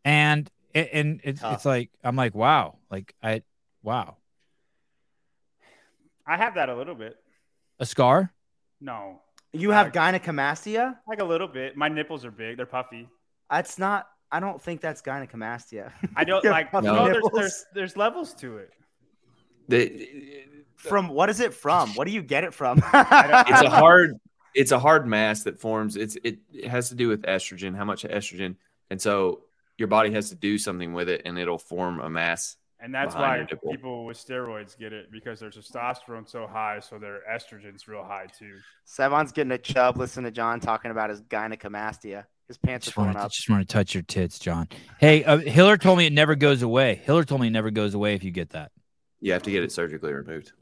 S2: and a- and it's,
S4: Tough.
S2: it's like I'm like, wow, like I, wow,
S5: I have that a little bit.
S2: a scar.
S5: No,
S4: You have gynecomastia.
S5: like a little bit. My nipples are big. They're puffy.
S4: That's not. I don't think that's gynecomastia.
S5: I don't
S4: Your
S5: like.
S4: puffy
S5: No, there's,
S4: nipples.
S5: there's there's levels to it.
S3: The-
S4: [LAUGHS] From what is it from? What do you get it from? [LAUGHS]
S3: it's a hard it's a hard mass that forms it's it, it has to do with estrogen how much estrogen and so your body has to do something with it and it'll form a mass
S5: And that's
S3: Behind
S5: why
S3: your nipple.
S5: people with steroids get it because their testosterone's so high, so their estrogen's real high too.
S4: Savon's getting a chub. Listen to John talking about his gynecomastia. His pants are
S2: Just
S4: going
S2: want, to,
S4: up.
S2: just want to touch your tits, John. Hey, uh, Hiller told me it never goes away. Hiller told me it never goes away if you get that.
S3: you have to get it surgically removed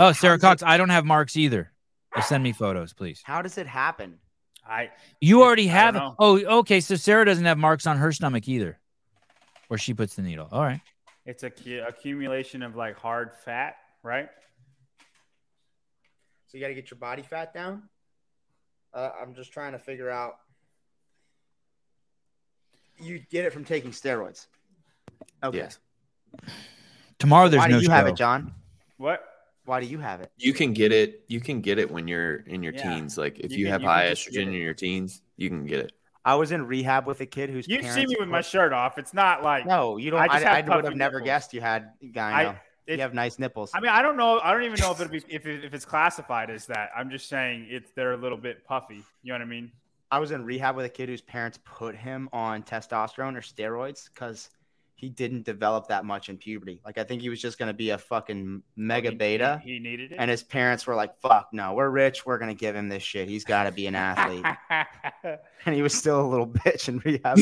S2: Oh, Sarah Cox, I don't have marks either. Uh, Send me photos, please.
S4: How does it happen?
S5: I
S2: You already
S5: I
S2: have.
S5: don't
S2: Oh, okay. So Sarah doesn't have marks on her stomach either, where she puts the needle. All right.
S5: it's a cu- accumulation of like hard fat, right?
S4: So you got to get your body fat down. Uh, I'm just trying to figure out. You get it from taking steroids. Okay.
S3: yes
S2: Tomorrow there's
S4: Why do
S2: no
S4: you
S2: show.
S4: have it, John?
S5: What?
S4: Why do you have it?
S3: you can get it you can get it when you're in your
S5: Yeah.
S3: teens like if
S5: You
S3: you,
S5: can-
S3: have
S5: you can
S3: high
S5: just get
S3: estrogen
S5: it.
S3: in your teens you can get it
S4: I was in rehab with a kid who's.
S5: You see me with my shirt off. It's not like
S4: No, you don't.
S5: I
S4: I,
S5: just
S4: I,
S5: have
S4: would have
S5: puffy
S4: never
S5: nipples.
S4: guessed you had gyno.
S5: I.
S4: you
S5: It,
S4: have nice nipples.
S5: I mean, I don't know. I don't even know if it'd be if, it, if it's classified as that. I'm just saying it's they're a little bit puffy. You know what I mean?
S4: I was in rehab with a kid whose parents put him on testosterone or steroids because he didn't develop that much in puberty. Like I think he was just going to be a fucking mega
S5: He-
S4: beta,
S5: He, he needed it.
S4: and his parents were like, "Fuck no, we're rich, we're going to give him this shit. He's got to be an [LAUGHS] athlete." and he was still a little [LAUGHS] bitch in rehab.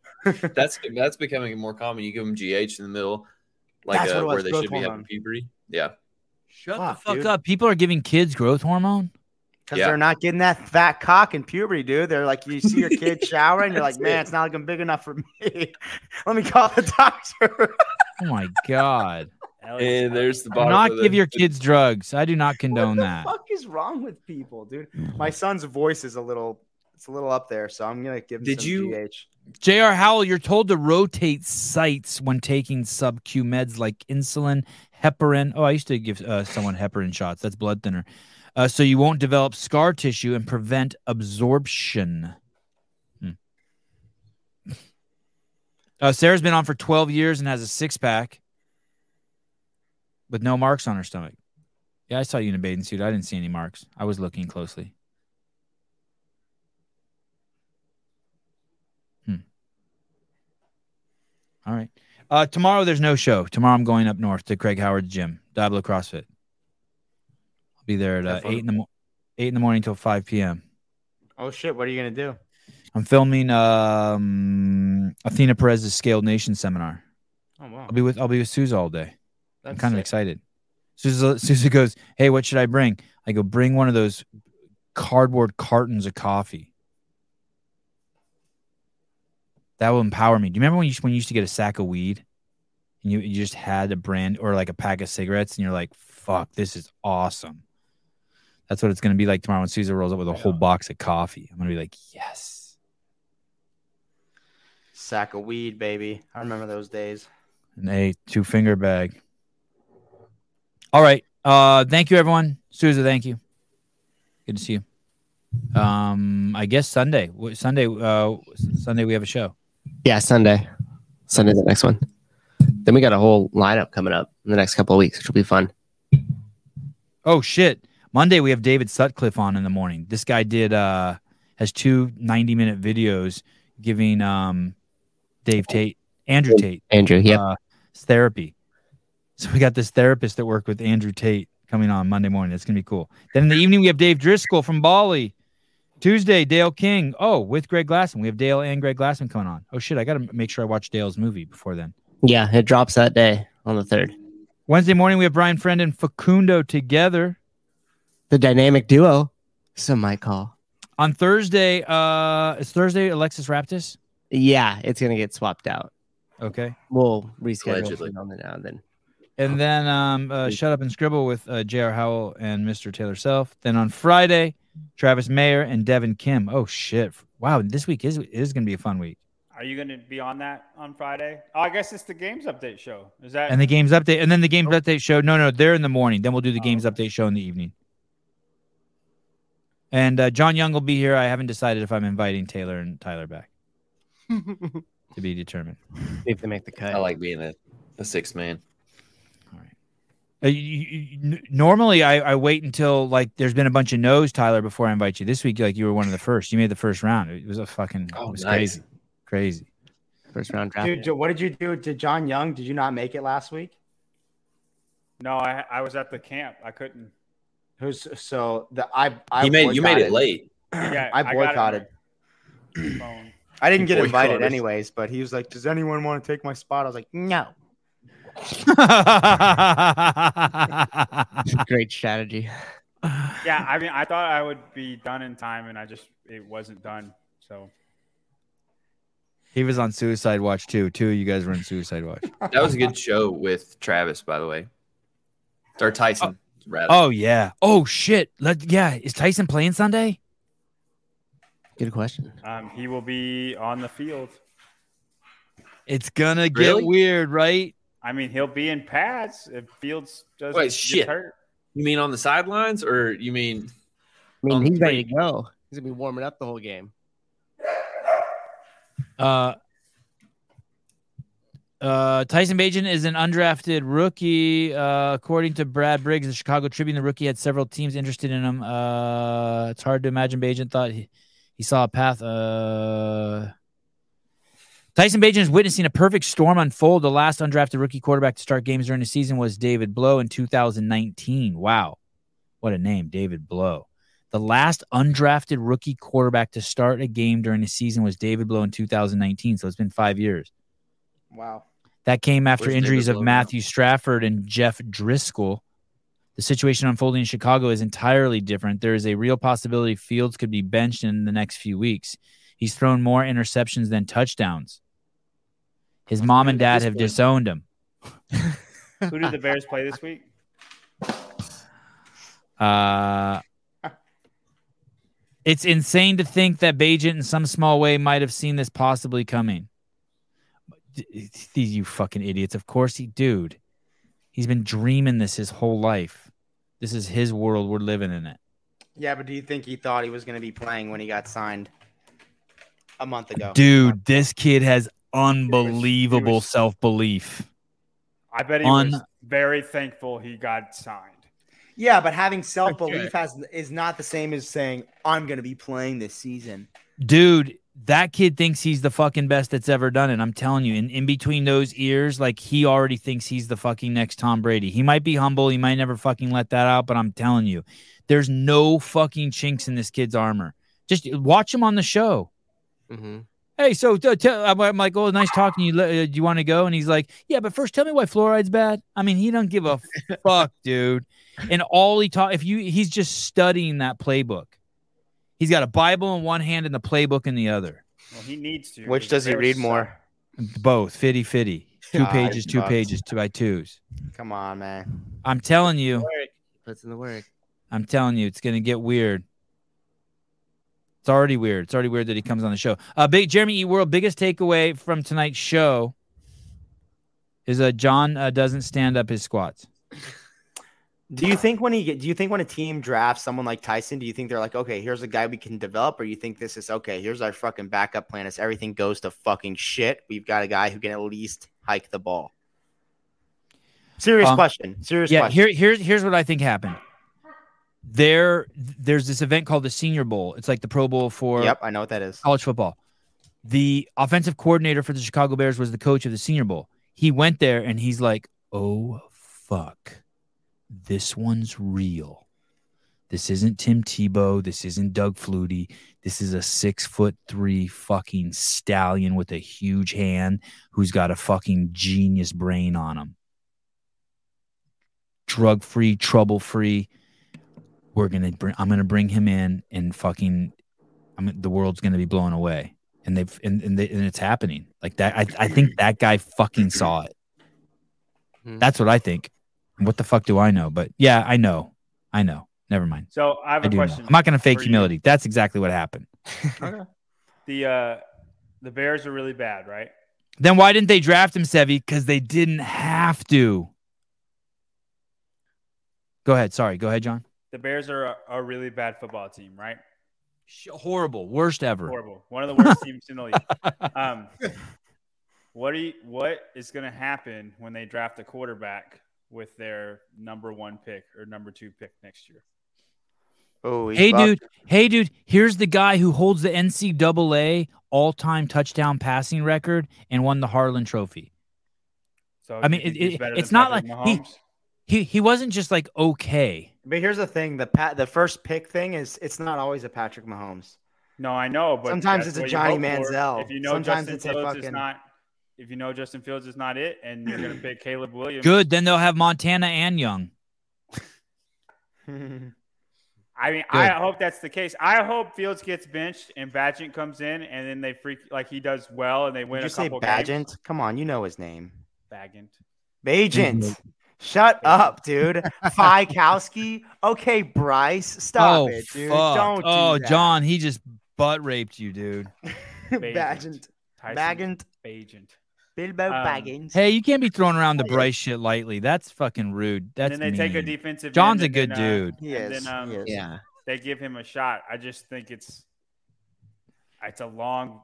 S4: [LAUGHS]
S3: [LAUGHS] that's that's becoming more common you give them gh in the middle like
S4: That's what
S3: uh,
S4: it was,
S3: where they
S4: growth
S3: should be
S4: hormone.
S3: having puberty yeah
S2: Shut
S4: Fuck,
S2: the fuck
S4: dude.
S2: up. People are giving kids growth hormone.
S4: Because
S3: Yeah.
S4: they're not getting that fat cock in puberty, dude. They're like, you [LAUGHS] see your kid shower, and you're like, man, it's not looking big enough for me. [LAUGHS] Let me call the doctor. [LAUGHS]
S2: Oh my god.
S3: and there's the
S2: Do
S3: bottom
S2: not
S3: of the-
S2: give your kids drugs. I do not
S4: what
S2: condone
S4: the
S2: that.
S4: fuck is wrong with people, dude? My son's voice is a little, it's a little up there, so I'm gonna give him
S3: Did
S4: some
S3: you-
S4: GH.
S2: J.R. Howell, you're told to rotate sites when taking sub Q meds like insulin, heparin. Oh, I used to give uh, someone heparin shots. That's blood thinner. Uh, so you won't develop scar tissue and prevent absorption. Hmm. Uh, Sarah's been on for 12 years and has a six pack with no marks on her stomach. Yeah, I saw you in a bathing suit. I didn't see any marks. I was looking closely. Hmm. All right. Uh, tomorrow there's no show. Tomorrow I'm going up north to Craig Howard's gym, Diablo CrossFit. I'll be there at uh,
S4: Have fun.
S2: eight in the mo- eight in the morning till five p.m.
S4: Oh shit! What are you gonna do?
S2: I'm filming um, Athena Perez's Scaled Nation seminar.
S4: Oh wow!
S2: I'll be with I'll be with Suze all day. I'm
S4: That's
S2: kind of
S4: sick.
S2: excited. Susa, Susa goes, Hey, what should I bring? I go, Bring one of those cardboard cartons of coffee. That will empower me. Do you remember when you, when you used to get a sack of weed and you, you just had a brand or like a pack of cigarettes and you're like, Fuck, this is awesome. That's what it's going to be like tomorrow when Susa rolls up with a whole box of coffee. I'm going to be like, Yes.
S4: Sack of weed, baby. I remember those days.
S2: and a two finger bag. All right. Uh, thank you, everyone. Souza, thank you. Good to see you. Um, I guess Sunday. W- Sunday. Uh, Sunday we have a show.
S8: Yeah, Sunday. Sunday's the next one. Then we got a whole lineup coming up in the next couple of weeks, which will be fun.
S2: Oh shit! Monday we have David Sutcliffe on in the morning. This guy did uh has two 90 minute videos giving um Dave Tate Andrew Tate
S8: Andrew, yep.
S2: uh, therapy. So we got this therapist that worked with Andrew Tate coming on Monday morning. It's gonna be cool. Then in the evening we have Dave Driscoll from Bali. Tuesday, Dale King. Oh, with Greg Glassman, we have Dale and Greg Glassman coming on. Oh shit, I gotta make sure I watch Dale's movie before then.
S8: yeah, it drops that day on the third.
S2: Wednesday morning we have Brian Friend and Facundo together.
S8: The dynamic duo, some might call.
S2: On Thursday, uh, is Thursday Alexis Raptis?
S8: Yeah, it's gonna get swapped out.
S2: Okay.
S8: We'll reschedule
S3: Allegedly.
S8: it on the now and then.
S5: Oh.
S2: And then um, uh, Shut Up and Scribble with uh, J.R. Howell and Mr. Taylor Self. Then on Friday, Travis Mayer and Devin Kim. Oh, shit. Wow, this week is is going to be a fun week.
S5: [LAUGHS] Are you going to be on that on Friday? Oh, I guess it's the games update show. Is that
S2: And the games update. And then the games update show. No, no, they're in the morning. Then we'll do the
S5: Oh,
S2: games
S5: okay.
S2: update show in the evening. And uh, John Young will be here. I haven't decided if I'm inviting Taylor and Tyler back to be determined.
S8: If they make the cut.
S3: I like being a, a six man.
S2: Uh, you, you, you- n- normally, I, I wait until like there's been a bunch of no's, Tyler, before I invite you. This week, like you were one of the first. You made the first round. It was a fucking it
S3: Oh,
S2: was
S3: nice.
S2: crazy,
S3: [LAUGHS]
S2: crazy.
S8: First round draft.
S4: Dude, what did you do to John Young? Did you not make it last week?
S5: no? I I was at the camp. I couldn't.
S4: Who's so the I I
S3: You made you made it
S4: boycotted. [CLEARS THROAT]
S3: late.
S5: Yeah,
S4: I
S5: got it on
S4: boycotted.
S5: my phone.
S4: I didn't
S3: You
S4: get invited
S3: boycotted.
S4: anyways, but he was like, "Does anyone want to take my spot?" I was like, "No."
S8: Great strategy.
S5: Yeah, I mean, I thought I would be done in time, and I just it wasn't done. So
S2: he was on Suicide Watch too. Two of you guys were in Suicide
S3: [LAUGHS]
S2: Watch.
S3: That was a good show with Travis, by the way, or Tyson. rather.
S2: Oh yeah. Oh shit. Let yeah. Is Tyson playing Sunday?
S8: Good question.
S5: um, he will be on the field.
S2: It's gonna get
S3: Really?
S2: weird, right?
S5: I mean, he'll be in pads if Fields doesn't
S3: Wait,
S5: get
S3: shit.
S5: hurt.
S3: You mean on the sidelines, or you mean
S8: I mean,
S3: Um,
S8: he's ready to go. He's gonna be warming up the whole game.
S2: Uh, uh, Tyson Bajan is an undrafted rookie. Uh, according to Brad Briggs, the Chicago Tribune, the rookie had several teams interested in him. Uh, it's hard to imagine Bajan thought he, he saw a path. Uh, Tyson Bajan is witnessing a perfect storm unfold. The last undrafted rookie quarterback to start games during the season was David Blow in 2019. Wow. What a name, David Blow. The last undrafted rookie quarterback to start a game during the season was David Blow in 2019. So it's been five years.
S4: Wow.
S2: That came after
S3: Where's David
S2: injuries of
S3: Blow now?
S2: Matthew Stafford and Jeff Driscoll. The situation unfolding in Chicago is entirely different. There is a real possibility Fields could be benched in the next few weeks. He's thrown more interceptions than touchdowns. His mom and dad have disowned him.
S5: Who did the Bears play this week?
S2: Uh, it's insane to think that Bajent in some small way might have seen this possibly coming. These you fucking idiots. Of course he dude. He's been dreaming this his whole life. This is his world. We're living in it.
S4: Yeah, but do you think he thought he was going to be playing when he got signed a month ago?
S2: Dude, this kid has unbelievable
S5: was-
S2: self belief.
S5: I bet he
S2: On-
S5: was very thankful he got signed.
S4: Yeah, but having self belief has is not the same as saying I'm going to be playing this season.
S2: dude that kid thinks he's the fucking best that's ever done it i'm telling you in, in between those ears like he already thinks he's the fucking next tom brady he might be humble he might never fucking let that out but i'm telling you there's no fucking chinks in this kid's armor just watch him on the show
S8: Mm-hmm.
S2: hey so t- t- I'm, I'm like oh nice talking to you Le- uh, do you want to go and he's like yeah but first tell me why fluoride's bad i mean he don't give a fuck dude and all he taught if you he's just studying that playbook he's got a bible in one hand and the playbook in the other
S5: Well, he needs to.
S4: Which
S5: 'cause
S4: does he
S5: Bears
S4: read
S5: suck.
S4: more?
S2: Both fitty fitty. Two
S4: God,
S2: pages, two
S8: nuts.
S2: pages, two by twos.
S4: Come on, man.
S2: I'm telling you,
S8: Puts in the work.
S2: I'm telling you, it's gonna get weird. It's already weird. It's already weird that he comes on the show. Uh, big Jeremy E. World biggest takeaway from tonight's show is uh, John uh, doesn't stand up his squats.
S4: Do you think when he get, do you think when a team drafts someone like Tyson, do you think they're like, okay, here's a guy we can develop, or you think this is okay? Here's our fucking backup plan. If everything goes to fucking shit, we've got a guy who can at least hike the ball. Serious
S2: Um,
S4: question. Serious
S2: Yeah,
S4: question.
S2: here, here's here's what I think happened. There, there's this event called the Senior Bowl. It's like the Pro Bowl for
S4: yep, I know what that is.
S2: college football. The offensive coordinator for the Chicago Bears was the coach of the Senior Bowl. He went there and he's like, "Oh fuck, this one's real. This isn't Tim Tebow. This isn't Doug Flutie. This is a six foot three fucking stallion with a huge hand who's got a fucking genius brain on him. Drug free, trouble free. We're gonna bring. I'm gonna bring him in and fucking. I'm the world's gonna be blown away. And they've and and, they, and it's happening like that. I I think that guy fucking saw it.
S8: Mhm.
S2: That's what I think. What the fuck do I know? But yeah, I know. I know. Never mind.
S5: So I have
S2: I
S5: a
S2: do know.
S5: question.
S2: I'm not gonna fake
S5: for you.
S2: humility. That's exactly what happened.
S5: The uh, the Bears are really bad, right?
S2: Then why didn't they draft him, Sevi? Because they didn't have to. Go ahead. Sorry. Go ahead, John.
S5: The Bears are a, a really bad football team, right?
S2: Sh- Horrible. Worst ever.
S5: Horrible. One of the worst teams in
S2: [LAUGHS]
S5: the league. Um, what do you, what is going to happen when they draft a quarterback with their number one pick or number two pick next year?
S4: Oh, he's
S2: Hey,
S4: buffed.
S2: dude. Hey, dude. Here's the guy who holds the NCAA all time touchdown passing record and won the Harlan Trophy.
S5: So
S2: I mean,
S5: you think
S2: it-
S5: he's
S2: it-
S5: better
S2: it's
S5: than
S2: not
S5: Patrick
S2: like- he-
S5: Mahomes?
S2: He, he wasn't just like okay.
S4: But here's the thing: the pat, the first pick thing is it's not always a Patrick Mahomes. [LAUGHS]
S5: No, I know, but
S4: Sometimes
S5: that's
S4: it's a
S5: what you
S4: Johnny
S5: hope for.
S4: Manziel.
S5: If you know
S4: Sometimes
S5: Justin
S4: it's a
S5: Fields is
S4: fucking-
S5: not, if you know Justin Fields is not it, and
S2: [CLEARS THROAT]
S5: you're gonna pick Caleb Williams,
S2: Good. Then they'll have Montana and Young.
S5: I mean, I hope that's the case. I hope Fields gets benched and Badgent comes in, and then they freak like he does well, and they win
S4: Did you
S5: a
S4: say
S5: couple games.
S4: Bagent? Come on, you know his name.
S5: Badgent.
S4: Bagent. Shut up, dude. Fikowski. Okay, Bryce. Stop
S2: oh,
S4: it, dude.
S2: fuck.
S4: Don't. do
S2: oh,
S4: that.
S2: John, he just butt raped you, dude.
S4: [LAUGHS] Bagent.
S5: Tyson
S4: Bagent.
S5: Bagent.
S4: Bilbo
S5: Um,
S4: Baggins.
S2: Hey, you can't be throwing around
S4: Oh,
S2: the Bryce shit lightly. That's fucking rude. That's
S5: and then they take a
S2: mean.
S5: defensive. end
S2: John's a
S5: and
S2: good
S5: then, uh,
S2: dude.
S4: He
S5: and
S4: is,
S5: then, um,
S4: he is.
S8: Yeah.
S5: they give him a shot. I just think it's it's a long.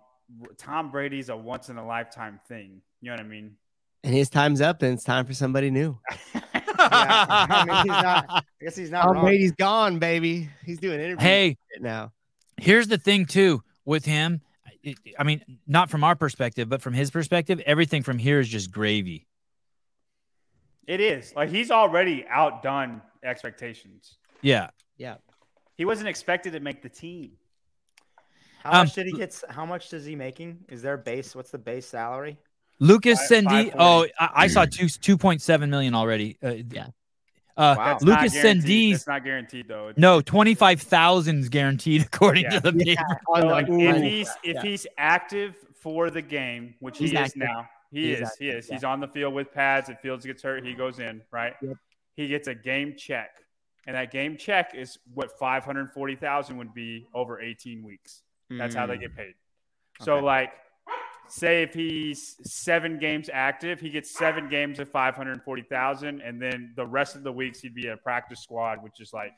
S5: Tom Brady's a once in a lifetime thing. You know what I mean?
S8: And his time's up, and it's time for somebody new.
S4: [LAUGHS] Yeah, I mean, he's not- I guess he's not
S8: Tom
S4: wrong.
S8: Brady's gone, baby. He's doing interviews
S2: Hey,
S8: right now.
S2: here's the thing too with him. I- I mean, not from our perspective, but from his perspective, everything from here is just gravy.
S5: It is like he's already outdone expectations.
S2: Yeah.
S5: He wasn't expected to make the team.
S4: How
S2: um,
S4: much did he get? s- How much does he making? Is there a base? What's the base salary?
S2: Lucas
S5: Five-
S2: Sendi.
S5: five
S2: Oh, I, I saw two two point seven million already. Uh,
S8: Yeah.
S2: Uh,
S4: Wow.
S5: That's
S2: Lucas
S5: not guaranteed.
S2: Sendi's-
S5: That's not guaranteed though. It's-
S2: no, twenty five thousand is guaranteed [LAUGHS] according
S5: Yeah.
S2: to the paper.
S5: So,
S4: On
S5: like,
S4: the-
S5: if
S4: Ooh.
S5: he's if
S4: Yeah.
S5: he's active for the game, which
S8: He's
S5: he is
S8: active.
S5: now, he
S8: He's
S5: is. he
S8: active,
S5: is. He's on the field with pads. If Fields gets hurt, he goes in. Right.
S8: Yep.
S5: He gets a game check, and that game check is what five hundred forty thousand would be over eighteen weeks. That's how they
S8: Hmm.
S4: Mm.
S5: get paid. So
S4: Okay.
S5: like say if he's seven games active, he gets seven games of five hundred and forty thousand, and then the rest of the weeks he'd be a practice squad, which is like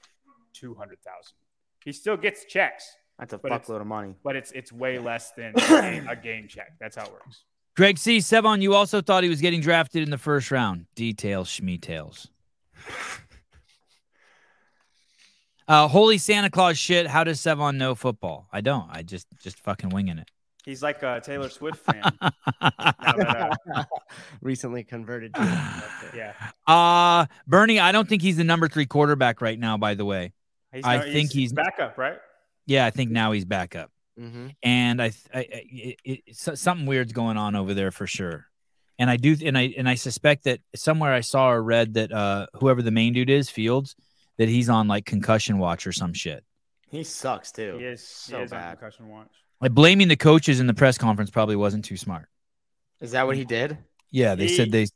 S5: two hundred thousand. He still gets checks,
S4: That's a
S5: but it's-
S4: fuckload of money.
S5: but it's it's way less
S2: [COUGHS]
S5: than a game- a game check. That's how it works.
S2: Greg C. Sevon, you also thought he
S5: [LAUGHS]
S2: was getting drafted in the first round. Details, schmetails. Uh, holy Santa Claus shit. How does Sevon know football? I don't. I just just fucking winging
S5: [LAUGHS]
S2: it. [LAUGHS]
S5: He's like a Taylor Swift [LAUGHS] fan. No, but, uh,
S8: Recently converted.
S2: [SIGHS]
S8: To
S5: [LAUGHS] yeah,
S2: Uh Bernie, I don't think he's the number three quarterback right now, by the way.
S5: he's
S2: I
S5: no-
S2: think he's-
S5: backup, right?
S2: Yeah, I think now he's back up.
S8: mm-hmm.
S2: and I, th- I, I it, it, so- something weird's going on over there for sure. And I do, and I and I suspect that somewhere I saw or read that uh, whoever the main dude is, Fields, that he's on like concussion watch or some shit.
S4: He sucks too.
S5: He is
S4: so
S5: he is on
S4: bad.
S5: concussion watch.
S2: Like blaming the coaches in the press conference probably wasn't too smart.
S4: Is that what he did?
S2: Yeah, they said they.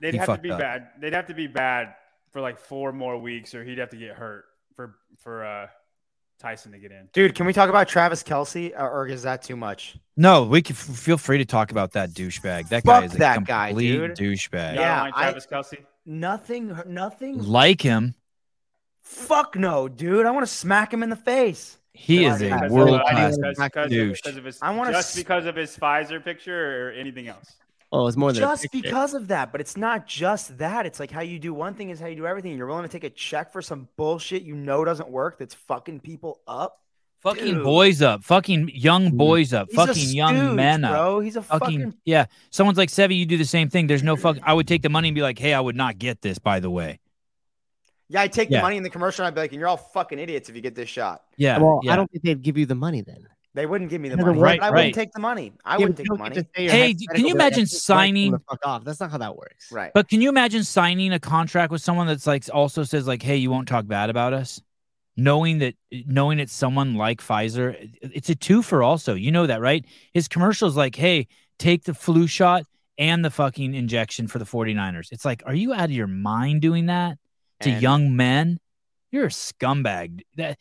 S5: They'd
S2: He
S5: have to
S2: fucked
S5: be
S2: up.
S5: bad. They'd have to be bad for like four more weeks, or he'd have to get hurt for for uh, Tyson to get in.
S4: Dude, can we talk about Travis Kelsey or, or is that too much?
S2: No, we can f- feel free to talk about that douchebag. That guy
S4: Fuck
S2: is a
S4: that guy,
S2: complete
S4: dude.
S2: douchebag.
S5: Y'all
S4: Yeah,
S5: don't like
S4: I-
S5: Travis Kelsey.
S4: Nothing. Nothing.
S2: Like him,
S4: Fuck no, dude. I want to smack him in the face.
S2: he
S4: Yeah,
S2: is
S4: I
S2: a
S4: think-
S2: world
S8: I
S2: class.
S8: think-
S5: uh, because,
S2: douche.
S5: because of his,
S4: I wanna
S5: just
S4: s-
S5: because of his Pfizer picture or anything else.
S8: Well, it's more than a
S4: just
S8: picture.
S4: because of that. But it's not just that. It's like how you do one thing is how you do everything. You're willing to take a check for some bullshit you know doesn't work that's fucking people up.
S2: Fucking
S4: Dude.
S2: boys up, fucking young boys up,
S4: He's a
S2: fucking young
S4: stooge,
S2: men up.
S4: bro. He's a
S2: fucking,
S4: fucking.
S2: yeah. Someone's like Sevy, you do the same thing. There's no fuck. I would take the money and be like, hey, I would not get this. By the way,
S4: Yeah, I take
S2: Yeah.
S4: the money in the commercial. and I'd be like, and you're all fucking idiots if you get this shot.
S2: yeah,
S8: well,
S2: yeah.
S8: I don't think they'd give you the money then.
S4: They wouldn't give me the
S8: Another
S4: money.
S2: word-
S4: but I
S2: Right, right.
S4: wouldn't take the money. I
S8: Yeah,
S4: wouldn't
S8: but
S4: take
S8: you
S4: the
S8: don't
S4: money.
S8: get to say your
S2: Hey,
S8: head's
S2: d-
S8: gotta
S2: can
S8: go
S2: you
S8: back
S2: imagine
S8: to the fucking
S2: signing-
S8: fuck off? That's not how that works.
S4: Right.
S2: But can you imagine signing a contract with someone that's like also says like, hey, you won't talk bad about us, knowing that knowing it's someone like Pfizer. it- It's a two for also. You know that, right? His commercials like, hey, take the flu shot and the fucking injection for the 49ers. It's like, are you out of your mind doing that to
S4: And-
S2: young men? You're a scumbag. That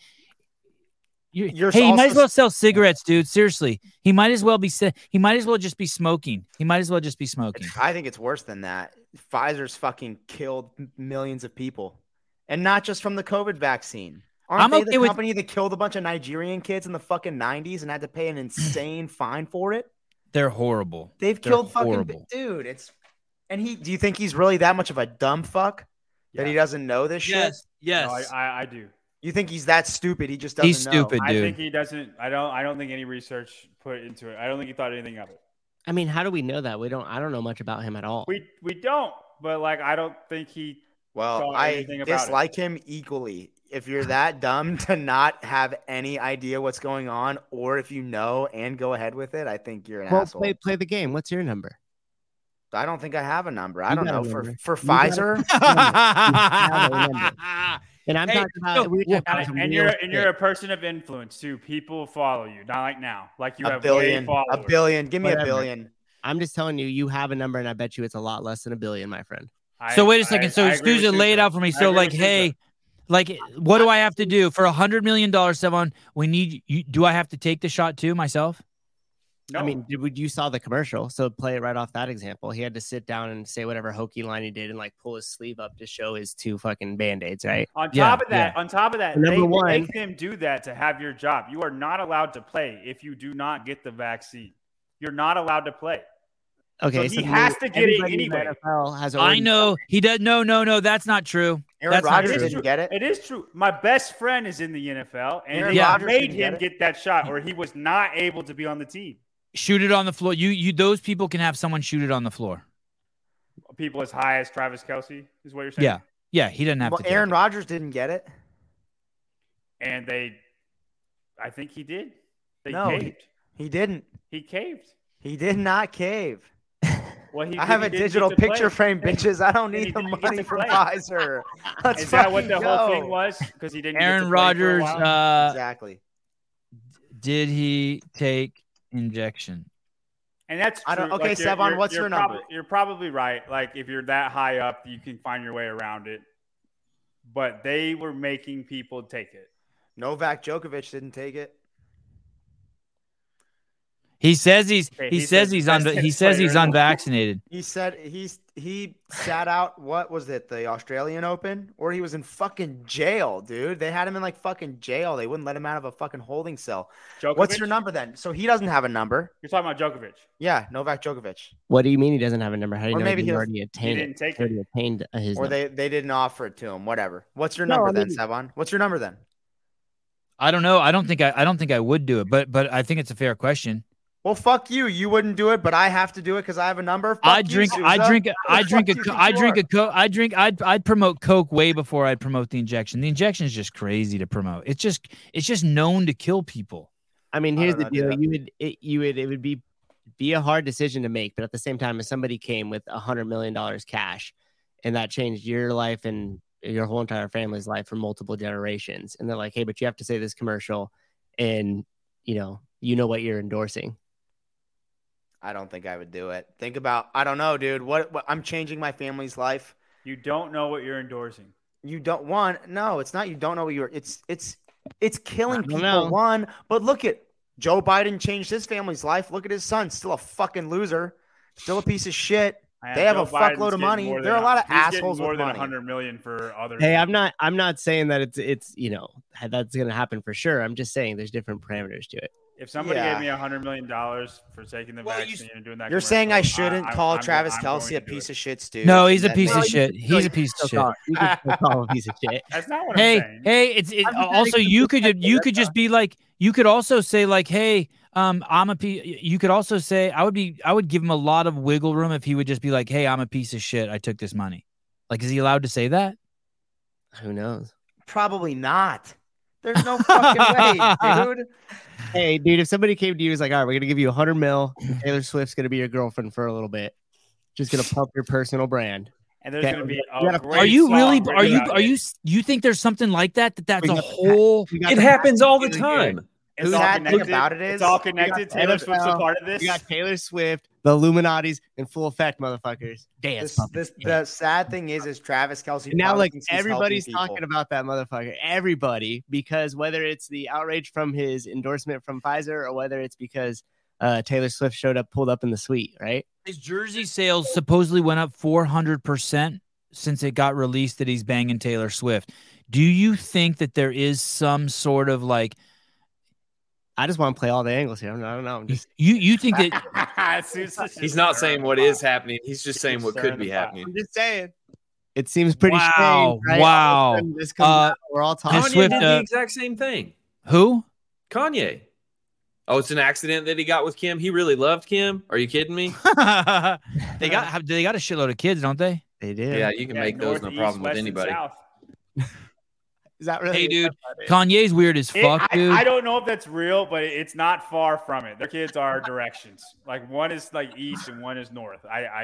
S2: you're,
S4: You're
S2: hey, he might as
S4: also-
S2: well sell cigarettes, dude. Seriously, he might as well be. si- He might as well just be smoking. He might as well just be smoking.
S4: It's- I think it's worse than that. Pfizer's fucking killed m- millions of people, and not just from the COVID vaccine. Aren't
S2: I'm
S4: they
S2: okay
S4: the
S2: with-
S4: company that killed a bunch of Nigerian kids in the fucking '90s and had to
S2: [CLEARS THROAT]
S4: pay an insane fine for it?
S2: They're horrible.
S4: They've
S2: They're
S4: killed
S2: horrible.
S4: fucking dude. It's and he. Do you think he's really that much of a dumb fuck that he
S5: Yeah.
S4: doesn't know this shit?
S2: Yes, yes.
S5: No, I, I, I do.
S4: You think he's that stupid? He just doesn't.
S2: He's
S4: know.
S2: stupid,
S5: I
S2: dude.
S5: think he doesn't. I don't. I don't think any research put into it. I don't think he thought anything of it.
S8: I mean, how do we know that? We don't. I don't know much about him at all.
S5: We we don't. But like, I don't think he.
S4: Well,
S5: thought
S4: I
S5: anything about it.
S4: dislike him equally. If you're that dumb [LAUGHS] to not have any idea what's going on, or if you know and go ahead with it, I think you're an
S8: well,
S4: asshole.
S8: play play the game. What's your number?
S4: I don't think I have a number. I
S8: You
S4: don't
S8: got a
S4: know for
S8: number.
S4: for
S8: You got a- [LAUGHS]
S4: Pfizer.
S2: [LAUGHS]
S8: And I'm
S2: Hey,
S8: talking about.
S2: no,
S8: we're
S2: well,
S8: talking about
S5: And,
S8: some
S5: and
S8: real
S5: you're and you're a
S8: shit.
S5: person of influence too. People follow you. Not like now. Like you
S4: a
S5: have
S4: billion,
S5: way
S4: a
S5: followers.
S4: billion. Give me
S8: Whatever.
S4: a billion.
S8: I'm just telling you, you have a number, and I bet you it's a lot less than a billion, my friend.
S5: I-
S2: so wait a
S5: I-
S2: second. So
S5: I agree with
S2: Susan, lay it
S5: Susan.
S2: out for me.
S5: I
S2: So
S5: agree
S2: like,
S5: with Susan.
S2: hey, like, what do I have to do for a hundred million dollars, Sevon? We need you. Do I have to take the shot too myself?
S5: no,
S8: I mean, did, you saw the commercial, so play it right off that example. He had to sit down and say whatever hokey line he did, and like pull his sleeve up to show his two fucking band aids, right?
S5: on top
S2: yeah,
S5: of that, on top of that,
S8: Number
S5: they
S8: one-
S5: make them do that to have your job. You are not allowed to play if you do not get the vaccine. You're not allowed to play.
S8: Okay,
S5: So he has to get it
S8: everybody in the
S5: anyway.
S8: NFL has
S2: I
S8: already-
S2: know he does. No, no, no. That's not true.
S4: Aaron
S2: That's not
S4: Rodgers
S2: true.
S4: didn't get it.
S5: It is true. My best friend is in the NFL, and
S4: Aaron
S5: they
S2: Rodgers
S5: made
S4: didn't get
S5: him
S4: it.
S5: get that shot, or he was not able to be on the team.
S2: Shoot it on the floor. You, you. Those people can have someone shoot it on the floor.
S5: People as high as Travis Kelsey is what you're saying.
S2: Yeah. Yeah, he doesn't have
S4: Well,
S2: to. take
S4: Aaron
S2: it.
S4: Rodgers didn't get it.
S5: and they, I think he did. They
S4: No, he-
S5: caved.
S4: He didn't.
S5: He caved.
S4: He did not cave.
S5: Well, he.
S4: I have
S5: he
S4: a
S5: didn't get
S4: digital
S5: to play.
S4: picture
S5: [LAUGHS]
S4: frame, bitches. I don't
S5: Then he
S4: need the
S5: didn't get to
S4: money from
S5: play.
S4: Pfizer. Let's
S5: Is that what the
S4: fucking
S5: whole
S4: go.
S5: thing was? Because he didn't. get to
S2: Aaron
S5: play for a
S2: Rodgers.
S5: while?
S2: Uh,
S4: Exactly.
S2: did he take injection?
S5: And that's
S4: I don't-
S5: true.
S4: okay,
S5: you're-
S4: Savon,
S5: you're-
S4: what's
S5: you're
S4: your number?
S5: prob- you're probably right. Like if you're that high up, you can find your way around it. But they were making people take it.
S4: Novak Djokovic didn't take it.
S2: He says he's.
S5: Okay,
S2: he,
S5: he
S2: says
S5: says
S2: he's
S5: best
S2: on. He
S5: tennis
S2: says
S5: player
S2: he's
S5: in the world.
S2: unvaccinated.
S4: He said he's he sat out. What was it? The Australian Open, or he was in fucking jail, dude. They had him in like fucking jail. They wouldn't let him out of a fucking holding cell.
S5: Djokovic?
S4: What's your number then? So he doesn't have a number.
S5: You're talking about Djokovic.
S4: Yeah, Novak Djokovic,
S8: What do you mean he doesn't have a number? How do you
S4: Or
S8: know
S4: maybe
S8: he
S4: he'll-
S8: already
S5: He
S8: attained
S5: didn't
S8: it?
S5: take
S8: He
S5: it.
S8: already attained his
S4: or
S8: number.
S4: they they didn't offer it to him. Whatever. What's your
S8: No,
S4: number
S8: I
S4: then,
S8: mean-
S4: Savon? What's your number then?
S2: I don't know. I don't think I, I don't think I would do it, but but I think it's a fair question.
S4: Well, fuck you. You wouldn't do it, but I have to do it because I have a number. Fuck
S2: I
S4: you,
S2: drink,
S4: Sousa.
S2: I drink, a- I
S4: Fuck
S2: drink a,
S4: you,
S2: co- I drink a
S4: Couture.
S2: coke, I drink, I'd, I'd promote coke way before I'd promote the injection. The injection is just crazy to promote. It's just, it's just known to kill people.
S8: I mean,
S4: I
S8: here's
S4: don't
S8: the
S4: know,
S8: deal: you would, it, you would, it would be be a hard decision to make, but at the same time, if somebody came with a hundred million dollars cash, and that changed your life and your whole entire family's life for multiple generations, and they're like, "Hey, but you have to say this commercial," and you know, you know what you're endorsing.
S4: I don't think I would do it. Think about. I don't know, dude. What, what I'm changing my family's life.
S5: You don't know what you're endorsing.
S4: You don't want. No, it's not. You don't know what you're. It's it's it's
S8: I
S4: killing
S8: don't
S4: people.
S8: know.
S4: One, but look at Joe Biden changed his family's life. Look at his son. Still a fucking loser. Still a piece of shit.
S5: I
S4: They have
S5: Joe
S4: a fuckload of
S5: Biden's getting
S4: money.
S5: more
S4: There are
S5: than-
S4: a lot of
S5: he's getting
S4: assholes
S5: More
S4: with
S5: than
S4: money.
S5: 100 million for other.
S8: Hey, I'm not, I'm not saying that it's, it's, you know, that's gonna happen for sure. I'm just saying there's different parameters to it.
S5: If somebody
S4: Yeah.
S5: gave me 100 million dollars for taking the
S3: Well, you-
S5: vaccine and doing that,
S4: You're saying I shouldn't call Travis
S5: Kelsey
S4: Kelsey a piece of shit, dude.
S2: No, he's a
S4: That
S2: piece of
S4: makes-
S2: shit. He's a piece
S8: So
S2: of shit.
S8: call- you
S4: [LAUGHS]
S8: can still call him a piece of shit.
S5: That's not what I'm
S2: hey
S5: saying.
S2: hey it's it,
S8: I'm just
S2: also
S8: adding
S2: you
S8: some
S2: could ju-
S8: perspective,
S2: you could
S8: that's
S2: just be like you could also say like hey um i'm a piece you could also say i would be i would give him a lot of wiggle room if he would just be like hey i'm a piece of shit i took this money like is he allowed to say that
S8: [LAUGHS] Who knows?
S4: Probably not. There's no fucking
S2: [LAUGHS]
S4: way, dude.
S8: Hey, dude, if somebody came to you, and was like, all right, we're gonna give you a hundred mil. Taylor Swift's gonna be your girlfriend for a little bit. Just gonna pump your personal brand.
S5: And there's
S8: Yeah,
S5: going to be.
S8: you
S5: A
S8: gotta-
S5: great
S2: are you
S5: song
S2: really
S5: written
S2: are you
S5: about
S2: are
S5: it.
S2: you s- you think there's something like that that that's
S8: We
S2: a
S8: got the-
S2: whole
S8: We got
S7: It
S8: the-
S7: happens all the
S8: Really good.
S7: time.
S5: It's
S4: Who's
S5: all
S4: that thing
S5: connected.
S4: about it is-
S5: It's all connected.
S8: We got
S5: Taylor Swift's a
S8: NFL,
S5: part of this.
S8: You got Taylor Swift, the Illuminati's in full effect, motherfuckers. Dance.
S4: This,
S8: puppy.
S4: this, the sad thing is, is Travis Kelsey
S8: And now, like everybody's talking about that motherfucker. Everybody, because whether it's the outrage from his endorsement from Pfizer or whether it's because uh, Taylor Swift showed up, pulled up in the suite, right?
S2: his jersey sales supposedly went up 400% since it got released that he's banging Taylor Swift do you think that there is some sort of like
S8: I just want to play all the angles here. I'm not- I don't know. I'm
S2: you
S8: just
S2: you think that
S5: [LAUGHS]
S3: He's not saying what is happening. He's just saying what could be happening.
S8: I'm just saying. It seems pretty
S2: Wow,
S8: strange. Right?
S2: wow.
S8: All of a sudden This comes
S2: Uh,
S8: out, we're all talking.
S2: Miss
S3: Kanye
S2: Swift,
S3: did
S2: uh,
S3: the exact same thing.
S5: [LAUGHS]
S2: who
S3: Kanye. Oh, it's an accident that he got with Kim. He really loved Kim. Are you kidding me?
S2: they got have, they got a shitload of kids, don't they?
S8: They did.
S3: Yeah, you can make those no problem with anybody.
S8: Is that really?
S2: Hey, dude, Kanye's weird as
S5: It-
S2: fuck,
S5: I,
S2: dude.
S5: I don't know if that's real, but it's not far from it. Their kids are directions. Like one is like east and one is north. I, I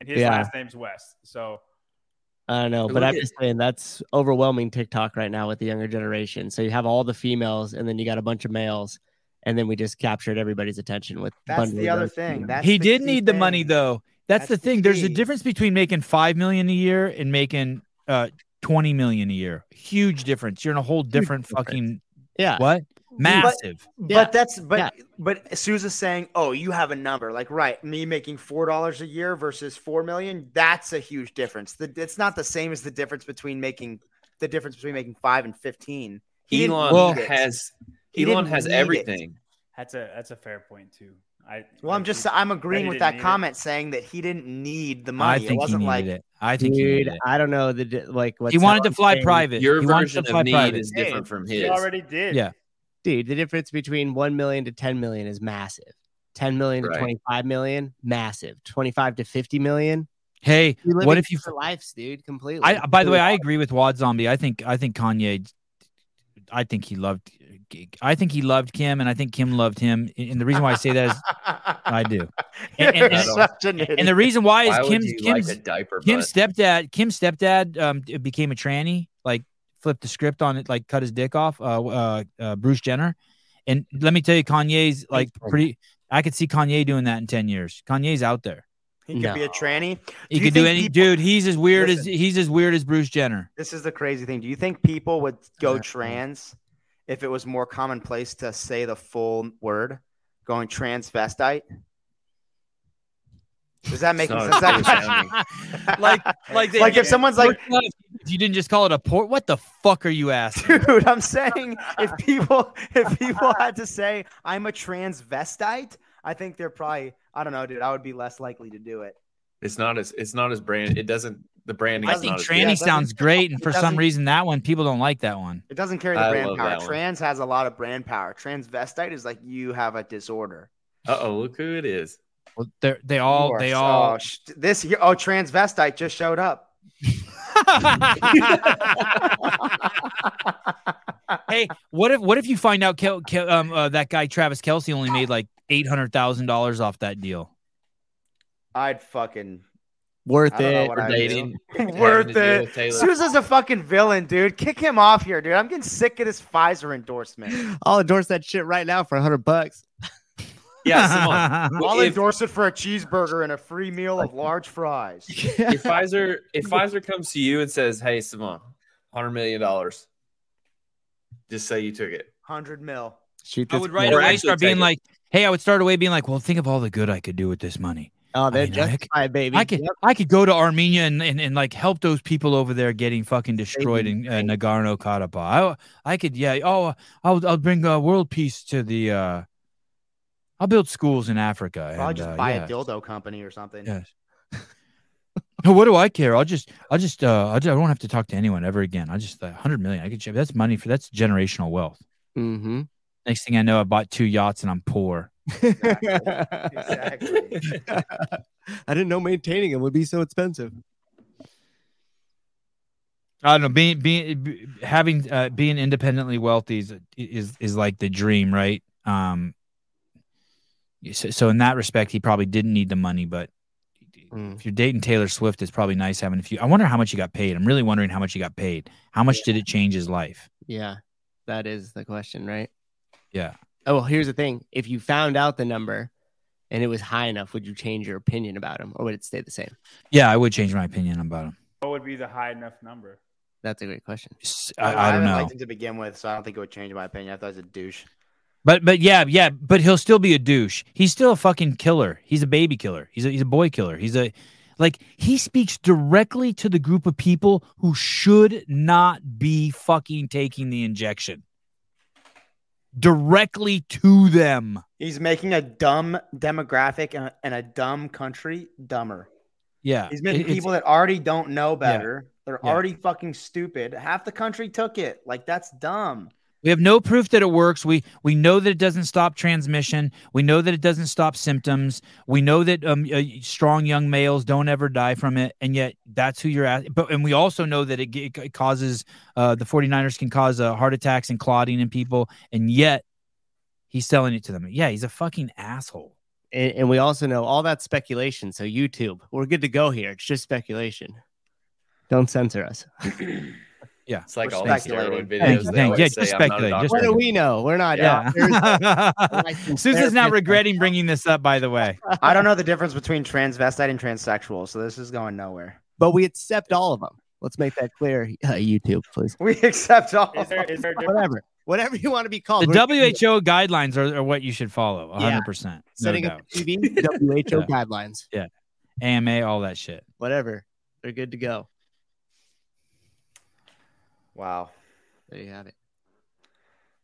S5: and his
S8: Yeah.
S5: last name's West. So
S8: I don't know,
S3: But
S8: but
S3: look
S8: I'm
S3: at-
S8: just saying that's overwhelming TikTok right now with the younger generation. So you have all the females, and then you got a bunch of males, and then we just captured everybody's attention with.
S4: That's
S8: bundling
S4: the other
S8: those
S4: thing.
S8: two.
S4: That's
S2: he
S4: the
S2: did
S4: key
S2: need the money
S4: thing.
S2: though. That's, the
S4: That's the
S2: thing. There's a
S4: key.
S2: difference between making five million a year and making uh twenty million a year. Huge difference. You're in a whole different
S8: difference.
S2: fucking
S3: Uh,
S8: yeah.
S2: what? Massive.
S8: Yeah.
S4: But that's but
S8: Yeah.
S4: but Sousa's saying, oh, you have a number. Like, right, me making four dollars a year versus four million. That's a huge difference. The, it's not the same as the difference between making the difference between making five and fifteen. He didn't
S3: Elon
S4: need it.
S3: has
S4: He
S3: Elon
S4: didn't
S3: has
S4: need it.
S3: everything.
S5: that's a that's a fair point too. I
S4: Well, I'm just I'm agreeing with
S5: didn't
S4: that
S5: need it.
S4: comment saying that he didn't need the
S2: I
S4: money. It
S2: think he
S4: wasn't
S2: needed
S4: like
S2: it. I think he
S8: Dude,
S2: needed it.
S8: I don't know the di- like what
S2: He wanted to fly private.
S3: Your
S2: he wanted
S3: version
S2: to fly
S3: of need
S2: private.
S3: is different from
S5: he
S3: his.
S5: already did.
S2: Yeah.
S8: dude. The difference between one million to ten million is massive. Ten million
S3: Right.
S8: to twenty-five million, massive. Twenty-five to fifty million.
S2: Hey,
S8: You're
S2: what
S8: living
S2: if you
S8: different lives, dude? Completely.
S2: I by the way, I agree with Wad Zombie. I think I think Kanye I think he loved I think he loved Kim and I think Kim loved him. And the reason why I say that is I
S4: [LAUGHS]
S2: do. And- and-
S4: You're such an
S2: and the
S4: idiot.
S2: reason why is
S3: Why would
S2: Kim's
S3: you
S2: Kim's
S3: like a diaper
S2: Kim's
S3: butt?
S2: stepdad Kim's stepdad um d- became a tranny, like flipped the script on it, like cut his dick off. Uh, w- uh, uh Bruce Jenner, and let me tell you, Kanye's like pretty. I could see Kanye doing that in ten years. Kanye's out there.
S4: he could
S8: No.
S4: be a tranny.
S2: He
S4: you
S2: could do
S4: think
S2: any
S4: people-
S2: dude. He's as weird as
S4: Listen.
S2: he's as weird as Bruce Jenner.
S4: This is the crazy thing. Do you think people would go
S2: Uh,
S4: trans if it was more commonplace to say the full word, going transvestite? Does that make
S3: not as
S4: sense?
S3: cool
S4: Does that-
S2: [LAUGHS]
S3: sounding.
S4: [LAUGHS]
S2: like like they-
S4: like if
S2: [LAUGHS]
S4: someone's like,
S2: If you didn't just call it a port. What the fuck are you asking?
S4: dude, I'm saying if people if people had to say I'm a transvestite, I think they're probably I don't know, dude. I would be less likely to do it.
S3: It's not as it's not as brand. It doesn't The branding.
S2: I
S3: is
S2: think
S3: not as
S2: tranny
S3: good.
S4: doesn't-
S2: sounds great, and
S4: it
S2: for some
S4: doesn't-
S2: reason that one people don't like that one.
S4: It doesn't carry the
S3: I
S4: brand
S3: love
S4: power.
S3: that one.
S4: Trans has a lot of brand power. Transvestite is like you have a disorder.
S3: Uh oh, look who it is.
S2: Well, they they all
S4: You are
S2: they
S4: so-
S2: all.
S4: sh- this here. Oh, transvestite just showed up.
S2: [LAUGHS] hey, what if what if you find out Kel, Kel, um, uh, that guy Travis Kelsey only made like eight hundred thousand dollars off that deal?
S4: I'd [LAUGHS] fucking
S8: Worth
S4: I don't know
S8: it.
S2: [LAUGHS]
S4: what
S3: We're
S4: I
S3: dating. having
S4: Worth
S3: to deal
S4: it.
S3: with Taylor.
S4: Sousa's a fucking villain, dude. Kick him off here, dude. I'm getting sick of this Pfizer endorsement.
S8: I'll endorse that shit right now for hundred bucks.
S3: Yeah,
S2: [LAUGHS]
S3: Simone.
S4: I'll
S3: if-
S4: endorse it for a cheeseburger and a free meal of large [LAUGHS] fries.
S3: if Pfizer if Pfizer comes to you and says, "Hey, Simone, hundred million dollars," just say you took it.
S4: Hundred mil.
S8: Shoot
S2: I
S8: this.
S2: would right
S3: Or
S2: away
S3: actually
S2: start
S3: take
S2: being
S3: it.
S2: like, hey, I would start away being like, well, think of all the good I could do with this money.
S8: oh,
S2: I
S8: they're
S2: mean, I could-
S8: justified, baby.
S2: I could
S8: Yep.
S2: I could go to Armenia and, and, and like help those people over there getting fucking destroyed in uh, Nagorno Karabakh. I I could yeah oh I'll I'll bring uh, world peace to the. uh I'll build schools in Africa.
S4: I'll
S2: and,
S4: just
S2: uh,
S4: buy
S2: yeah.
S4: a dildo company or something.
S2: Yes. No, what do I care? I'll just, I'll just, uh, I'll just, I won't have to talk to anyone ever again. I just, uh, hundred million, I could, ship- that's money for that's generational wealth.
S8: Mm-hmm.
S2: Next thing I know, I bought two yachts and I'm poor.
S4: Exactly.
S8: [LAUGHS] I didn't know maintaining it would be so expensive.
S2: I don't know. Being, being, b- having, uh, being independently wealthy is, is, is like the dream, right? Um, so, so in that respect, he probably didn't need the money, but
S8: Mm.
S2: if you're dating Taylor Swift, it's probably nice having a few. I wonder how much he got paid. I'm really wondering how much he got paid. How much did it change his life?
S8: Yeah, that is the question, right?
S2: Yeah.
S8: Oh, well, here's the thing: if you found out the number and it was high enough, would you change your opinion about him, or would it stay the same?
S2: Yeah, I would change my opinion about him.
S5: What would be the high enough number?
S8: That's a great question.
S2: S-
S4: Well,
S2: I, I don't
S4: haven't
S2: know.
S4: liked him to begin with, so I don't think it would change my opinion. I thought he was a douche.
S2: But but yeah yeah. But he'll still be a douche. He's still a fucking killer. He's a baby killer. He's a he's a boy killer. He's a like he speaks directly to the group of people who should not be fucking taking the injection. Directly to them.
S4: He's making a dumb demographic and a, and a dumb country dumber.
S3: Uh,
S2: Yeah.
S4: He's making
S2: It- it's-
S4: people that already don't know better. They're
S2: Yeah.
S4: already fucking stupid. Half the country took it. Like that's dumb.
S2: We have no proof that it works. We we know that it doesn't stop transmission. We know that it doesn't stop symptoms. We know that um, uh, strong young males don't ever die from it, and yet that's who you're at. But and we also know that it, g- it causes uh, the 49ers can cause uh, heart attacks and clotting in people, and yet he's selling it to them. Yeah, he's a fucking asshole.
S8: And, and we also know all that speculation. So YouTube, we're good to go here. It's just speculation. Don't censor us.
S2: Yeah,
S3: It's like
S4: We're
S3: all these steroid
S4: speculating.
S2: Thank
S3: videos.
S2: you, thank
S3: They
S2: you. Yeah,
S3: always
S2: just
S3: say, I'm not a
S2: speculate,
S3: doctor.
S2: just
S8: What do we know? We're not.
S2: yeah. [LAUGHS] Susan's now
S8: Therapist.
S2: regretting bringing this up, by the way.
S4: I don't know the difference between transvestite and transsexual, so this is going nowhere. [LAUGHS]
S8: but we accept all of them. Let's make that clear. Uh, YouTube, please.
S4: We accept all.
S5: Is there, is there a difference?
S8: Whatever, whatever you want to be
S2: The
S8: called. We're-
S2: WHO guidelines are, are what you should follow. 100%. No
S8: setting
S2: doubt.
S8: up the TV,
S2: [LAUGHS]
S8: WHO
S2: Yeah.
S8: guidelines,
S2: AMA, all that shit.
S8: whatever. They're good to go.
S4: [LAUGHS] Wow.
S8: There you have it.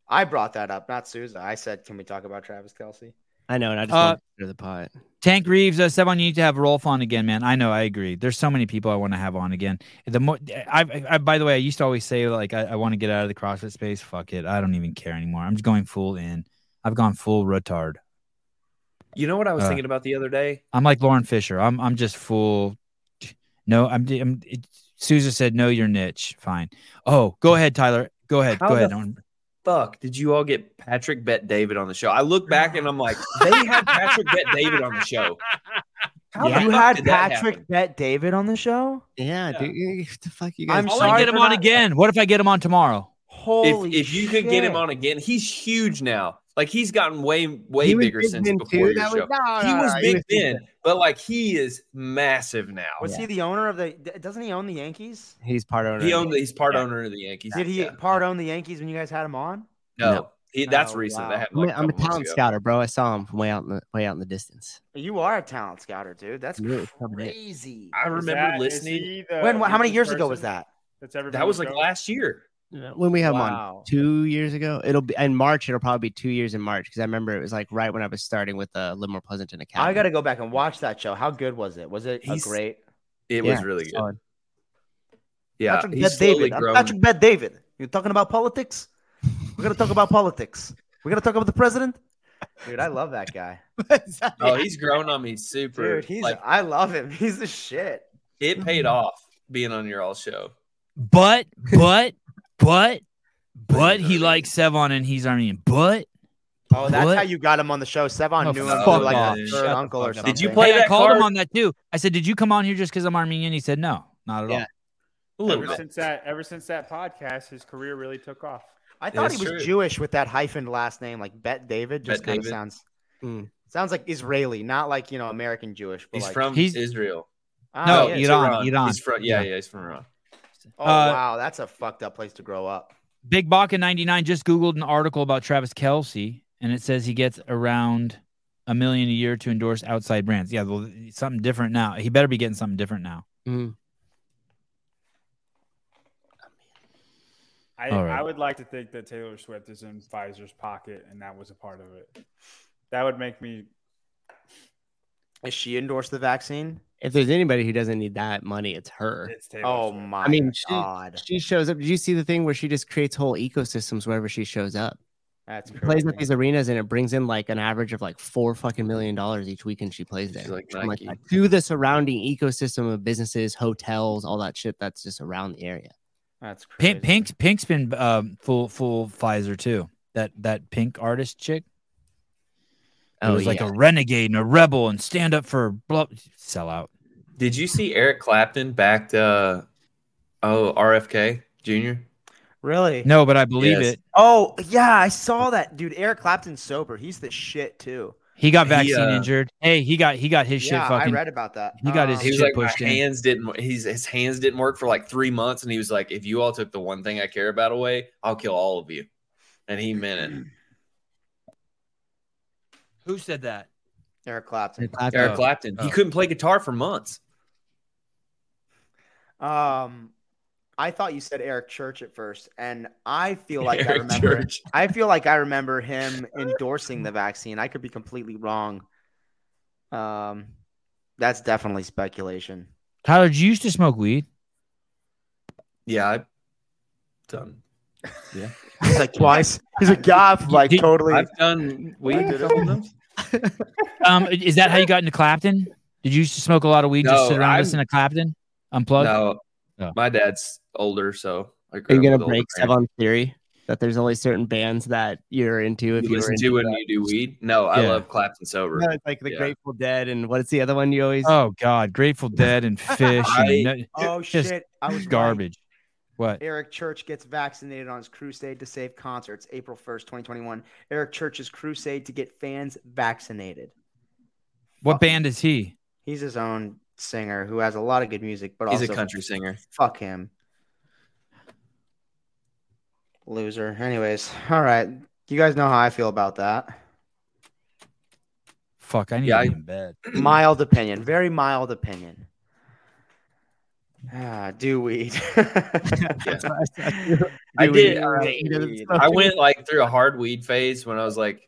S4: I brought that up, not Sousa. I said, "Can we talk about Travis Kelsey?"
S8: I know, and I just
S2: Uh,
S8: want to the pot.
S2: Tank Reeves, uh, Sevon, you need to have Rolf on again, man. I know, I agree. There's so many people I want to have on again. The more, I, I, I by the way, I used to always say like I, I want to get out of the CrossFit space. Fuck it, I don't even care anymore. I'm just going full in. I've gone full retard.
S3: You know what I was
S2: Uh,
S3: thinking about the other day?
S2: I'm like Lauren Fisher. I'm I'm just full. No, I'm. I'm it, Sousa said no. Your niche, fine. Oh, go ahead, Tyler. Go ahead.
S3: How
S2: go
S3: the
S2: ahead. Norm.
S3: Fuck, did you all get Patrick Bet David on the show? I look back and I'm like, they had Patrick Bet David on the show. How
S4: you
S3: the fuck
S4: had
S3: did that
S4: Patrick
S3: happen?
S4: Bet David on the show.
S8: Yeah,
S3: Yeah.
S8: dude, you- what the fuck you guys?
S4: I'm
S2: I
S8: doing?
S2: want to
S4: sorry
S2: get him
S4: for
S2: on
S4: not-
S2: again. What if I get him on tomorrow?
S4: Holy!
S3: If, if you could get him
S4: shit.
S3: on again, he's huge now. Like he's gotten way, way
S8: He was
S3: bigger
S8: big
S3: since
S8: then,
S3: before
S8: too.
S3: your
S8: That
S3: show.
S8: was- no,
S3: he
S8: no,
S3: was
S8: no,
S3: big
S8: big
S3: then, but like he is massive now.
S4: was he the owner of the? Doesn't he own the Yankees?
S8: He's part owner.
S3: He owned. He's part
S2: Yeah.
S3: owner of the Yankees.
S4: Did he
S3: Yeah.
S4: part own the Yankees when you guys had him on?
S3: No,
S8: No.
S3: He, that's
S4: Oh,
S3: recent.
S4: wow.
S3: That happened.
S8: I'm,
S3: Like
S8: a, I'm a
S3: couple months
S8: talent
S3: ago.
S8: scouter, bro. I saw him from way out in the way out in the distance.
S4: You are a talent scouter, dude. That's
S8: Yeah, it's probably it.
S4: crazy.
S3: I
S5: Is
S3: remember
S5: that- is
S3: listening.
S5: he the
S4: When? wh- How many
S5: richest
S4: years ago was
S5: person
S4: that?
S5: That's ever been
S3: That
S5: on
S3: was
S5: the
S3: like
S5: show?
S3: last year.
S8: When we have him on
S4: Wow.
S8: two years ago, it'll be in March. It'll probably be two years in March because I remember it was like right when I was starting with the Livermore Pleasanton Academy.
S4: I got to go back and watch that show. How good was it? Was it a
S3: He's-
S4: great?
S3: It
S8: Yeah,
S3: was really
S8: it's
S3: good.
S8: solid.
S3: Yeah,
S4: Patrick
S3: he's
S4: Bet David.
S3: slowly
S4: I'm
S3: grown.
S4: Patrick Bet David. You're talking about politics? We're gonna talk about politics. We're gonna talk about the president. Dude, I love that
S3: [LAUGHS]
S4: guy.
S3: oh, he's grown on me super.
S4: Dude, he's
S3: like
S4: I love him. [LAUGHS] He's the shit.
S3: it paid off being on your all show.
S2: But but but but he likes Sevon and he's Armenian. But
S4: Oh, that's
S2: What?
S4: how you got him on the show. Sevon
S2: Oh,
S4: knew him
S3: fuck
S4: through, like
S3: off.
S4: a
S3: Shut
S4: third
S2: the
S4: uncle or
S2: fuck up.
S4: something.
S3: Did you play
S2: hey, I
S3: that
S2: called
S3: card?
S2: him on that too. I said, "Did you come on here just because I'm Armenian?" He said, "No, not at
S8: Yeah.
S2: all."
S3: A little
S5: Ever
S3: bit.
S5: since that, ever since that podcast, his career really took off.
S4: I thought he
S3: That's
S4: was
S3: true.
S4: Jewish with that hyphen last name, like Bet David. Just
S3: Bet
S4: kind of
S3: David.
S4: sounds
S8: Hmm.
S4: sounds like Israeli, not like you know American Jewish. But
S3: He's
S4: like,
S3: from
S2: He's-
S3: Israel.
S4: Ah,
S2: No,
S4: yeah.
S2: you Iran, Iran.
S3: He's from yeah, yeah, he's from Iran.
S4: Oh
S2: Uh,
S4: wow, that's a fucked up place to grow up.
S2: Big Bach in '99 just googled an article about Travis Kelsey, and it says he gets around a million a year to endorse outside brands. Yeah, well, something different now. He better be getting something different now.
S5: I,
S2: All right.
S5: I would like to think that Taylor Swift is in Pfizer's pocket, and that was a part of it. That would make me.
S4: Is she endorsed the vaccine?
S8: If there's anybody who doesn't need that money, it's her.
S5: It's Taylor.
S4: Oh
S5: Swift.
S4: my
S8: I mean,
S4: god,
S8: She shows up. Did you see the thing where she just creates whole ecosystems wherever she shows up?
S4: that's
S8: She plays at
S4: crazy.
S8: these arenas and it brings in like an average of like four fucking million dollars each weekend she plays there.
S3: She's like
S8: I'm like
S3: Nike.
S8: that. to the surrounding ecosystem of businesses, hotels, all that shit that's just around the area.
S4: That's crazy.
S2: Pink, Pink's Pink's been um, full full Pfizer too. That that Pink artist chick. It
S8: Oh,
S2: was like
S8: yeah.
S2: a renegade and a rebel and stand up for blah sell out.
S3: Did you see Eric Clapton backed uh oh RFK Jr.?
S4: Really?
S2: No, but I believe
S3: Yes.
S2: it.
S4: Oh yeah, I saw that dude. Eric Clapton's sober. He's the shit too.
S2: He got
S3: He,
S2: vaccine
S3: uh,
S2: injured. Hey, he got he got his
S4: yeah,
S2: shit fucking
S4: I read about that. Um,
S2: he got his
S3: He was
S2: Shit
S3: like my
S2: pushed in.
S3: hands didn't he's his hands didn't work for like three months and he was like, if you all took the one thing I care about away, I'll kill all of you. And he meant it.
S2: Who said that?
S4: Eric Clapton.
S3: Eric Clapton.
S2: Oh.
S3: He couldn't play guitar for months.
S4: Um, I thought you said Eric Church at first, and I
S3: [LAUGHS]
S4: feel like I
S3: Eric
S4: remember.
S3: Church.
S4: I feel like I remember him [LAUGHS] endorsing the vaccine. I could be completely wrong. Um, that's definitely speculation.
S2: Tyler, did you used to smoke weed?
S3: Yeah, I've done. Yeah.
S4: He's like [LAUGHS] twice. He's a guy [LAUGHS] like
S2: Did-
S4: totally.
S3: I've done weed a couple times.
S2: Um, is that how you got into Clapton? Did you used to smoke a lot of weed? just
S3: No,
S2: sit around
S3: I'm-
S2: listening to Clapton? Unplugged?
S3: No,
S2: No.
S3: my dad's older, so I
S8: Are
S3: grew
S8: you
S3: up
S8: gonna
S3: with older
S8: break
S3: parents.
S8: Sevon's theory that there's only certain bands that you're into if
S3: You
S8: you were
S3: listen
S8: into
S3: to when you do weed? No, I
S2: Yeah.
S3: love Clapton sober.
S8: No, it's like the
S3: Yeah.
S8: Grateful Dead and what's the other one you always
S2: Oh God, Grateful Dead and Fish
S3: [LAUGHS] I-
S2: and no-
S4: oh
S2: just
S4: shit! I was right.
S2: garbage. What?
S4: Eric Church gets vaccinated on his crusade to save concerts, April 1st, 2021. Eric Church's crusade to get fans vaccinated.
S2: What band is he?
S4: He's his own singer who has a lot of good music, but
S3: He's
S4: also
S3: a country singer.
S4: fuck him. Loser. Anyways, all right. You guys know how I feel about [CLEARS THROAT] that.
S2: Fuck, I need
S3: Yeah,
S2: to
S3: I-
S2: be in bed.
S4: Mild opinion, very mild opinion. Ah, do weed. [LAUGHS]
S3: I
S8: Do
S3: did.
S8: weed.
S3: uh,
S8: He doesn't smoke.
S3: I went like through a hard weed phase when I was like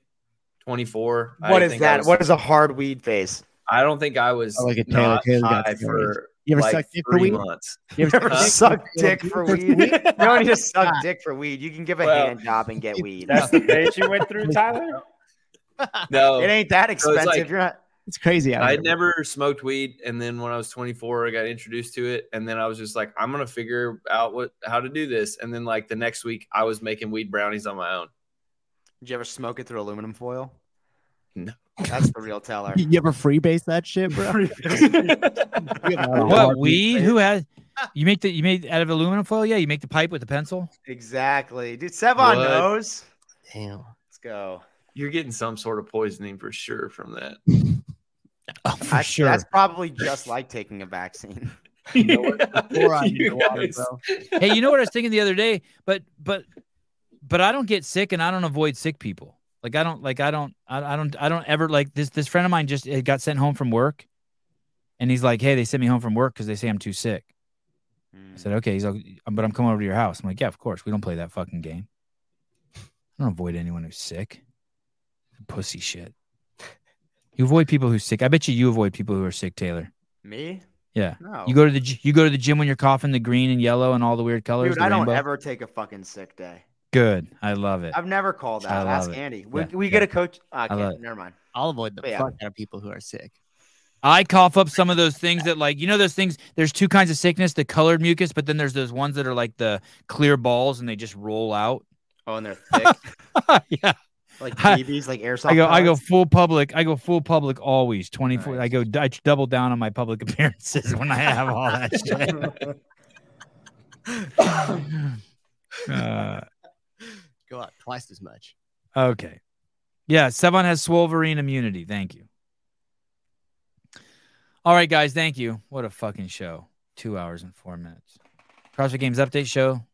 S3: 24. I
S4: what
S3: don't
S4: is
S3: think I
S4: that?
S3: was-
S4: what is a hard weed [LAUGHS] face?
S3: I don't think I was
S8: Oh, like a Taylor
S3: not
S8: Taylor got
S3: high
S8: the
S3: for
S8: You ever
S3: like
S8: sucked dick for
S3: three
S8: weed? [LAUGHS]
S3: months.
S8: [LAUGHS] You ever
S4: Never
S8: sucked dick?
S4: suck dick [LAUGHS] for weed.
S8: [LAUGHS]
S4: you don't need to suck dick for weed. You can give a
S3: Well,
S4: hand job and [LAUGHS] get weed.
S5: That's the phase you went through, Tyler.
S3: No,
S4: it ain't that
S3: So it's
S4: expensive.
S3: like-
S4: You're not.
S8: It's crazy. out
S3: I
S8: here.
S3: had never smoked weed, and then when I was 24, I got introduced to it, and then I was just like, I'm gonna figure out what how to do this, and then like the next week, I was making weed brownies on my own.
S4: [LAUGHS] Did you ever smoke it through aluminum foil?
S3: No.
S4: That's the
S8: [LAUGHS]
S4: real teller.
S8: You ever freebase that shit,
S3: [LAUGHS]
S8: bro?
S2: What weed? Who has? You make the you made out of aluminum foil? Yeah, you make the pipe with the pencil.
S4: exactly, dude. Sevon
S3: What?
S4: knows.
S8: Damn.
S4: Let's go.
S3: You're getting some sort of poisoning for sure from
S8: [LAUGHS]
S3: that.
S2: Oh, for
S4: I-
S2: sure.
S4: That's probably just like taking a vaccine. [LAUGHS]
S3: [LAUGHS] You guys-
S2: hey, you know what I was thinking the other day? But but but I don't get sick and I don't avoid sick people. Like I don't like I don't I, I don't I don't ever like this this friend of mine just uh, got sent home from work and he's like, "Hey, they sent me home from work cuz they say I'm too sick."
S4: Mm.
S2: I said, "Okay." He's like, "Um, "But I'm coming over to your house." I'm like, "Yeah, of course. We don't play that fucking game." I don't avoid anyone who's sick. Pussy shit. You avoid people who's sick. I bet you you avoid people who are sick, Taylor.
S4: Me?
S2: Yeah.
S4: No.
S2: You go to the g- you go to the gym when you're coughing the green and yellow and all the weird colors.
S4: Dude,
S2: the
S4: I don't
S2: rainbow.
S4: ever take a fucking sick day.
S2: Good. I love it.
S4: I've never called
S2: I
S4: out.
S2: love
S4: Ask
S2: it.
S4: Andy. We,
S2: Yeah,
S4: we
S2: yeah.
S4: get a coach. I
S2: love it.
S4: can't. Never mind.
S8: I'll avoid the
S4: But yeah.
S8: fuck out of people who are sick.
S2: I cough up some of those things that like you know those things. There's two kinds of sickness: the colored mucus, but then there's those ones that are like the clear balls and they just roll out.
S4: Oh, and they're thick,
S2: [LAUGHS] yeah.
S4: like
S2: I-
S4: BBs, like airsoft.
S2: I go. I go
S4: pellets.
S2: full public. I go full public always. Twenty four.
S4: Nice.
S2: I go. I double down on my public [LAUGHS] appearances when I have all that shit.
S4: [LAUGHS]
S2: [LAUGHS] Uh,
S8: Go out twice as much.
S2: okay. Yeah, Sevon has Swolverine immunity. Thank you. All right, guys. Thank you. What a fucking show. Two hours and four minutes. CrossFit Games update show.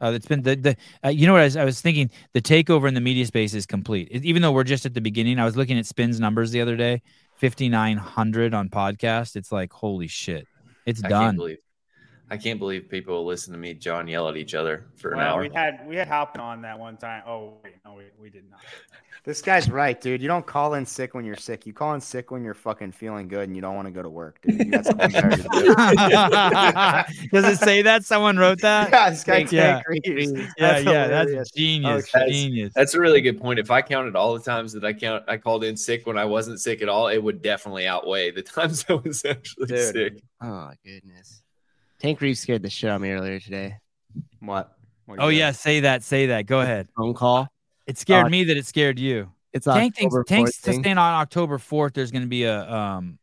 S2: Uh, it's been the, the uh, you know what I was, I was thinking the takeover in the media space is complete. It- even though we're just at the beginning, I was looking at Spin's numbers the other day, fifty nine hundred on podcast. It's like holy shit, it's
S3: I can't
S2: done.
S3: believe. I can't believe people listen to me John yell at each other for an
S5: Well,
S3: hour.
S5: we had we had Halpin on that one time. Oh wait, no, we, we did not.
S4: This guy's right, dude. You don't call in sick when you're sick. You call in sick when you're fucking feeling good and you don't want to go to work, dude. You got something better to
S2: [LAUGHS]
S4: do.
S2: Does it say that someone wrote
S4: [LAUGHS]
S2: that?
S4: [LAUGHS] yeah, this guy
S2: Yeah.
S4: can't breathe.
S2: Yeah,
S4: That's
S2: yeah,
S4: hilarious.
S2: that's genius,
S3: that's-
S2: genius.
S3: That's a really good point. If I counted all the times that I count, I called in sick when I wasn't sick at all, it would definitely outweigh the [LAUGHS] times I was actually
S4: Dude.
S3: sick.
S8: Oh goodness. Tank Reeves scared the shit out of me earlier today.
S4: What? What are
S2: Oh
S4: you
S2: yeah, say that, say that. Go ahead.
S8: Phone call.
S2: It scared
S8: Uh,
S2: me that it scared you.
S8: It's
S2: Tank thinks
S8: October
S2: Tank's
S8: 4th thing.
S2: saying on October fourth there's going to be a. Um,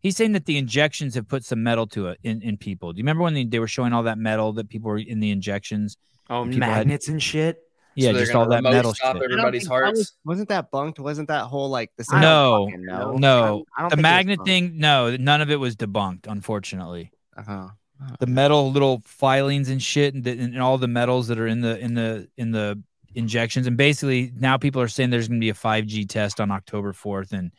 S2: he's saying that the injections have put some metal to it in, in people. Do you remember when they, they were showing all that metal that people were in the injections?
S4: doing? Oh,
S2: people had-
S4: magnets and shit.
S2: Yeah,
S3: they're
S2: just
S3: gonna
S2: all that
S3: remote
S2: metal shit.
S3: stop
S8: I don't
S3: everybody's
S8: think that
S3: hearts.
S8: was- wasn't that bunked? Wasn't that whole like the
S4: I don't
S2: No,
S4: fucking know.
S2: no.
S4: I
S2: The
S4: don't think it was
S2: magnet
S4: fun.
S2: thing, no, none of it was debunked, unfortunately.
S8: Uh-huh.
S2: The metal little filings and shit, and, the, and all the metals that are in the in the in the injections, and basically now people are saying there's going to be a 5G test on October 4th, and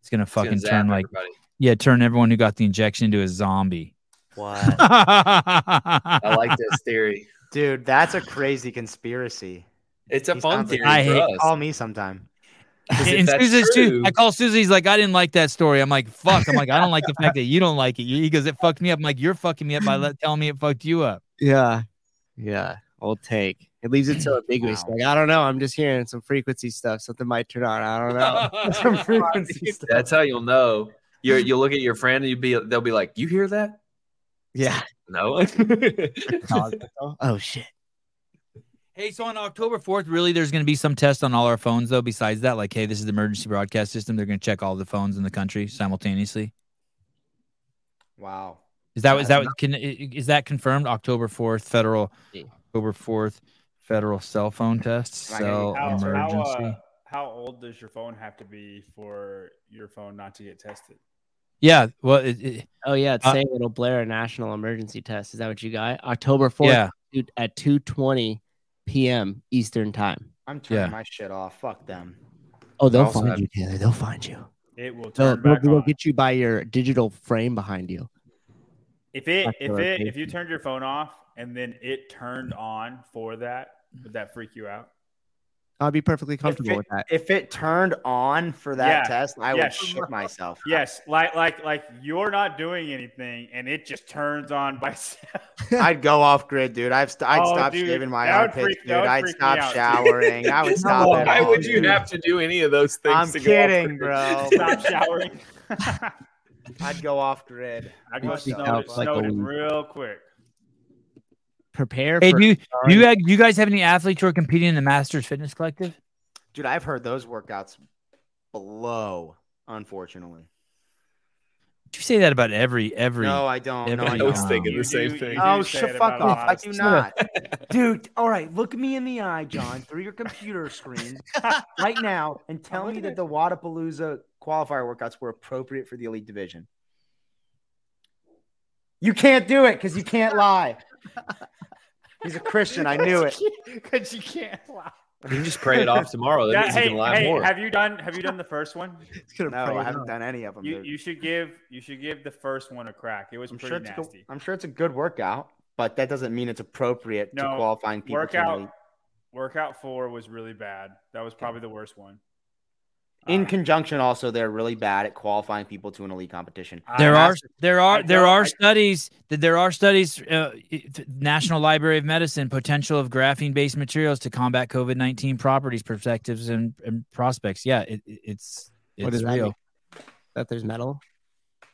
S2: it's going to
S3: It's gonna
S2: fucking
S3: zap
S2: turn like
S3: everybody.
S2: Yeah, turn everyone who got the injection into a zombie. [LAUGHS]
S4: What?
S3: I
S2: I
S3: like this theory.
S4: Dude, that's a crazy conspiracy.
S3: It's a
S4: He
S3: fun
S4: sounds like-
S3: theory
S2: I
S3: for
S2: hate-
S3: us.
S4: Call me sometime.
S3: Because if
S2: And
S3: that's
S2: Susie's too.
S3: true-
S2: I call Susie. He's like, I didn't like that story. I'm like, fuck. I'm like, I don't like the fact that you don't like it. He goes, it fucked me up. I'm like, you're fucking me up by let, telling me it fucked you up.
S8: Yeah. Yeah. Old tank. It leaves it so ambiguous.
S4: Wow.
S8: Like, I don't know. I'm just hearing some frequency stuff. Something might turn on. I don't know. [LAUGHS]
S4: Some frequency stuff.
S3: That's how you'll know. You're, you'll look at your friend and you'll be they'll be like, "You hear that?"
S8: yeah.
S2: [LAUGHS]
S3: No.
S8: Oh shit.
S2: Hey, so on October 4th, really, there's going to be some test on all our phones, though. Besides that, like, hey, this is the emergency broadcast system. They're going to check all the phones in the country simultaneously.
S4: Wow.
S2: Is that is that can is that confirmed? October 4th, federal
S8: Yeah.
S2: October 4th, federal cell phone test. Cell
S5: How,
S2: Oh, emergency.
S5: how, uh, how old does your phone have to be for your phone not to get tested?
S2: Yeah. Well, it, it,
S8: Oh yeah. It's
S2: Uh,
S8: saying it'll blare a national emergency test. Is that what you got? October fourth
S2: yeah.
S8: at two twenty p.m. Eastern time.
S4: I'm turning
S2: Yeah.
S4: my shit off. Fuck them.
S8: Oh, they'll
S3: Also,
S8: find
S3: I've-
S8: you, Taylor. They'll find you.
S5: It will
S8: They'll,
S5: turn
S8: they'll,
S5: back
S8: they'll
S5: on.
S8: get you by your digital frame behind you.
S5: If it
S8: Back to
S5: if it if you
S8: rotation.
S5: turned your phone off and then it turned on for that, would that freak you out?
S8: I'd be perfectly comfortable
S4: it-
S8: with that.
S4: If it turned on for that
S5: Yeah.
S4: test, I
S5: Yeah.
S4: would shit myself.
S5: Yes, like like like you're not doing anything and it just turns on by [LAUGHS] itself.
S4: [LAUGHS] I'd go off grid, dude. I've st- I'd
S5: Oh,
S4: stop
S5: dude,
S4: shaving my
S5: that would
S4: armpits,
S5: freak-
S4: dude.
S5: that would
S4: I'd
S5: freak me
S4: stop
S5: out, dude.
S3: [LAUGHS]
S4: showering. I
S5: [LAUGHS]
S4: would stop it.
S3: Why
S4: all,
S3: would you
S4: dude.
S3: have to do any of those things?
S4: I'm
S3: to go off
S4: kidding,
S3: the-
S4: bro.
S5: Stop showering.
S4: I'd go off grid.
S5: I go
S8: Freak
S5: snowden,
S8: out like a
S5: Snowden
S8: weed.
S5: real quick.
S8: Prepare
S2: hey,
S8: for
S2: do you, do you, do you guys have any athletes who are competing in the Masters Fitness Collective?
S4: Dude, I've heard those workouts blow, unfortunately.
S2: You say that about every every.
S4: No, I don't. No, I
S2: Everybody
S3: [LAUGHS] I was
S2: knows.
S4: don't.
S3: thinking
S5: You
S3: the same
S5: do-
S3: thing.
S5: you
S4: Oh,
S5: do say
S4: shut
S5: it
S4: fuck
S5: about a lot
S4: off.
S5: of
S4: I do
S5: [LAUGHS] stuff.
S4: not. Dude, all right, look me in the eye, John, through your computer screen right now and tell me that the Wadapalooza qualifier workouts were appropriate for the elite division. You can't do it because you can't lie. He's a Christian. I knew it.
S5: Because you can't lie.
S3: You can just pray it off tomorrow. That,
S5: That-
S3: means you
S5: hey,
S3: can lie
S5: hey,
S3: more.
S5: have you done have you done the first one?
S4: No, I haven't done any of them.
S5: You,
S4: dude.
S5: you should give you should give the first one a crack. It was
S4: I'm, sure
S5: pretty
S4: it's a good,
S5: nasty.
S4: I'm sure it's a good workout, but that doesn't mean it's appropriate to
S5: No,
S4: qualifying people. to
S5: Workout
S4: elite.
S5: workout four was really bad. That was probably the worst one.
S4: In conjunction, also they're really bad at qualifying people to an elite competition.
S2: There
S4: I
S2: are
S4: asked-
S2: there are
S4: I
S2: there
S4: don't-
S2: are
S4: I-
S2: studies that there are studies. Uh, it- National Library of Medicine potential of graphene based materials to combat COVID nineteen properties, perspectives, and, and prospects. Yeah, it, it- it's it's
S8: What does that mean?
S2: real.
S8: that there's metal.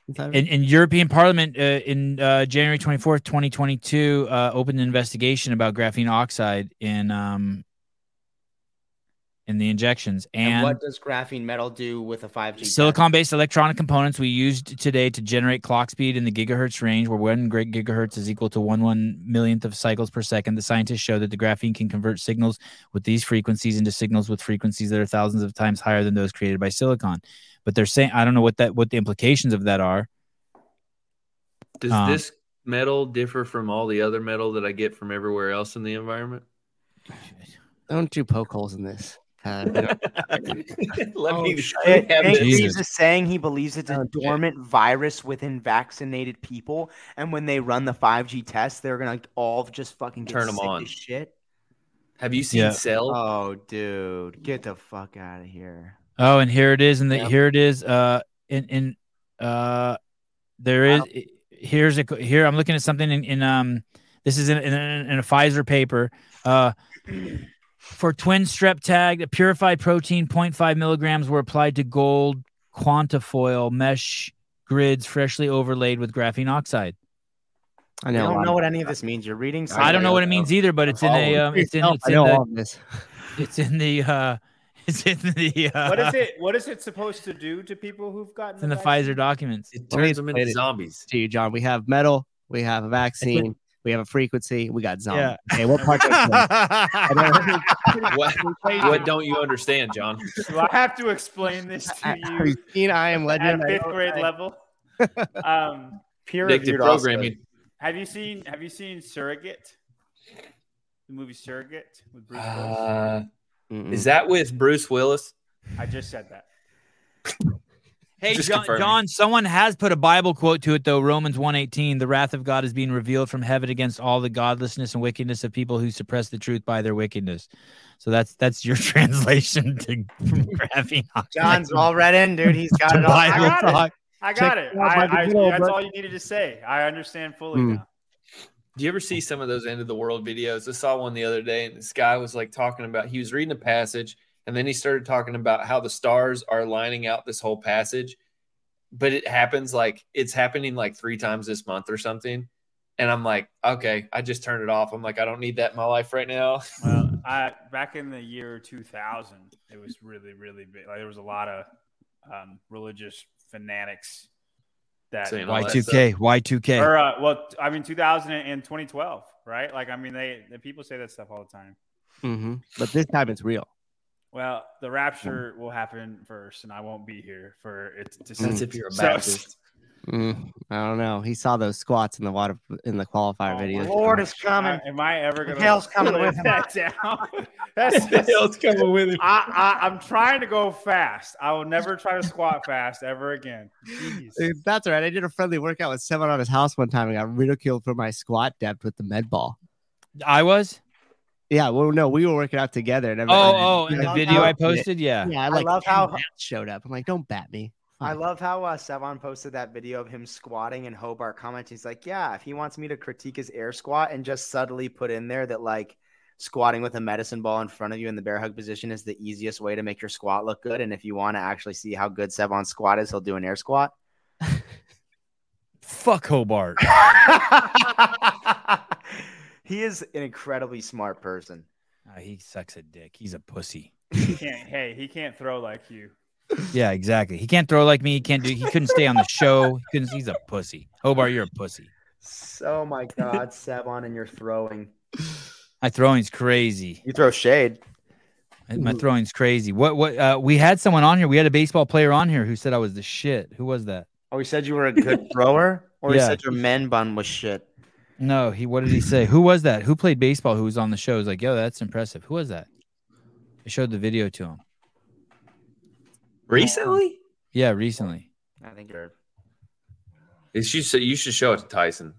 S8: inside of it?
S2: In, in European Parliament uh, in uh, January 24th, 2022, uh, opened an investigation about graphene oxide in um, in the injections
S4: And,
S2: and,
S4: what does graphene metal do with a 5G?
S2: silicon-based electronic components we used today to generate clock speed in the gigahertz range, where one gig- gigahertz is equal to one one millionth of cycles per second. The scientists show that the graphene can convert signals with these frequencies into signals with frequencies that are thousands of times higher than those created by silicon. But they're saying I don't know what that what the implications of that are.
S3: Does
S2: Um,
S3: this metal differ from all the other metal that I get from everywhere else in the [LAUGHS] environment?
S8: Don't you poke holes in this? Uh, I don't-
S3: Let
S4: Oh,
S3: me [LAUGHS]
S4: shit. And
S2: Jesus.
S4: he's just saying he believes it's a dormant virus within vaccinated people, and when they run the 5G test, they're gonna all just fucking get
S3: Turn 'em
S4: sick
S3: on.
S4: as Shit.
S3: Have you seen
S2: Yeah.
S3: Cell?
S4: Oh, dude, get the fuck out of here.
S2: Oh, and here it is, and the,
S8: Yeah.
S2: here it is. Uh, in in uh, there is here's a here I'm looking at something in, in um this is in, in, in a Pfizer paper. Uh, for twin strep tag, a purified protein 0.5 milligrams were applied to gold quantifoil mesh grids freshly overlaid with graphene oxide.
S8: I
S4: I
S8: know. a
S4: don't
S8: lot
S4: know
S8: of-
S4: what any of this means. You're reading.
S2: I, don't know what it
S4: something.
S2: means either, but it's in a um, it's in
S8: Oh,
S2: it's
S8: I
S2: in
S8: know all
S2: the
S8: of this.
S2: it's in the uh, [LAUGHS] it's in the uh,
S5: What is it? What is it supposed to do to people who've gotten
S2: It's [LAUGHS] in the
S5: vaccine?
S2: Pfizer
S3: [LAUGHS]
S2: documents.
S3: It
S8: Let me
S3: turns them into
S8: explain it.
S4: [LAUGHS]
S3: zombies.
S8: to you, John. We have metal, we have a vaccine, we have a frequency, we got zombie.
S2: Yeah.
S8: Okay, what part? goes
S2: [LAUGHS]
S8: first? I
S3: What, what don't you understand, John?
S2: [LAUGHS]
S5: Do I have to explain this to
S8: don't- Have
S5: you
S8: you seen I Am
S5: at
S8: Legend? I
S5: fifth
S8: don't-
S5: grade
S8: I- [LAUGHS]
S5: level? Um, peer
S3: Addictive
S5: reviewed also.
S3: programming.
S5: Have you seen Have you seen Surrogate? The movie Surrogate with Bruce Willis.
S3: Uh,
S8: Mm-mm.
S3: is that with Bruce Willis?
S5: I just said that.
S2: Hey
S3: Just
S2: John,
S3: confirming.
S2: John, someone has put a Bible quote to it though. Romans 1:18, the wrath of God is being revealed from heaven against all the godlessness and wickedness of people who suppress the truth by their wickedness. So that's that's your [LAUGHS] translation to
S4: [LAUGHS]
S2: from graphene oxide.
S4: John's all read in, dude. He's
S2: [LAUGHS]
S4: got [LAUGHS]
S2: to
S4: it all. I
S2: Bible
S4: got it.
S2: talk.
S5: I got
S8: Check
S5: it.
S8: it out by the
S5: I, I,
S8: good old
S5: that's
S8: book.
S5: all you needed to say. I understand fully
S8: Hmm.
S5: now.
S3: Do you ever see some of those end of the world videos? I saw one the other day, and this guy was like talking about he was reading a passage, and then he started talking about how the stars are lining out this whole passage, but it happens like it's happening like three times this month or something. And I'm like, okay, I just turned it off. I'm like, I don't need that in my life right now. [LAUGHS]
S5: Well, I, back in the year 2000, it was really, really big. Like, there was a lot of um, religious fanatics that.
S3: So, you know, like-
S2: Y2K, Y2K. [LAUGHS]
S5: or, uh, well, I mean, 2000 and 2012, right? Like, I mean, they the people say that stuff all the time.
S8: Mhm. But this time it's real.
S5: Well, the rapture will happen first, and I won't be here for it to
S3: Hmm. That's
S5: see.
S3: if you're a
S5: So-
S3: Baptist.
S8: Mm, I don't know. He saw those squats in the water in the qualifier
S5: Oh,
S8: video.
S5: my
S4: Lord is coming.
S5: [LAUGHS] I- am I ever going to?
S4: hell's coming
S5: live
S4: with him.
S5: that down? [LAUGHS]
S3: [LAUGHS]
S5: That's just,
S3: coming with him.
S5: I, I, I'm trying to go fast. I will never try to squat fast ever again. Jeez.
S3: [LAUGHS]
S8: Dude, [LAUGHS] That's all right. I did a friendly workout with someone on his house one time and got ridiculed for my squat depth with the med ball.
S2: I was?
S8: Yeah, well, no, we were working out together. And everything.
S2: Oh, oh, in the
S4: Yeah.
S2: video I
S8: Yeah.
S2: posted, yeah.
S8: yeah, I,
S4: I
S8: like,
S4: love
S8: ten
S4: how-
S8: bats showed up. I'm like, don't bat me.
S4: I love how uh, Sevan posted that video of him squatting and Hobart comments. He's like, "Yeah, if he wants me to critique his air squat and just subtly put in there that like squatting with a medicine ball in front of you in the bear hug position is the easiest way to make your squat look good. And if you want to actually see how good Sevan's squat is, he'll do an air squat." [LAUGHS]
S2: Fuck Hobart.
S4: he is an incredibly smart person.
S2: Ah, he sucks a dick. He's a pussy.
S5: He can't. Hey, he can't throw like you.
S2: Yeah, exactly. He can't throw like me. He can't do he couldn't stay on the show. He couldn't he's a pussy. Hobart, you're a pussy.
S4: So my God, Sevan, and your throwing.
S2: My throwing's crazy.
S4: You throw shade.
S2: My throwing's crazy. What what uh, we had someone on here. We had a baseball player on here who said I was the shit. Who was that?
S4: Or Oh, he said you were a good thrower, or he
S2: Yeah.
S4: said your men bun was shit.
S2: No, he what did he say? Who was that? Who played baseball who was on the show? He's like, yo, that's impressive. Who was that? I showed the video to him.
S3: Recently?
S2: Yeah, recently.
S4: I think you're
S3: It's you should you should show it to Tyson.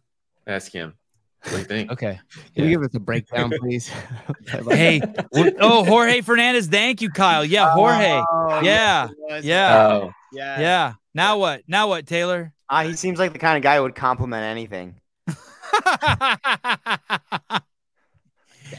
S3: Ask him. What do you
S2: [LAUGHS]
S3: think?
S2: Okay.
S8: Can
S2: Yeah.
S8: you give us a breakdown, please? [LAUGHS] I'd like-
S3: [LAUGHS]
S2: Hey. w- oh, Jorge Fernandez. Thank you, Kyle. Yeah, Jorge.
S4: Oh,
S2: Yeah.
S4: yes,
S8: [LAUGHS]
S4: it was.
S2: Yeah.
S3: Oh,
S4: Yes.
S2: Yeah. Now what? Now what, Taylor? [LAUGHS]
S4: Ah, he seems like the kind of guy who would compliment anything.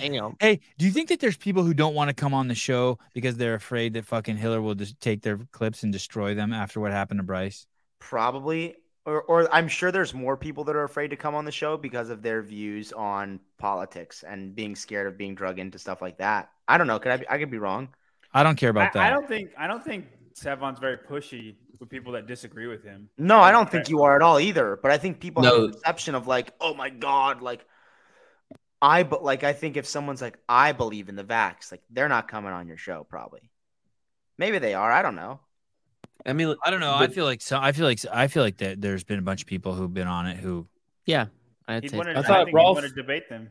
S8: Damn.
S2: hey, do you think that there's people who don't want to come on the show because they're afraid that fucking Hiller will just take their clips and destroy them after what happened to Bryce?
S4: Probably. Or, or I'm sure there's more people that are afraid to come on the show because of their views on politics and being scared of being drug into stuff like that. I don't know. Could I? Be, I could be wrong.
S2: I don't care
S5: I,
S2: about that.
S5: I don't think I don't think Savon's very pushy with people that disagree with him.
S4: No, I don't think you are at all either. But I think people have
S3: No.
S4: a perception of like, oh my god, like I but like I think if someone's like, I believe in the vax, like they're not coming on your show probably. Maybe they are. I don't know.
S3: I mean,
S2: I don't know. I feel like so. I feel like I feel like that there's been a bunch of people who've been on it who.
S8: I'd
S5: He'd
S8: say
S5: wanna-
S8: so.
S5: I
S3: thought
S5: think he'd
S3: Rolf-
S5: wanna debate them.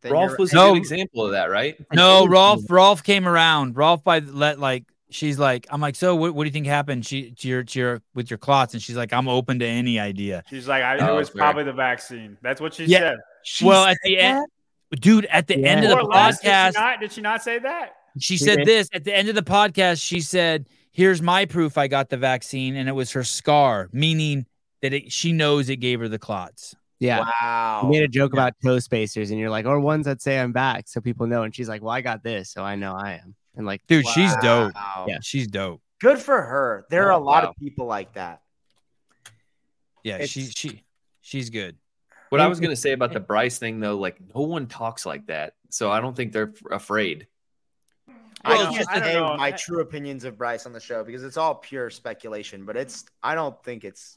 S4: Then
S3: Rolf
S4: you're-
S3: was
S2: No.
S3: a good example of that, right?
S2: No, Rolf. Rolf came around. Rolf by the- let like she's like I'm like so what, what do you think happened? She to your to your with your clots and she's like I'm open to any idea.
S5: She's like, I,
S3: Oh,
S5: it was
S3: fair.
S5: probably the vaccine. That's what she
S2: Yeah.
S5: said.
S4: She
S2: well, at the end, dude, at the end of the
S5: Or last, did she
S2: podcast,
S5: not- did she not say that?
S2: she
S8: She
S2: said
S8: did.
S2: this at the end of the podcast. She said, "Here's my proof. I got the vaccine, and it was her scar, meaning that it, she knows it gave her the clots."
S8: Yeah.
S4: Wow.
S8: You made a joke about toe spacers, and you're like, or ones that say I'm back, so people know. And she's like, well, I got this, so I know I am. And like,
S2: Dude, she's dope.
S4: Wow.
S8: Yeah.
S2: She's dope.
S4: Good for her. There are a
S3: Oh,
S4: lot
S3: wow.
S4: of people like that.
S2: Yeah,
S4: It's-
S2: she she she's good.
S3: What I was gonna say about the Bryce thing, though, like no one talks like that, so I don't think they're f- afraid.
S4: I
S2: Well,
S4: don't,
S2: just
S4: I don't
S5: the-
S4: know my true opinions of Bryce on the show because it's all pure speculation, but it's I don't think it's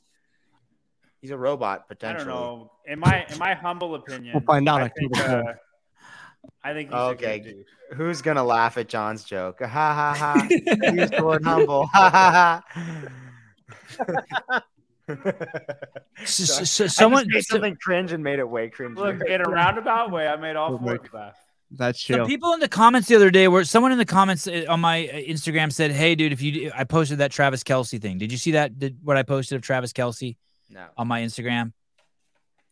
S4: he's a robot
S5: I don't
S4: potentially.
S5: know. In my in my humble opinion,
S8: We'll find out
S5: I think,
S8: October
S5: uh, I think he's okay.
S4: Okay. Who's gonna laugh at John's joke? Ha ha [LAUGHS] ha. Use the word humble. Ha ha ha.
S2: S- s- s- someone,
S4: I just made something cringe and made it way cringe.
S5: Look, in a roundabout way, I made all four of that.
S8: that's
S2: so-
S8: true.
S2: some people in the comments the other day were someone in the comments uh, on my uh, Instagram said, "Hey, dude, if you I posted that Travis Kelsey thing. Did you see that? Did, what I posted of Travis Kelsey
S4: no.
S2: on my Instagram?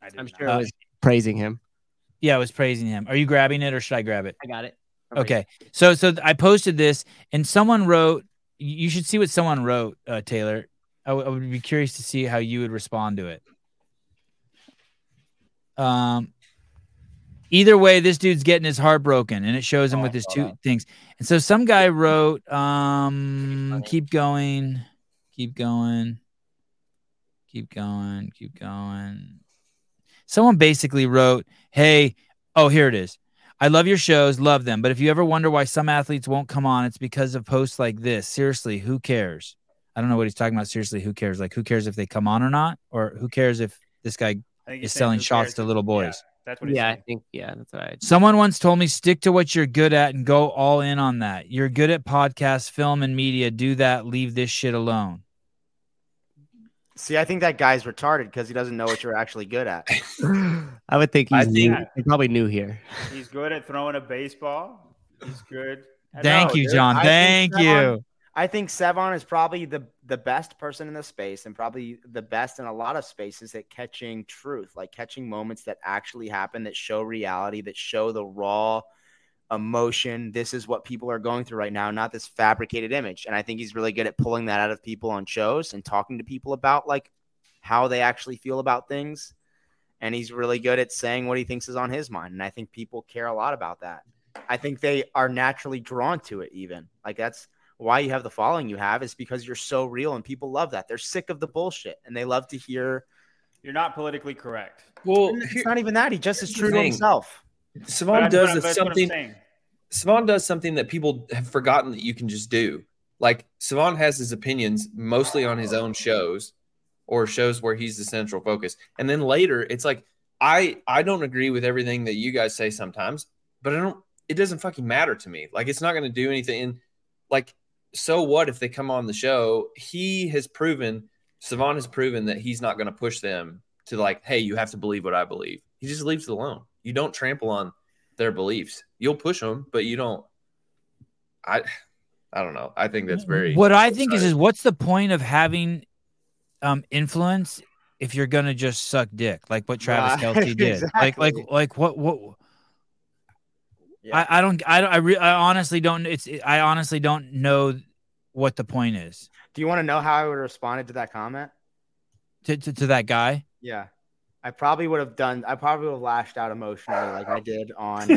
S5: I did
S8: I'm
S5: not.
S8: sure
S2: Uh,
S8: it was praising him.
S2: Yeah, I was praising him. Are you grabbing it or should I grab it?
S8: I got it.
S2: Okay, so so I posted this and someone wrote. You should see what someone wrote, uh, Taylor. I, w- I would be curious to see how you would respond to it. Um, either way, this dude's getting his heart broken, and it shows him
S3: Oh, I
S2: with his
S3: saw
S2: two
S3: that.
S2: things. And so some guy wrote, um,
S3: funny.
S2: "Keep going, keep going, keep going, keep going." Someone basically wrote, "Hey, oh here it is. I love your shows, love them, but if you ever wonder why some athletes won't come on, it's because of posts like this. Seriously, who cares?" I don't know what he's talking about. Seriously, who cares? Like, who cares if they come on or not, or who cares if this guy
S5: I think
S2: is
S5: he's saying
S2: selling
S5: who
S2: shots
S5: cares?
S2: to little
S5: Yeah,
S2: boys?
S5: that's what he's
S8: Yeah, I
S5: yeah.
S8: think yeah, that's right.
S2: Someone once told me, stick to what you're good at and go all in on that. You're good at podcasts, film, and media. Do that. Leave this shit alone.
S4: See, I think that guy's retarded because he doesn't know what you're actually good at.
S8: I would think he's
S3: I
S8: new.
S5: think-
S8: He's probably new here.
S5: saying. He's good at throwing a baseball. He's good. at-
S2: Thank
S4: know,
S2: you,
S4: dude.
S2: John.
S4: I
S2: Thank
S4: think that
S2: you.
S4: I think Savon is probably the the best person in the space and probably the best in a lot of spaces at catching truth, like catching moments that actually happen that show reality, that show the raw emotion. This is what people are going through right now, not this fabricated image. And I think he's really good at pulling that out of people on shows and talking to people about like how they actually feel about things. And he's really good at saying what he thinks is on his mind. And I think people care a lot about that. I think they are naturally drawn to it, even. Like that's why you have the following you have is because you're so real and people love that. They're sick of the bullshit and they love to hear.
S5: You're not politically correct.
S3: Well,
S4: It's not even that. He just is
S3: here's the
S4: true to
S3: thing.
S4: himself.
S5: But
S3: Savon
S5: that's what I'm-
S3: does
S5: that's what I'm
S3: something.
S5: saying.
S3: Savon does something that people have forgotten that you can just do. Like Savon has his opinions mostly on his own shows or shows where he's the central focus. And then later it's like I I don't agree with everything that you guys say sometimes, but I don't it doesn't fucking matter to me. Like it's not going to do anything And, like so what if they come on the show? He has proven Savon has proven that he's not going to push them to like hey, you have to believe what I believe. He just leaves it alone. You don't trample on their beliefs. You'll push them, but you don't. I, I don't know. I think that's very [LAUGHS]
S2: What I think is,
S3: sorry.
S2: is what's the point of having um, influence if you're gonna just suck dick like what Travis
S4: [LAUGHS] Right,
S2: Kelce did? Like like
S4: exactly.
S2: like what what?
S4: Yeah.
S2: I, I don't I don't I, re, I honestly don't it's I honestly don't know what the point is
S4: Do you want to know how I would have responded to that comment?
S2: to to, to that
S4: [LAUGHS]
S2: guy.
S4: Yeah. I probably would have done. I probably would have lashed out emotionally, like I did
S3: [LAUGHS]
S4: on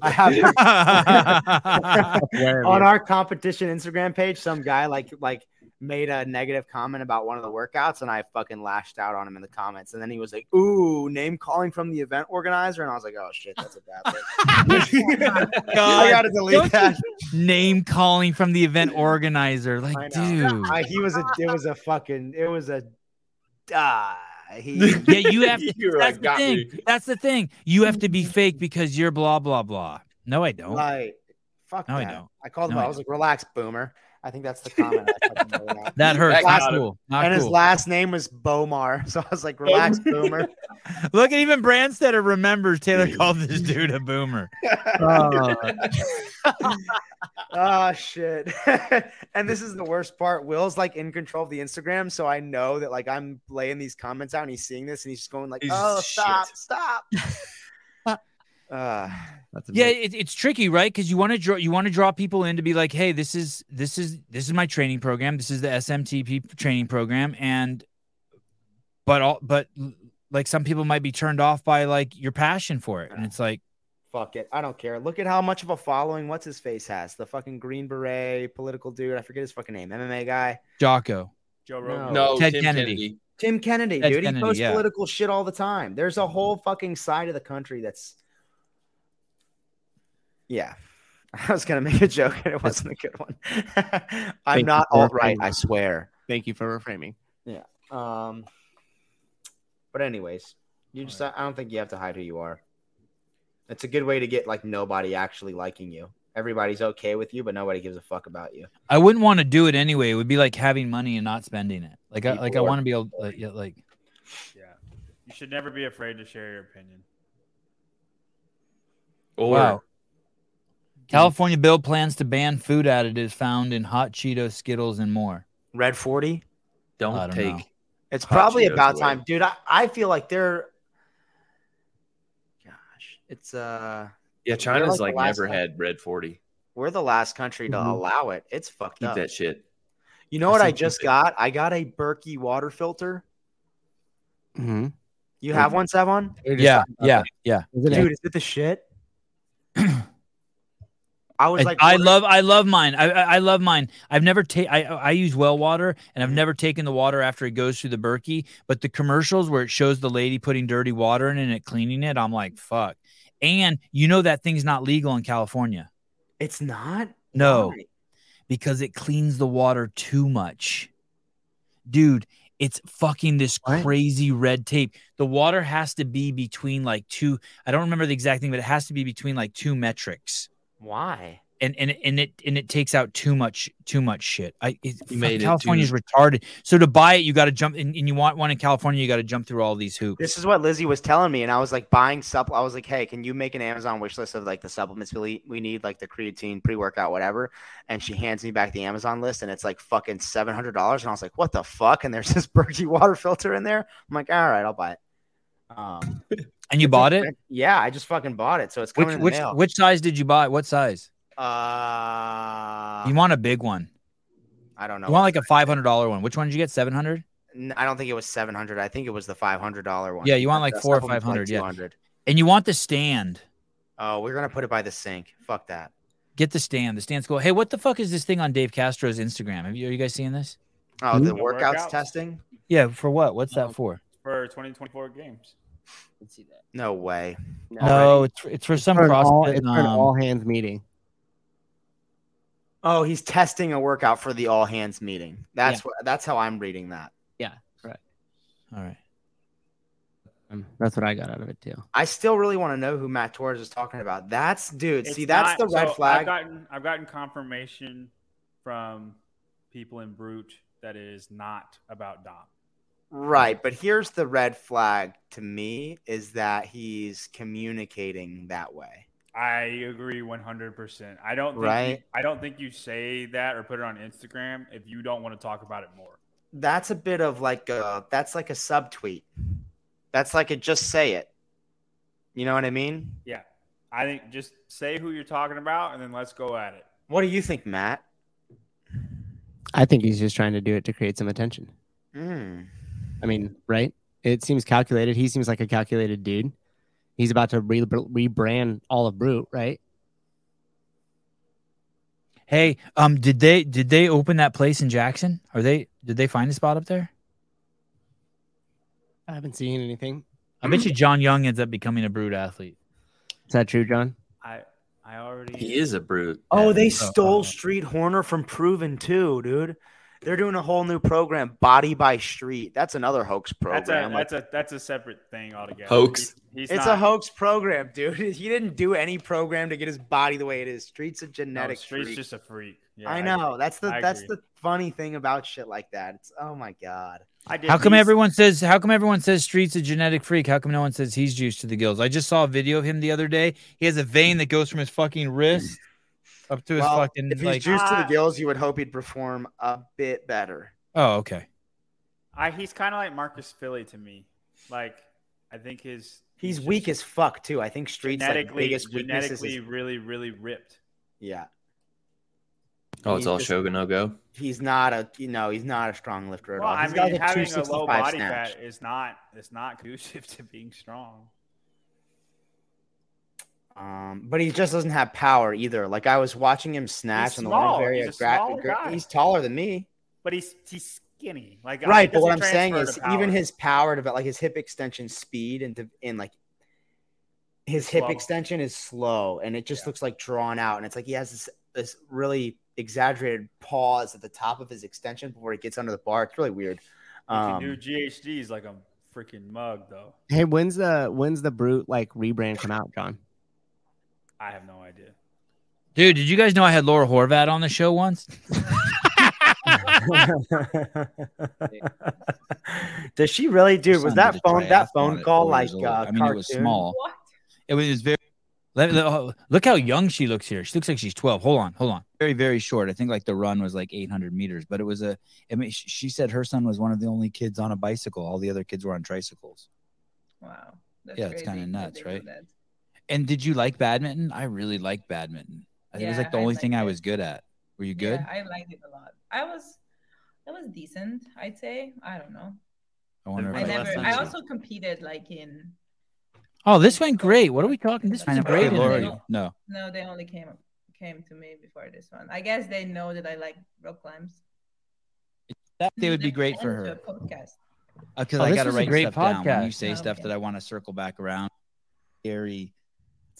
S4: I have, on our competition Instagram page. Some guy like like made a negative comment about one of the workouts, and I fucking lashed out on him in the comments. And then he was like, "Ooh, name calling from the event organizer," and I was like, "Oh shit, that's a bad thing."
S2: [LAUGHS]
S4: [LAUGHS] I
S2: God,
S4: gotta delete that.
S2: name calling from the event organizer,
S4: I
S2: like
S4: know.
S2: dude.
S4: I- he was a. It was a fucking. It was a. Ah, he.
S2: Yeah, you
S4: [LAUGHS]
S2: have to.
S3: You're
S2: that's
S3: like,
S2: the
S3: got
S2: thing.
S3: me.
S2: That's the thing. You have to be fake because you're blah blah blah. [LAUGHS] No, I don't.
S4: Like, fuck
S2: No, I
S4: that.
S2: don't.
S4: I called him.
S2: No, I
S4: out. I was like, "Relax, boomer." I think that's the comment. I fucking
S2: [LAUGHS]
S4: made out.
S2: that hurts.
S3: got
S2: Not
S3: him.
S2: cool. Not
S4: and his
S2: Ah, cool.
S4: last name was Bomar, [LAUGHS] so I was
S2: [LAUGHS]
S4: like, "Relax, boomer."
S2: Look at even Branstetter remembers
S4: [LAUGHS]
S2: Taylor called this dude a boomer.
S4: oh shit! [LAUGHS] and this is the worst part. Will's like in control of the Instagram, so I know that like I'm laying these comments out, and he's seeing this, and he's just going like,
S3: He's
S4: "Oh,
S3: just
S4: stop,
S3: [LAUGHS]
S4: stop." uh,
S8: That's
S2: Yeah, it, it's tricky, right? Because you want to draw you want to draw people in to be like, hey, this is this is this is my training program. This is the SMTP training program, and but all but like some people might be turned off by like your passion for it, and it's like
S4: fuck it. I don't care. Look at how much of a following what's his face has. The fucking green beret political dude. I forget his fucking name. MMA guy.
S2: Jocko.
S5: Joe Rogan.
S4: Oh.
S3: No,
S2: Ted
S3: Tim
S2: Kennedy.
S3: Kennedy.
S4: Tim Kennedy,
S2: Ted
S4: dude.
S2: Kennedy,
S4: he posts
S2: yeah.
S4: political shit all the time. There's a whole fucking side of the country that's. Yeah. [LAUGHS] I was going to make a joke and it wasn't a good one. [LAUGHS] I'm
S8: you
S4: not
S8: for
S4: alt right, I swear.
S8: Thank you for reframing.
S4: Um, but, anyways, you just, I don't think you have to hide who you are. It's a good way to get like nobody actually liking you. Everybody's okay with you, but nobody gives a fuck about you.
S2: I wouldn't want to do it anyway. It would be like having money and not spending it. Like I
S4: People
S2: like I
S4: are-
S2: want to be able like, yeah, like
S5: Yeah. You should never be afraid to share your opinion.
S3: Or
S2: wow. California bill plans to ban food additives found in hot Cheetos, Skittles, and more.
S4: Red 40,
S3: don't,
S2: I don't
S3: take.
S2: know.
S4: It's
S3: Hot
S4: probably
S3: Cheetos
S4: about
S3: away.
S4: time, dude. I, I feel like they're gosh, it's uh
S3: Yeah,
S4: like
S3: China's
S4: the
S3: like,
S4: last
S3: never
S4: one.
S3: had red forty.
S4: we're the last country to
S8: Mhm.
S4: allow it. It's fucked
S3: Mm-hmm. Keep
S4: up.
S3: that shit.
S4: You know what
S3: I
S4: I
S3: think
S4: just
S3: keep it.
S4: got? I got a Berkey water filter.
S8: Mm-hmm.
S4: You have one, Savon?
S2: Yeah, yeah, yeah.
S4: Dude, is it
S3: [CLEARS THROAT]
S4: the shit? I was
S2: I,
S4: like,
S2: I
S4: what-
S2: love I love mine. I I I love mine. I've never taken I I use well water and
S4: Mm-hmm.
S2: I've never taken the water after it goes through the Berkey. But the commercials where it shows the lady putting dirty water in and it cleaning it, I'm like fuck. And you know that thing's not legal in California.
S4: it's not.
S2: No,
S4: Why?
S2: because it cleans the water too much. Dude, it's fucking this
S8: What?
S2: crazy red tape. The water has to be between like two. I don't remember the exact thing, but it has to be between like two metrics.
S4: Why?
S2: and and and it and it takes out too much too much shit. I it,
S3: You made it too-
S2: California's retarded. So to buy it, you got to jump and, and you want one in California, you got to jump through all these hoops.
S4: This is what Lizzie was telling me, and I was like buying supp. I was like, "Hey, can you make an Amazon wish list of like the supplements we we need, like the creatine, pre workout, whatever?" And she hands me back the Amazon list, and it's like fucking seven hundred dollars. And I was like, "What the fuck?" And there's [LAUGHS] this Berkey water filter in there. I'm like, "All right, I'll buy it." Um,
S2: and you bought it.
S4: yeah, I just fucking bought it, so it's
S2: Which
S4: coming in the
S2: which
S4: mail.
S2: which size did you buy? What size?
S4: uh,
S2: you want a big one.
S4: I don't know.
S2: You want like a five hundred dollar one. Which one did you get? Seven hundred.
S4: N- I don't think it was seven hundred. I think it was the five hundred dollar one.
S2: Yeah, you want, like,
S4: The
S2: four or
S4: supplement's, like,
S2: 500, yeah.
S4: $200.
S2: And you want the stand.
S4: Oh, we're gonna put it by the sink. Fuck that.
S2: Get the stand. The stand's cool. Hey, what the fuck is this thing on Dave Castro's Instagram? Have you, are you guys seeing this?
S4: Oh, the
S5: The
S4: workouts,
S5: workouts.
S4: testing.
S2: Yeah, for what? What's
S4: Oh,
S2: that for?
S5: For 2024 games.
S8: Let's see that.
S4: No way.
S2: No, it's it's for some
S8: For an all,
S2: CrossFit.
S8: it's for an
S2: um,
S8: all hands meeting.
S4: Oh, he's testing a workout for the all hands meeting. That's what that's how I'm reading that.
S2: all right.
S8: Um, that's what I got out of it too.
S4: I still really want to know who Matt Torres is talking about. That's dude.
S5: It's
S4: see, that's
S5: not-
S4: the red
S5: so I've
S4: flag.
S5: gotten I've gotten confirmation from people in Brute that it is not about Dom.
S4: right, but here's the red flag to me is that he's communicating that way.
S5: I agree 100%. I don't think
S4: Right.
S5: I don't think you say that or put it on Instagram if you don't want to talk about it more.
S4: that's a bit of like a, that's like a subtweet. That's like a just say it. You know what I mean?
S5: Yeah. I think just say who you're talking about and then let's go at it.
S4: What do you think, Matt?
S8: I think he's just trying to do it to create some attention.
S4: Mm.
S8: I mean, right? It seems calculated. He seems like a calculated dude. He's about to re- rebrand all of Brute, right?
S2: Hey, um, did they did they open that place in Jackson? Are they did they find a spot up there?
S8: I haven't seen anything.
S2: I bet you John Young ends up becoming a brute athlete.
S8: Is that true, John?
S5: I I already
S3: He is a brute.
S4: Oh, they
S2: so- uh,
S4: stole Street Horner from Proven too, dude. They're doing a whole new program, Body by Street. That's another hoax program.
S5: that's a
S4: Like,
S5: that's a that's a separate thing altogether.
S3: Hoax.
S5: He- he's
S4: it's
S5: not-
S4: a hoax program, dude. [LAUGHS] He didn't do any program to get his body the way it is. Street's a
S5: no,
S4: genetic
S5: Street's
S4: freak.
S5: just a freak. Yeah,
S4: I know. That's the
S5: I
S4: that's
S5: agree.
S4: the funny thing about shit like that. It's oh my god.
S5: I did
S2: How come
S5: these-
S2: everyone says how come everyone says Street's a genetic freak? How come no one says he's juiced to the gills? I just saw a video of him the other day. He has a vein that goes from his fucking wrist up to his
S4: Well,
S2: fucking
S4: if he's
S2: like
S4: juiced to the
S5: Ah.
S4: gills, you would hope he'd perform a bit better.
S2: Oh, okay.
S5: I he's kind of like Marcus Philly to me. Like I think his
S4: He's
S5: just
S4: weak as fuck too. I think Street's like
S5: genetically
S4: biggest weakness is his-
S5: genetically really really ripped.
S4: yeah.
S3: Oh, it's
S4: He's
S3: all
S4: just-
S3: Shogun no go.
S4: He's not a you know he's not a strong lifter at
S5: Well,
S4: all.
S5: I
S4: He's
S5: mean,
S4: got like
S5: having
S4: a
S5: a
S4: 265
S5: low body
S4: snatch.
S5: fat is not is not conducive to being strong.
S4: Um, but he just doesn't have power either. Like I was watching him snatch
S5: He's
S4: on the
S5: small.
S4: one very
S5: He's a
S4: gra-
S5: smaller
S4: gra-
S5: guy.
S4: he's taller than me.
S5: But he's he's skinny. Like I-
S4: right,
S5: it
S4: but what I'm
S5: doesn't
S4: saying
S5: transfer
S4: is
S5: to power.
S4: even his power to like his hip extension speed and to, and like his hip
S5: Slow.
S4: extension is slow and it just looks like drawn out and it's like he has this this really exaggerated pause at the top of his extension before he gets under the bar. It's really weird.
S5: You
S4: Um,
S5: can do GHDs like a freaking mug though.
S8: Hey, when's the when's the brute like rebrand come out, John?
S5: I have no idea.
S2: Dude, did you guys know I had Laura Horvat on the show once?
S1: [LAUGHS]
S4: Does she really, [LAUGHS] dude? Was
S2: Son
S4: that
S2: did
S4: phone that
S2: triathlon
S4: phone
S2: at
S4: call
S2: four
S4: like
S2: years old.
S4: uh,
S2: I mean, it was
S4: cartoon?
S2: small.
S6: What?
S2: It was very. Let, let- oh, look how young she looks here. She looks like she's twelve. Hold on, hold on. Very, very short. I think like the run was like eight hundred meters, but it was a. I mean, sh- she said her son was one of the only kids on a bicycle. All the other kids were on tricycles.
S6: Wow. That's
S2: Yeah, it's kinda
S6: crazy that
S2: nuts,
S6: they do
S2: right?
S6: that.
S2: And did you like badminton? I really liked badminton. I think it was
S6: Yeah,
S2: like the
S6: I
S2: only
S6: liked
S2: thing I
S6: it.
S2: was good at. Were you good?
S6: Yeah, I liked it a lot. I was, it was decent. I'd say. I don't know.
S2: I wonder
S5: I
S2: if
S6: I
S2: I,
S5: Right.
S6: never.
S5: Last time
S6: I
S5: she-
S6: also competed like in.
S2: Oh, this went great. What are we talking? This
S6: I
S2: was
S6: know,
S2: great.
S6: right?
S2: interview.
S6: Laura.
S2: No.
S6: No, they only came came to me before this one. I guess they know that I like rock climbs.
S2: That day would be
S6: They
S2: great for
S6: turned to
S2: her
S6: a podcast.
S2: because
S8: Oh,
S2: Uh, I
S8: this
S2: got to
S8: was a
S2: write
S8: great
S2: stuff down. When you
S8: podcast.
S2: say
S6: Oh,
S2: stuff
S6: okay.
S2: that I want to circle back around. Scary,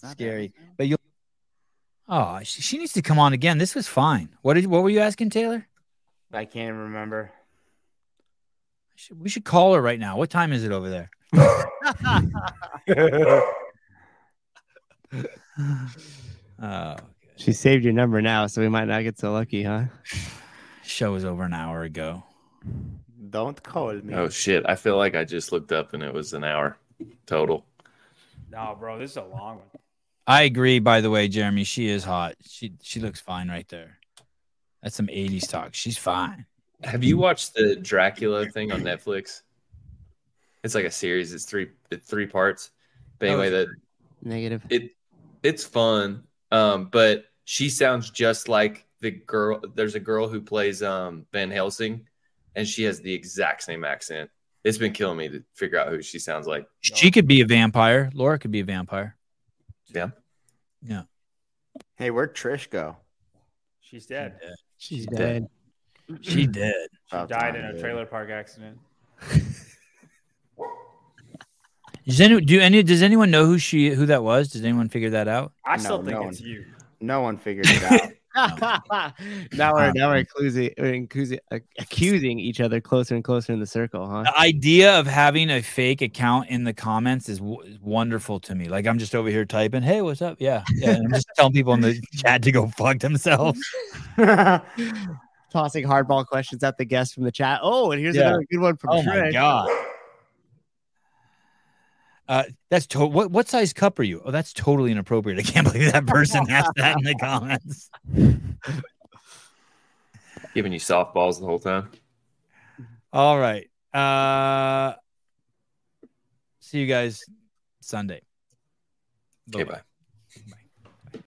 S4: not bad.
S2: scary. But you. Oh, she, she needs to come on again. This was fine. What did? What were you asking, Taylor?
S4: I can't even remember.
S2: I should- We should call her right now. What time is it over [LAUGHS] there? Oh,
S8: She saved your number now, so we might not get so lucky, huh?
S2: show was over an hour ago.
S4: Don't call me.
S3: Oh shit. I feel like I just looked up and it was an hour total.
S5: No, bro, this is a long one.
S2: I agree. By the way, Jeremy, she is hot. She she looks fine right there. That's some '80s talk. She's fine.
S3: Have you watched the Dracula thing on Netflix? It's like a series. It's three it's three parts. But
S2: Oh,
S3: anyway,
S2: is
S3: that
S8: Negative.
S3: it it's fun um but she sounds just like the girl there's a girl who plays um van helsing and she has the exact same accent it's been killing me to figure out who she sounds like
S2: She could be a vampire. Laura could be a vampire.
S3: Yeah.
S2: Yeah.
S4: Hey, where'd Trish go?
S5: She's dead.
S8: She's
S3: dead.
S8: dead.
S2: She did.
S5: She
S4: About
S5: died
S4: time,
S5: in a
S4: dude.
S5: trailer park accident.
S2: Does any, do any does anyone know who she who that was? Does anyone figure that out?
S5: I
S4: No,
S5: still think
S4: no
S5: it's
S4: one-
S5: you.
S4: No one figured it out.
S8: [LAUGHS]
S4: [LAUGHS]
S8: now we're now we're accusing, we're accusing accusing each other closer and closer in the circle, huh?
S2: The idea of having a fake account in the comments is, w- is wonderful to me. Like I'm just over here typing, "Hey, what's up?" Yeah, yeah. and I'm just telling people in the chat to go fuck themselves.
S4: [LAUGHS]
S8: Tossing hardball questions at the guests from the chat. Oh, and here's
S2: Yeah.
S8: another good one from
S2: Oh
S8: Trish.
S2: my god. Uh, that's to- what what size cup are you? Oh, that's totally inappropriate. I can't believe that person asked that in the comments.
S3: giving you softballs the whole time
S2: All right. Uh, see you guys Sunday.
S3: Okay, bye.